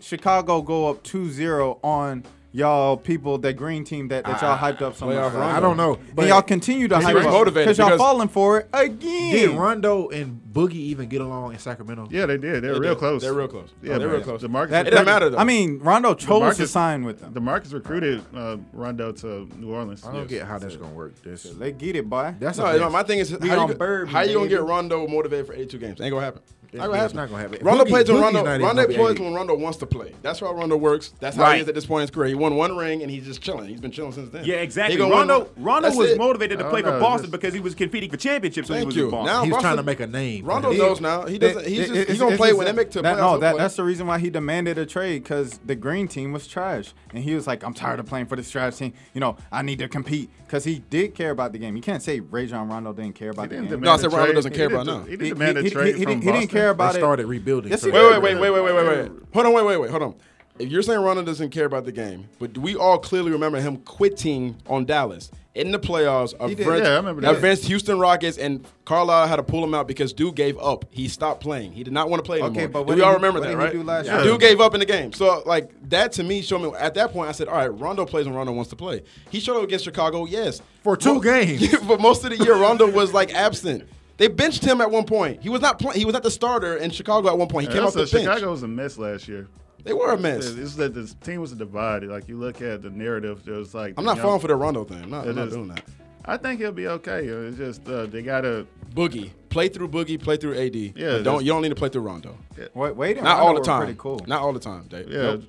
Speaker 8: Chicago go up 2-0 on y'all people, that green team that, that y'all hyped up so much?
Speaker 6: Playoff
Speaker 8: last
Speaker 6: Rondo.
Speaker 5: I don't know.
Speaker 8: And y'all continue to
Speaker 6: He
Speaker 8: hype
Speaker 6: was
Speaker 8: up
Speaker 6: motivated
Speaker 8: because y'all
Speaker 6: because-
Speaker 8: falling for it again.
Speaker 5: Did Rondo and Boogie even get along in Sacramento?
Speaker 9: Yeah, they did. They're
Speaker 6: They
Speaker 9: real
Speaker 6: did.
Speaker 9: close.
Speaker 6: They're real close.
Speaker 9: Yeah,
Speaker 6: They're
Speaker 9: but
Speaker 6: real close.
Speaker 9: DeMarcus,
Speaker 6: It doesn't matter though.
Speaker 8: I mean, Rondo chose to
Speaker 9: DeMarcus-
Speaker 8: sign with them.
Speaker 9: DeMarcus recruited uh, Rondo to New Orleans.
Speaker 5: I don't get how that's gonna work. That's,
Speaker 8: They get it, boy.
Speaker 5: that's
Speaker 6: no,
Speaker 5: a
Speaker 6: no,
Speaker 5: mess.
Speaker 6: my thing is
Speaker 8: We
Speaker 6: how
Speaker 8: on
Speaker 6: you, go-
Speaker 8: Burden,
Speaker 6: how you gonna
Speaker 8: baby.
Speaker 6: get Rondo motivated for 82 games? Ain't gonna happen. Ain't gonna
Speaker 5: Yeah,
Speaker 6: happen.
Speaker 5: it's not gonna happen.
Speaker 6: Rondo
Speaker 5: Boogie-
Speaker 6: plays when
Speaker 5: Boogie's
Speaker 6: Rondo.
Speaker 5: not even
Speaker 6: Rondo
Speaker 5: gonna be
Speaker 6: plays
Speaker 5: eighty.
Speaker 6: when Rondo wants to play. That's how Rondo works. That's how he
Speaker 7: Right.
Speaker 6: is at this point in his career. He won one ring and he's just chilling. He's been chilling since then.
Speaker 7: Yeah, exactly.
Speaker 6: He gonna win
Speaker 7: Rondo
Speaker 6: one-
Speaker 7: Rondo
Speaker 6: That's
Speaker 7: was
Speaker 6: it.
Speaker 7: motivated to
Speaker 9: I
Speaker 7: play
Speaker 9: don't
Speaker 7: for
Speaker 9: know,
Speaker 7: Boston
Speaker 9: just-
Speaker 7: because he was competing for championships when he
Speaker 6: Thank
Speaker 7: was
Speaker 6: you.
Speaker 7: in Boston.
Speaker 6: Now
Speaker 5: He's
Speaker 6: Boston-
Speaker 5: trying to make a name. for
Speaker 6: Rondo
Speaker 5: himself.
Speaker 6: knows now. He doesn't. He's
Speaker 8: It-
Speaker 6: just.
Speaker 8: it-
Speaker 6: He's gonna
Speaker 8: it's-
Speaker 6: play
Speaker 8: it's-
Speaker 6: when they make the
Speaker 8: that,
Speaker 6: playoffs.
Speaker 8: No,
Speaker 6: he'll
Speaker 8: that,
Speaker 6: play.
Speaker 8: that's the reason why he demanded a trade because the green team was trash, and he was like, "I'm tired of playing for this trash team. You know, I need to compete." Because he did care about the game. You can't say Rajon Rondo didn't care about the game.
Speaker 6: No, I said Rondo doesn't care about now.
Speaker 9: He
Speaker 8: He-
Speaker 9: didn't demand
Speaker 8: he-
Speaker 9: a
Speaker 8: he-
Speaker 9: trade
Speaker 8: he- he
Speaker 9: from
Speaker 8: didn't- he didn't care
Speaker 9: Boston.
Speaker 8: about
Speaker 5: They
Speaker 8: it.
Speaker 5: started rebuilding.
Speaker 8: Yes,
Speaker 5: so
Speaker 8: he
Speaker 5: they-
Speaker 8: did.
Speaker 6: Wait, wait, wait, wait, wait, wait, wait, wait. Hold on, wait, wait, wait, hold on. If you're saying Rondo doesn't care about the game, but we all clearly remember him quitting on Dallas in the playoffs
Speaker 8: He did.
Speaker 6: against,
Speaker 9: Yeah, I remember that.
Speaker 6: against Houston Rockets, and Carlisle had to pull him out because Duke gave up. He stopped playing. He did not want to play
Speaker 8: Okay,
Speaker 6: anymore.
Speaker 8: but
Speaker 6: Do
Speaker 8: what
Speaker 6: we
Speaker 8: did
Speaker 6: all
Speaker 8: he-
Speaker 6: remember
Speaker 8: what
Speaker 6: that,
Speaker 8: did he
Speaker 6: right?
Speaker 8: do last
Speaker 6: Yeah.
Speaker 8: year?
Speaker 6: Duke gave up in the game. So, like that to me showed me at that point. I said, all right, Rondo plays when Rondo wants to play. He showed up against Chicago, yes,
Speaker 5: For two games.
Speaker 6: but most of the year, Rondo was like absent. They benched him at one point. He was not playing. He was not the starter in Chicago at one point. He
Speaker 9: And
Speaker 6: came off
Speaker 9: also,
Speaker 6: the bench.
Speaker 9: Chicago was a mess last year.
Speaker 6: They were a
Speaker 9: It's,
Speaker 6: mess.
Speaker 9: it's that the team was divided. Like you look at the narrative, it was like
Speaker 6: I'm not
Speaker 9: you know,
Speaker 6: falling for the Rondo thing. I'm not, I'm
Speaker 9: it
Speaker 6: not
Speaker 9: is-
Speaker 6: doing that.
Speaker 9: I think he'll be okay. It's just uh, they gotta.
Speaker 6: Boogie, play through Boogie, play through AD. Yeah,
Speaker 9: that's-
Speaker 6: don't you don't need to play through Rondo.
Speaker 8: Wait, wait,
Speaker 6: Not all the
Speaker 8: Pretty
Speaker 6: time.
Speaker 8: cool.
Speaker 6: Not all the time, Dave.
Speaker 9: Yeah.
Speaker 6: Nope.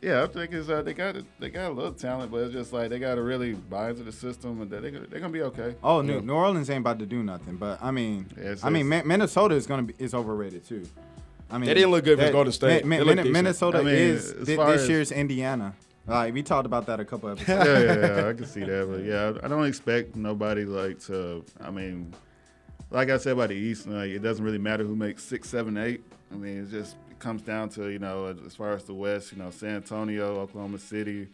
Speaker 9: Yeah, I think it's uh, they got they got a little talent, but it's just like they got to really buy into the system, and that they they're gonna be okay.
Speaker 8: Oh, New, New Orleans ain't about to do nothing, but I mean,
Speaker 9: Yes,
Speaker 8: I mean,
Speaker 9: yes.
Speaker 8: Mi- Minnesota is gonna be is overrated too. I mean,
Speaker 6: They didn't look good versus
Speaker 8: that-
Speaker 6: Golden State. They
Speaker 8: Mi- Mi-
Speaker 6: looked
Speaker 8: Min-
Speaker 6: decent.
Speaker 8: Minnesota
Speaker 9: I mean,
Speaker 8: is
Speaker 9: as
Speaker 8: thi-
Speaker 9: far
Speaker 8: this
Speaker 9: as-
Speaker 8: year's Indiana. Like we talked about that a couple episodes.
Speaker 9: yeah, yeah, yeah, I can see that. But yeah, I I don't expect nobody like to. I mean, like I said about the East, like, it doesn't really matter who makes six, seven, eight. I mean, it just it comes down to you know as far as the West, you know, San Antonio, Oklahoma City,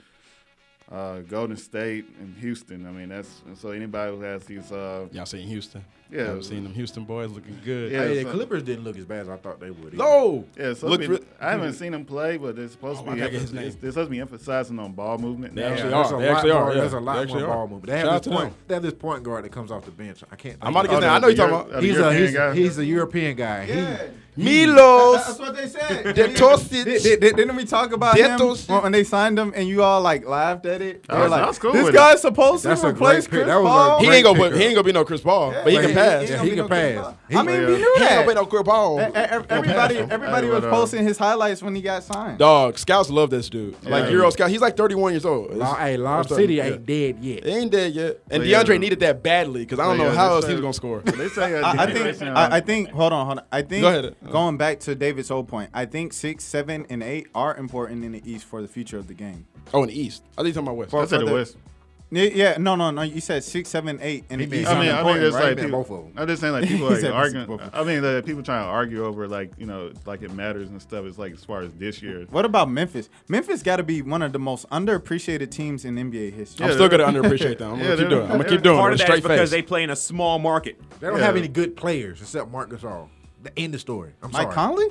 Speaker 9: uh, Golden State, and Houston. I mean, that's and so anybody who has these. Uh,
Speaker 6: Y'all seen Houston?
Speaker 9: Yeah.
Speaker 6: Y'all seen them Houston boys looking good.
Speaker 9: Yeah.
Speaker 5: Hey, the
Speaker 9: so-
Speaker 5: Clippers didn't look as bad as I thought they would. either.
Speaker 6: No.
Speaker 9: yeah, so
Speaker 6: Look
Speaker 9: I, mean,
Speaker 6: re-
Speaker 9: I haven't seen them play, but they're supposed
Speaker 6: Oh,
Speaker 9: to
Speaker 6: I
Speaker 9: be
Speaker 6: gotta get his
Speaker 9: emphasis-
Speaker 6: name.
Speaker 9: they're supposed to be emphasizing on ball movement.
Speaker 6: They
Speaker 9: now.
Speaker 6: actually
Speaker 5: Yeah,
Speaker 6: are.
Speaker 5: there's a lot
Speaker 6: They actually
Speaker 5: more-
Speaker 6: are,
Speaker 5: There's a
Speaker 6: yeah.
Speaker 5: lot
Speaker 6: They actually
Speaker 5: more
Speaker 6: are.
Speaker 5: ball movement. They
Speaker 6: Shout out
Speaker 5: have,
Speaker 6: to
Speaker 5: this point,
Speaker 6: them.
Speaker 5: they have this point guard that comes off the bench. I can't.
Speaker 6: I'm about to
Speaker 5: think
Speaker 6: get
Speaker 5: of
Speaker 6: his name. I
Speaker 5: all
Speaker 6: know you're
Speaker 9: Europe-
Speaker 6: talking about.
Speaker 9: uh,
Speaker 5: the- He's a
Speaker 9: European
Speaker 5: he's,
Speaker 9: guy.
Speaker 5: he's a European guy. He-
Speaker 6: Yeah.
Speaker 2: That's
Speaker 6: Milos
Speaker 2: what they said.
Speaker 6: de
Speaker 2: Did,
Speaker 6: Tostic.
Speaker 2: did, did, didn't we talk about him
Speaker 6: Dietos.
Speaker 2: when, when they signed him and you all like laughed at it? They
Speaker 9: I
Speaker 2: were
Speaker 9: was- I
Speaker 2: like,
Speaker 9: was cool
Speaker 2: this
Speaker 9: with it.
Speaker 2: guy's supposed
Speaker 5: That's
Speaker 2: to
Speaker 5: a
Speaker 2: replace
Speaker 5: great
Speaker 2: Chris
Speaker 5: pick. That was a
Speaker 2: Paul.
Speaker 6: He
Speaker 5: Great
Speaker 6: ain't gonna put,
Speaker 5: pickup.
Speaker 6: he ain't gonna be no Chris Paul, but he
Speaker 2: Like,
Speaker 6: can pass.
Speaker 2: ain't
Speaker 5: Yeah,
Speaker 2: gonna
Speaker 5: he
Speaker 2: be
Speaker 5: can
Speaker 2: no Chris
Speaker 5: pass.
Speaker 2: Paul.
Speaker 5: He-
Speaker 2: I mean, we
Speaker 9: yeah.
Speaker 2: knew
Speaker 6: He ain't gonna be
Speaker 2: that.
Speaker 6: no Chris Paul.
Speaker 2: E- e- Everybody,
Speaker 9: pass him.
Speaker 2: everybody
Speaker 9: Hey,
Speaker 2: was
Speaker 9: but, uh,
Speaker 2: posting his highlights when he got signed.
Speaker 6: Dog, scouts love this dude. Like
Speaker 9: Yeah.
Speaker 6: Euro scout, he's like 31 years old.
Speaker 5: Lo- hey, Lob
Speaker 6: It's-
Speaker 5: City
Speaker 6: yeah.
Speaker 5: ain't dead yet.
Speaker 6: It ain't dead yet. And
Speaker 9: But yeah.
Speaker 6: DeAndre needed that badly because I don't
Speaker 9: But
Speaker 6: know
Speaker 9: yeah,
Speaker 6: how
Speaker 9: they
Speaker 6: else he was
Speaker 9: say-
Speaker 6: gonna score.
Speaker 9: They say uh,
Speaker 2: I, I
Speaker 9: the
Speaker 2: think.
Speaker 9: generation of-
Speaker 2: I, I think. Hold on, hold on. I think
Speaker 6: Go ahead.
Speaker 2: going back to David's old point, I think six, seven, and eight are important in the East for the future of the game.
Speaker 6: Oh, in the East. I think you're talking about West.
Speaker 9: I said the
Speaker 2: brother-
Speaker 9: West.
Speaker 2: Yeah, Yeah, no, no, no. You said six, seven, eight, and the
Speaker 5: means
Speaker 2: East.
Speaker 9: I
Speaker 5: It's
Speaker 9: mean,
Speaker 5: not
Speaker 9: I mean, it's
Speaker 5: important, right?
Speaker 9: like
Speaker 5: He meant
Speaker 9: people,
Speaker 5: both of 'em.
Speaker 9: I'm just saying, like people
Speaker 2: He
Speaker 9: like
Speaker 2: said
Speaker 9: arguing.
Speaker 2: both of 'em.
Speaker 9: I mean, the people trying to argue over like you know, like it matters and stuff. It's like as far as this year,
Speaker 2: What about Memphis? Memphis got to be one of the most underappreciated teams in NBA history.
Speaker 6: I'm
Speaker 9: Yeah,
Speaker 6: still gonna underappreciate that. I'm
Speaker 9: Yeah,
Speaker 6: gonna keep
Speaker 9: they're-
Speaker 6: doing. it. I'm gonna keep
Speaker 9: they're-
Speaker 6: doing. it
Speaker 7: Part
Speaker 6: with a
Speaker 7: of that is
Speaker 6: straight face.
Speaker 7: because they play in a small market.
Speaker 5: They don't have
Speaker 9: Yeah.
Speaker 5: any good players except Mark Gasol. The end of story. I'm
Speaker 2: Mike
Speaker 5: sorry.
Speaker 2: Conley?
Speaker 9: uh,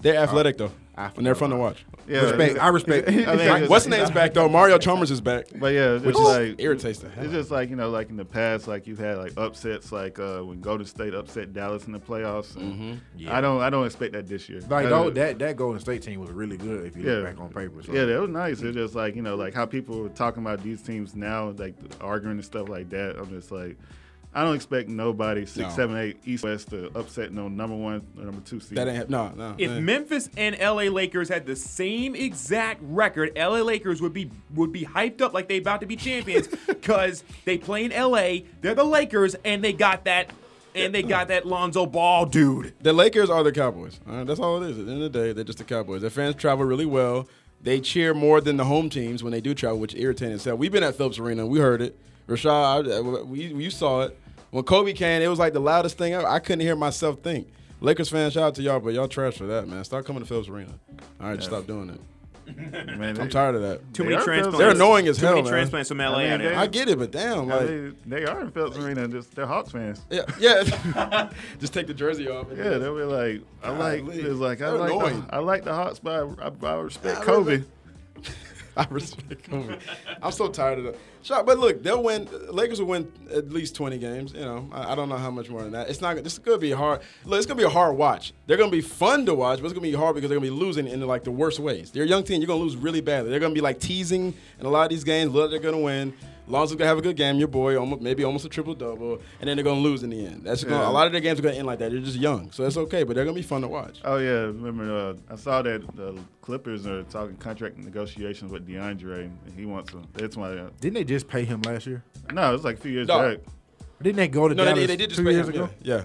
Speaker 6: They're athletic though,
Speaker 5: I
Speaker 6: and they're fun to watch.
Speaker 9: yeah,
Speaker 5: Respect. I respect. it.
Speaker 9: I mean, it's-
Speaker 6: What's name's back though? Mario Chalmers is back.
Speaker 9: uh, But yeah, it's
Speaker 6: Which
Speaker 9: just
Speaker 6: is
Speaker 9: like
Speaker 6: irritates the hell
Speaker 9: It's just like you know, like in the past, like you've had like upsets, like uh, when Golden State upset Dallas in the playoffs. And
Speaker 6: Mm-hmm.
Speaker 9: I don't, I don't expect that this year.
Speaker 5: Like
Speaker 9: I
Speaker 5: though,
Speaker 9: don't-
Speaker 5: that that Golden State team was really good if you look
Speaker 9: Yeah.
Speaker 5: back on paper. So.
Speaker 9: Yeah, that was nice. It's just like you know, like how people were talking about these teams now, like arguing and stuff like that. I'm just like, I don't expect nobody
Speaker 6: No.
Speaker 9: six, seven, eight East West to upset no number one, or number two seed.
Speaker 6: That ain't hap- no no.
Speaker 7: If Memphis and LA Lakers had the same exact record, LA Lakers would be would be hyped up like they about to be champions because they play in LA, they're the Lakers, and they got that and they got that Lonzo Ball dude.
Speaker 6: The Lakers are the Cowboys. All right, that's all it is. At the end of the day, they're just the Cowboys. Their fans travel really well. They cheer more than the home teams when they do travel, which irritating itself. We've been at Phillips Arena. We heard it. Rashad, I- I- we, you saw it. When Kobe came, it was like the loudest thing ever. I couldn't hear myself think. Lakers fans, shout out to y'all, but y'all trash for that, man. Stop coming to Phillips Arena. All right, just stop doing it.
Speaker 9: Man,
Speaker 6: I'm
Speaker 9: they-
Speaker 6: tired of that.
Speaker 7: Too
Speaker 9: They
Speaker 7: many
Speaker 9: are
Speaker 7: transplants.
Speaker 6: They're annoying as
Speaker 7: Too
Speaker 6: hell,
Speaker 7: many
Speaker 6: man.
Speaker 7: transplants from LA.
Speaker 9: Oh, I mean,
Speaker 7: out there.
Speaker 9: they-
Speaker 6: I get it, but damn,
Speaker 9: Yeah,
Speaker 6: like,
Speaker 9: they, they are in Phelps Arena. Just they're Hawks fans.
Speaker 6: yeah, yeah. just take the jersey off.
Speaker 9: Yeah, they'll be like, I like,
Speaker 6: Golly.
Speaker 9: it's like I
Speaker 6: They're
Speaker 9: like,
Speaker 6: annoying.
Speaker 9: the, I like the Hawks, but I, I, I respect
Speaker 6: I
Speaker 9: Kobe.
Speaker 6: respect- I respect Kobe. I'm so tired of that. Shot, but look, they'll win. Lakers will win at least 20 games. You know, I, I don't know how much more than that. It's not. This is gonna be hard. Look, it's gonna be a hard watch. They're gonna be fun to watch, but it's gonna be hard because they're gonna be losing in like the worst ways. They're a young team. You're gonna lose really badly. They're gonna be like teasing in a lot of these games. Look, they're gonna win. Lonzo's gonna have a good game. Your boy, almost, maybe almost a triple double, and then they're gonna lose in the end. That's gonna, a lot of their games are gonna end like that. They're just young, so that's okay. But they're gonna be fun to watch.
Speaker 9: Oh yeah, remember uh, I saw that the Clippers are talking contract negotiations with DeAndre. And he wants to. That's my uh,
Speaker 5: Didn't they just pay him last year?
Speaker 9: no. It's like a few years
Speaker 6: No.
Speaker 9: back.
Speaker 5: Didn't they go to
Speaker 6: No, they,
Speaker 5: Dallas
Speaker 6: did- they did just
Speaker 5: two
Speaker 6: pay
Speaker 5: years
Speaker 6: him.
Speaker 5: ago?
Speaker 6: Yeah. yeah.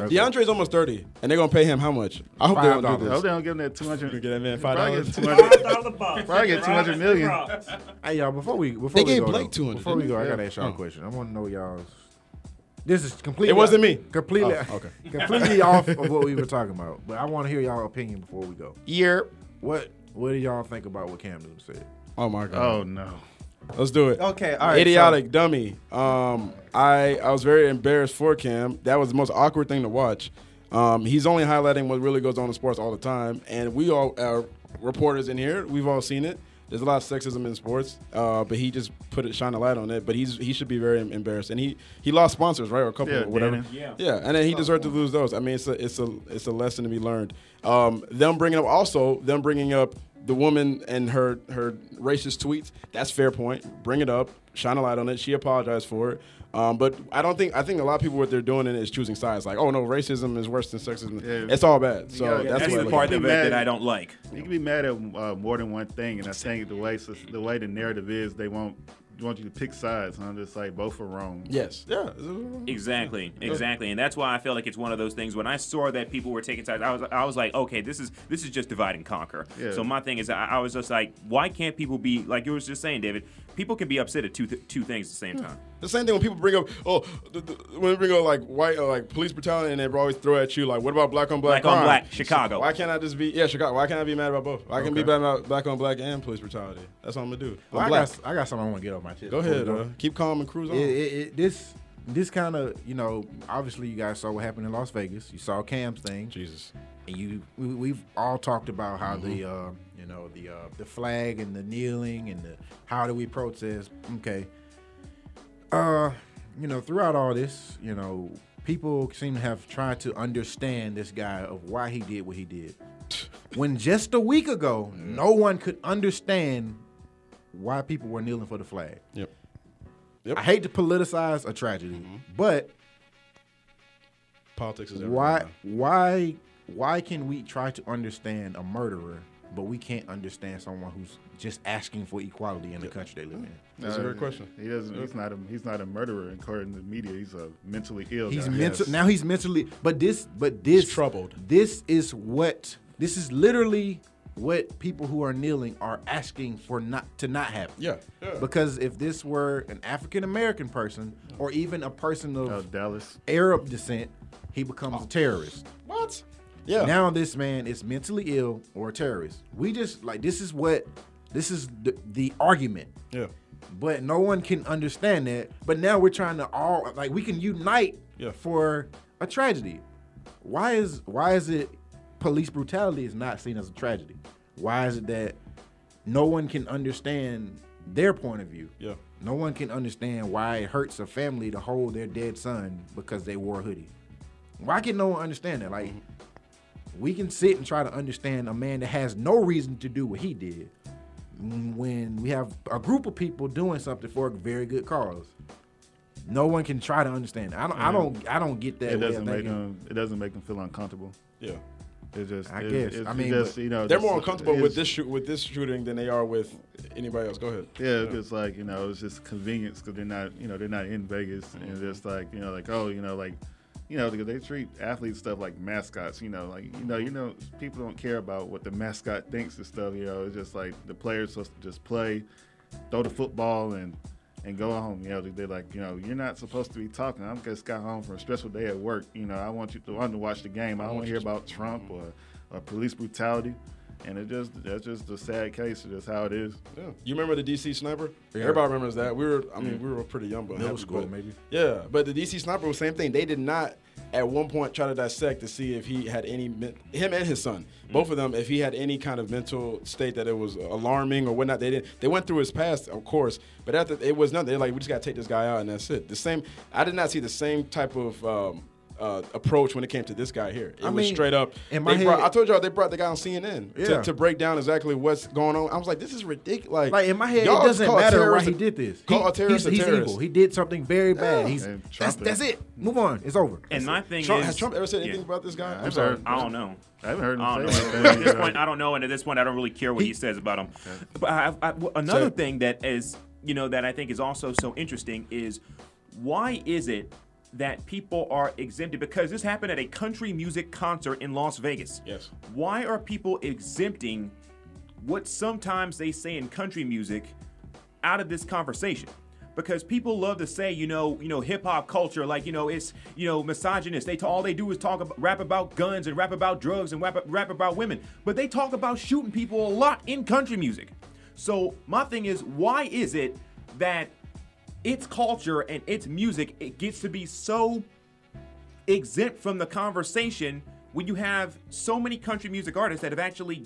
Speaker 9: Yeah,
Speaker 6: DeAndre's almost 30, and they're going to pay him how much? I hope they don't do
Speaker 9: I
Speaker 6: this.
Speaker 9: hope they don't give him that two hundred.
Speaker 6: Get that man $5.
Speaker 9: Probably get two hundred million.
Speaker 5: Hey y'all, before we before
Speaker 6: They
Speaker 5: we
Speaker 6: gave
Speaker 5: go,
Speaker 6: Blake
Speaker 5: though,
Speaker 6: 200,
Speaker 5: Before we
Speaker 6: didn't
Speaker 5: go, I
Speaker 6: they?
Speaker 5: gotta ask y'all a question. I want to know y'all's. This is completely.
Speaker 6: It wasn't me.
Speaker 5: Completely.
Speaker 6: Oh, okay.
Speaker 5: completely off of what we were talking about, but I want to hear y'all opinion before we go.
Speaker 6: Year.
Speaker 5: What What do y'all think about what Cam Newton said?
Speaker 6: Oh my god.
Speaker 9: Oh no.
Speaker 6: Let's do it.
Speaker 2: Okay, all right,
Speaker 6: Idiotic dummy. Um, I I was very embarrassed for Cam. That was the most awkward thing to watch. Um, he's only highlighting what really goes on in sports all the time, and we all are reporters in here. We've all seen it. There's a lot of sexism in sports, uh, but he just put it shine a light on it. But he's he should be very em- embarrassed, and he he lost sponsors, right, or a couple,
Speaker 9: Yeah,
Speaker 6: or whatever.
Speaker 9: Dannon.
Speaker 7: Yeah.
Speaker 6: Yeah, and then he deserved to lose those. I mean, it's a it's a it's a lesson to be learned. Um, them bringing up also them bringing up the woman and her her racist tweets. That's fair point. Bring it up, shine a light on it. She apologized for it. Um, but I don't think I think a lot of people what they're doing in it is choosing sides. Like, oh no, racism is worse than sexism.
Speaker 9: Yeah.
Speaker 6: It's all bad. So
Speaker 9: Yeah, yeah,
Speaker 6: that's,
Speaker 7: That's
Speaker 6: what
Speaker 7: the
Speaker 6: I
Speaker 7: part
Speaker 6: part.
Speaker 7: of it
Speaker 9: Mad.
Speaker 7: that I don't like.
Speaker 9: You can be mad at uh, more than one thing, and I think the way soc- the way the narrative is, they won't want you to pick sides. And I'm just like both are wrong.
Speaker 6: Yes. Yeah.
Speaker 7: Exactly, exactly, and that's why I feel like it's one of those things. When I saw that people were taking sides, I was I was like, okay, this is this is just divide and conquer.
Speaker 9: Yeah.
Speaker 7: So my thing is, I, I was just like, why can't people be like you were just saying, David? People can be upset at two th- two things at the same
Speaker 6: Hmm.
Speaker 7: time.
Speaker 6: The same thing when people bring up, oh, the, the, when they bring up like white, uh, like police brutality, and they always throw at you like, what about black on black?
Speaker 7: Black on
Speaker 6: crime?
Speaker 7: black, Chicago.
Speaker 6: Why can't I just be yeah, Chicago? Why can't I be mad about both? I can be mad about black on black and police brutality. That's what I'm gonna do. I'm
Speaker 5: Well, I
Speaker 6: black.
Speaker 5: got I got something I want to get off my chest.
Speaker 6: Go
Speaker 5: before we
Speaker 6: ahead, uh, keep calm and cruise on.
Speaker 5: it, it, it, this this kind of you know obviously you guys saw what happened in Las Vegas. You saw Cam's thing,
Speaker 6: Jesus.
Speaker 5: and you we, we've all talked about how the uh, you know the uh, the flag and the kneeling and the how do we protest? Okay, uh, you know throughout all this, you know people seem to have tried to understand this guy of why he did what he did. when just a week ago, no one could understand why people were kneeling for the flag.
Speaker 6: Yep.
Speaker 5: I hate to politicize a tragedy,
Speaker 6: Mm-hmm.
Speaker 5: but
Speaker 6: Politics is everywhere
Speaker 5: why
Speaker 6: now.
Speaker 5: why why can we try to understand a murderer but we can't understand someone who's just asking for equality in the country they live in
Speaker 6: That's a great question.
Speaker 9: He doesn't. He's not. A, he's not a murderer according to the media. He's a mentally ill.
Speaker 5: he's
Speaker 9: guy.
Speaker 5: mental now he's mentally but this but this
Speaker 6: He's troubled.
Speaker 5: this is what this is literally what people who are kneeling are asking for not to not happen
Speaker 6: Yeah, yeah.
Speaker 5: because if this were an african american person or even a person of
Speaker 9: Oh, Dallas.
Speaker 5: arab descent he becomes
Speaker 6: Oh.
Speaker 5: a terrorist
Speaker 6: What? Yeah.
Speaker 5: Now this man is mentally ill or a terrorist. We just like this is what this is the, the argument.
Speaker 6: yeah.
Speaker 5: But no one can understand that. But now we're trying to all like we can unite
Speaker 6: Yeah.
Speaker 5: for a tragedy. Why is why is it police brutality is not seen as a tragedy? Why is it that no one can understand their point of view?
Speaker 6: Yeah.
Speaker 5: No one can understand why it hurts a family to hold their dead son because they wore a hoodie. Why can no one understand that? Like,
Speaker 6: Mm-hmm.
Speaker 5: we can sit and try to understand a man that has no reason to do what he did mm, when we have a group of people doing something for a very good cause. No one can try to understand. I don't. I don't. I don't get that.
Speaker 9: It
Speaker 5: way of
Speaker 9: doesn't make
Speaker 5: thinking.
Speaker 9: him. It doesn't make him feel uncomfortable.
Speaker 6: Yeah.
Speaker 9: It's just.
Speaker 5: I
Speaker 9: it's-
Speaker 5: guess.
Speaker 9: It's,
Speaker 5: I
Speaker 9: it
Speaker 5: mean,
Speaker 9: just,
Speaker 5: but-
Speaker 9: you know,
Speaker 6: They're
Speaker 9: just-
Speaker 6: more uncomfortable with
Speaker 9: it's-
Speaker 6: this shoot with this shooting than they are with anybody else. Go ahead.
Speaker 9: Yeah, because like you know, it's just convenience because they're not, you know, they're not in Vegas, and it's like you know, like oh, you know, like you know, because they treat athletes stuff like mascots. You know, like you know, you know, people don't care about what the mascot thinks and stuff. You know, it's just like the players supposed to just play, throw the football, and and go home. You know, they're like, you know, you're not supposed to be talking. I just got home from a stressful day at work. You know, I want you to, I want to watch the game. I don't want to hear about Trump or, or police brutality. And it just that's just a sad case of just how it is.
Speaker 6: Yeah. You remember the DC sniper? Everybody remembers that. We were, I mean, we were pretty young, but
Speaker 5: Mm. Middle
Speaker 6: happy,
Speaker 5: school,
Speaker 6: but-
Speaker 5: maybe.
Speaker 6: Yeah, but the DC sniper was same thing. They did not at one point try to dissect to see if he had any men- him and his son,
Speaker 5: Mm.
Speaker 6: both of them, if he had any kind of mental state that it was alarming or whatnot. They didn't. They went through his past, of course, but after it was nothing. They're like, we just gotta take this guy out, and that's it. The same. I did not see the same type of. Um, uh, approach when it came to this guy here. It
Speaker 5: I
Speaker 6: was
Speaker 5: mean,
Speaker 6: straight up.
Speaker 5: in my
Speaker 6: they brought-
Speaker 5: head-
Speaker 6: I told y'all they brought the guy on CNN
Speaker 5: Yeah.
Speaker 6: to, to break down exactly what's going on. I was like, this is ridiculous. Like,
Speaker 5: Like in my head,
Speaker 6: y'all
Speaker 5: it doesn't
Speaker 6: call a
Speaker 5: matter why
Speaker 6: terrorist
Speaker 5: he
Speaker 6: a-
Speaker 5: did this.
Speaker 6: Call
Speaker 5: he,
Speaker 6: a terrorist
Speaker 5: he's,
Speaker 6: a
Speaker 5: he's
Speaker 6: terrorist.
Speaker 5: evil. He did something very bad. He's
Speaker 9: And
Speaker 5: that's,
Speaker 9: Trump
Speaker 5: that's
Speaker 9: is-
Speaker 5: it. Move on. It's over.
Speaker 7: And my thing
Speaker 6: Trump,
Speaker 7: is,
Speaker 6: has Trump ever said
Speaker 7: yeah,
Speaker 6: anything about this guy? I'm
Speaker 9: I've
Speaker 6: sorry.
Speaker 9: heard-
Speaker 7: I don't know.
Speaker 9: I haven't heard him
Speaker 7: I don't
Speaker 9: say
Speaker 7: know.
Speaker 9: anything.
Speaker 7: At this point, I don't know, and at this point, I don't really care what he, says about him. But I, I, well, another
Speaker 6: So-
Speaker 7: thing that is, you know, that I think is also so interesting is why is it that people are exempted? Because this happened at a country music concert in Las Vegas.
Speaker 6: Yes.
Speaker 7: Why are people exempting what sometimes they say in country music out of this conversation? Because people love to say, you know, you know, hip hop culture, like you know, it's you know, misogynist. They ta- all they do is talk, about, rap about guns and rap about drugs and rap, rap about women. But they talk about shooting people a lot in country music. So my thing is, why is it that its culture and its music it gets to be so exempt from the conversation when you have so many country music artists that have actually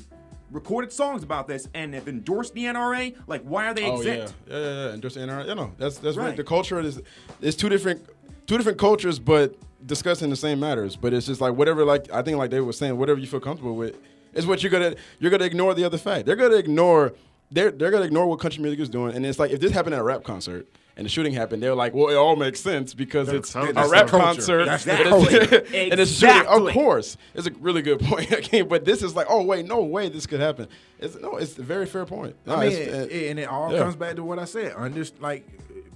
Speaker 7: recorded songs about this and have endorsed the NRA. Like, why are they
Speaker 6: Oh yeah,
Speaker 7: exempt?
Speaker 6: yeah, yeah, yeah. And just NRA, you know, that's that's right.
Speaker 7: Right.
Speaker 6: The culture is it's two different two different cultures, but discussing the same matters. But it's just like whatever, like I think, like they were saying, whatever you feel comfortable with is what you're gonna you're gonna ignore the other fact. They're gonna ignore they're they're gonna ignore what country music is doing. And it's like if this happened at a rap concert. And the shooting happened. They're like, well, it all makes sense because it's
Speaker 9: culture.
Speaker 6: a
Speaker 9: That's
Speaker 6: rap
Speaker 9: their culture.
Speaker 6: concert,
Speaker 7: That's
Speaker 6: and,
Speaker 7: their
Speaker 6: it's,
Speaker 7: culture.
Speaker 6: and it's shooting. Of
Speaker 7: Exactly.
Speaker 6: course, it's a really good point. Okay, but this is like, oh wait, no way, this could happen. It's no, it's a very fair point. No,
Speaker 5: I mean,
Speaker 6: it's-
Speaker 5: it-
Speaker 6: it-
Speaker 5: and it all
Speaker 6: yeah.
Speaker 5: comes back to what I said. Under like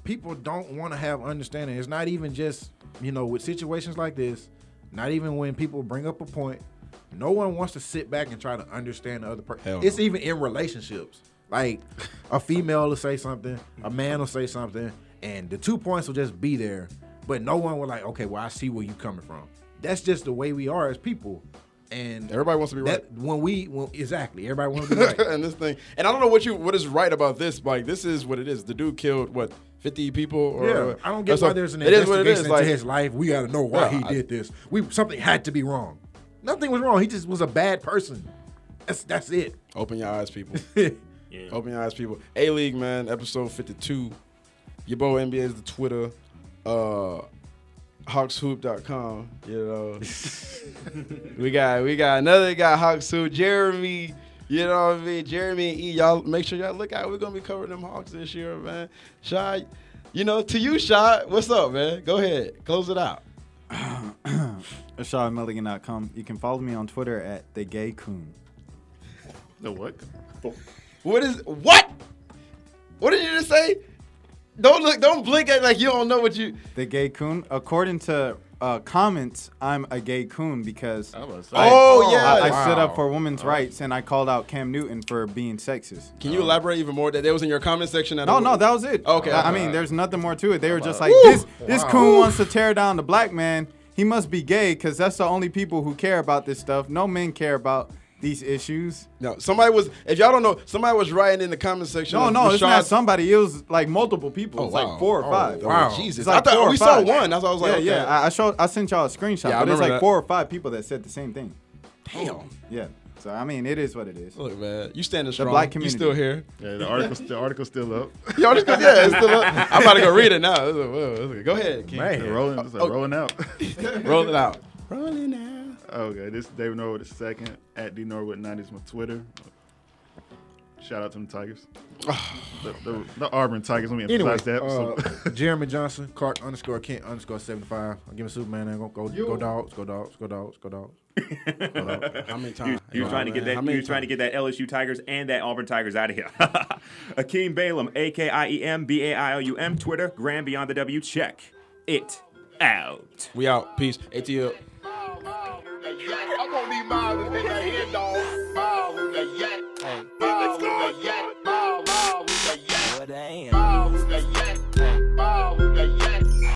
Speaker 5: people don't want to have understanding. It's not even just you know with situations like this. Not even when people bring up a point, no one wants to sit back and try to understand the other
Speaker 6: Hell
Speaker 5: person.
Speaker 6: no.
Speaker 5: It's even in relationships. Like a female will say something, a man will say something, and the two points will just be there. But no one will like, okay, well I see where you coming from. That's just the way we are as people. And
Speaker 6: Everybody wants to be right.
Speaker 5: that, when we when, exactly everybody wants to be right.
Speaker 6: and this thing, and I don't know what you what is right about this. Like this is what it is. The dude killed what fifty people. Or,
Speaker 5: Yeah, I don't
Speaker 6: or
Speaker 5: get why
Speaker 6: something.
Speaker 5: there's an
Speaker 6: It is what
Speaker 5: investigation
Speaker 6: it is.
Speaker 5: into
Speaker 6: Like,
Speaker 5: his life. We got to know why
Speaker 6: Yeah,
Speaker 5: he
Speaker 6: I-
Speaker 5: did this. We something had to be wrong. Nothing was wrong. He just was a bad person. That's that's it.
Speaker 6: open your eyes, people.
Speaker 5: Shout
Speaker 6: Open your eyes, people. A League, man, episode 52. Your boy NBA is the Twitter. Uh, hawkshoop.com. You know, we got we got another guy, Hawks Hoop, Jeremy. You know what I mean? Jeremy and E, y'all make sure y'all look out. We're gonna be covering them Hawks this year, man. Shy, you know, to you, Shy, what's up, man? Go ahead, close it out.
Speaker 8: AshawnMilligan.com. You can follow me on Twitter at the Gay Coon.
Speaker 9: The what?
Speaker 6: What is what? What did you just say? Don't look, don't blink at like you don't know what you.
Speaker 8: The Gay Coon. According to uh, comments, I'm a Gay Coon because I,
Speaker 9: was
Speaker 6: Oh, yeah,
Speaker 8: I stood up for women's rights and I called out Cam Newton for being sexist.
Speaker 6: Can you elaborate even more? That that was in your comment section. At
Speaker 8: No, no, that was it.
Speaker 6: Okay,
Speaker 8: I, I
Speaker 6: okay.
Speaker 8: mean, there's nothing more to it. They were just like, this, this coon wants to tear down the black man. He must be gay because that's the only people who care about this stuff. No men care about these issues.
Speaker 6: no. Somebody was. If y'all don't know, somebody was writing in the comment section.
Speaker 8: No,
Speaker 6: of
Speaker 8: no, it's not
Speaker 6: Rashad's-
Speaker 8: somebody. It was like multiple people.
Speaker 6: Oh,
Speaker 8: It's
Speaker 6: wow.
Speaker 8: like four or
Speaker 6: Oh,
Speaker 8: five.
Speaker 6: wow.
Speaker 8: It's
Speaker 6: Jesus,
Speaker 8: like
Speaker 6: I thought
Speaker 8: four or
Speaker 6: we saw
Speaker 8: five.
Speaker 6: one. That's why I was like,
Speaker 8: yeah,
Speaker 6: okay.
Speaker 8: yeah. I, I showed, I sent y'all a screenshot.
Speaker 6: Yeah, I
Speaker 8: but it's
Speaker 6: remember
Speaker 8: like
Speaker 6: that.
Speaker 8: four or five people that said the same thing.
Speaker 6: Damn.
Speaker 8: Yeah. So I mean, it is what it is.
Speaker 6: Look, man, you standing strong.
Speaker 8: black
Speaker 6: You still here?
Speaker 9: Yeah, the article's the article's still up.
Speaker 6: Yo, this, yeah, it's still up. I'm about to go read it now. It's a- whoa, it's a- Go ahead, King.
Speaker 9: It's rolling, it's like
Speaker 6: Oh.
Speaker 9: rolling out.
Speaker 6: Roll it out. Rolling out.
Speaker 9: okay, this is David Norwood the second at D Norwood nineties my Twitter. Shout out to them Tigers. the, the, the Auburn Tigers. Let me
Speaker 5: Anyway,
Speaker 9: emphasize that. so-
Speaker 5: uh, Jeremy Johnson, Clark underscore Kent underscore seventy five. I'm giving Superman. I'm gonna go go dogs, go dogs, go dogs, go dogs. Go dogs.
Speaker 6: How many times?
Speaker 7: You, you were
Speaker 6: Wow,
Speaker 7: trying to
Speaker 6: man.
Speaker 7: get
Speaker 6: How
Speaker 7: that.
Speaker 6: many
Speaker 7: You were trying to
Speaker 6: times?
Speaker 7: get that LSU Tigers and that Auburn Tigers out of here. Akeem Balaam, A K I E M B A I L U M, Twitter, Grand Beyond the W. Check it out.
Speaker 6: We out. Peace. ATL.
Speaker 3: I'm gonna need mileage, nigga.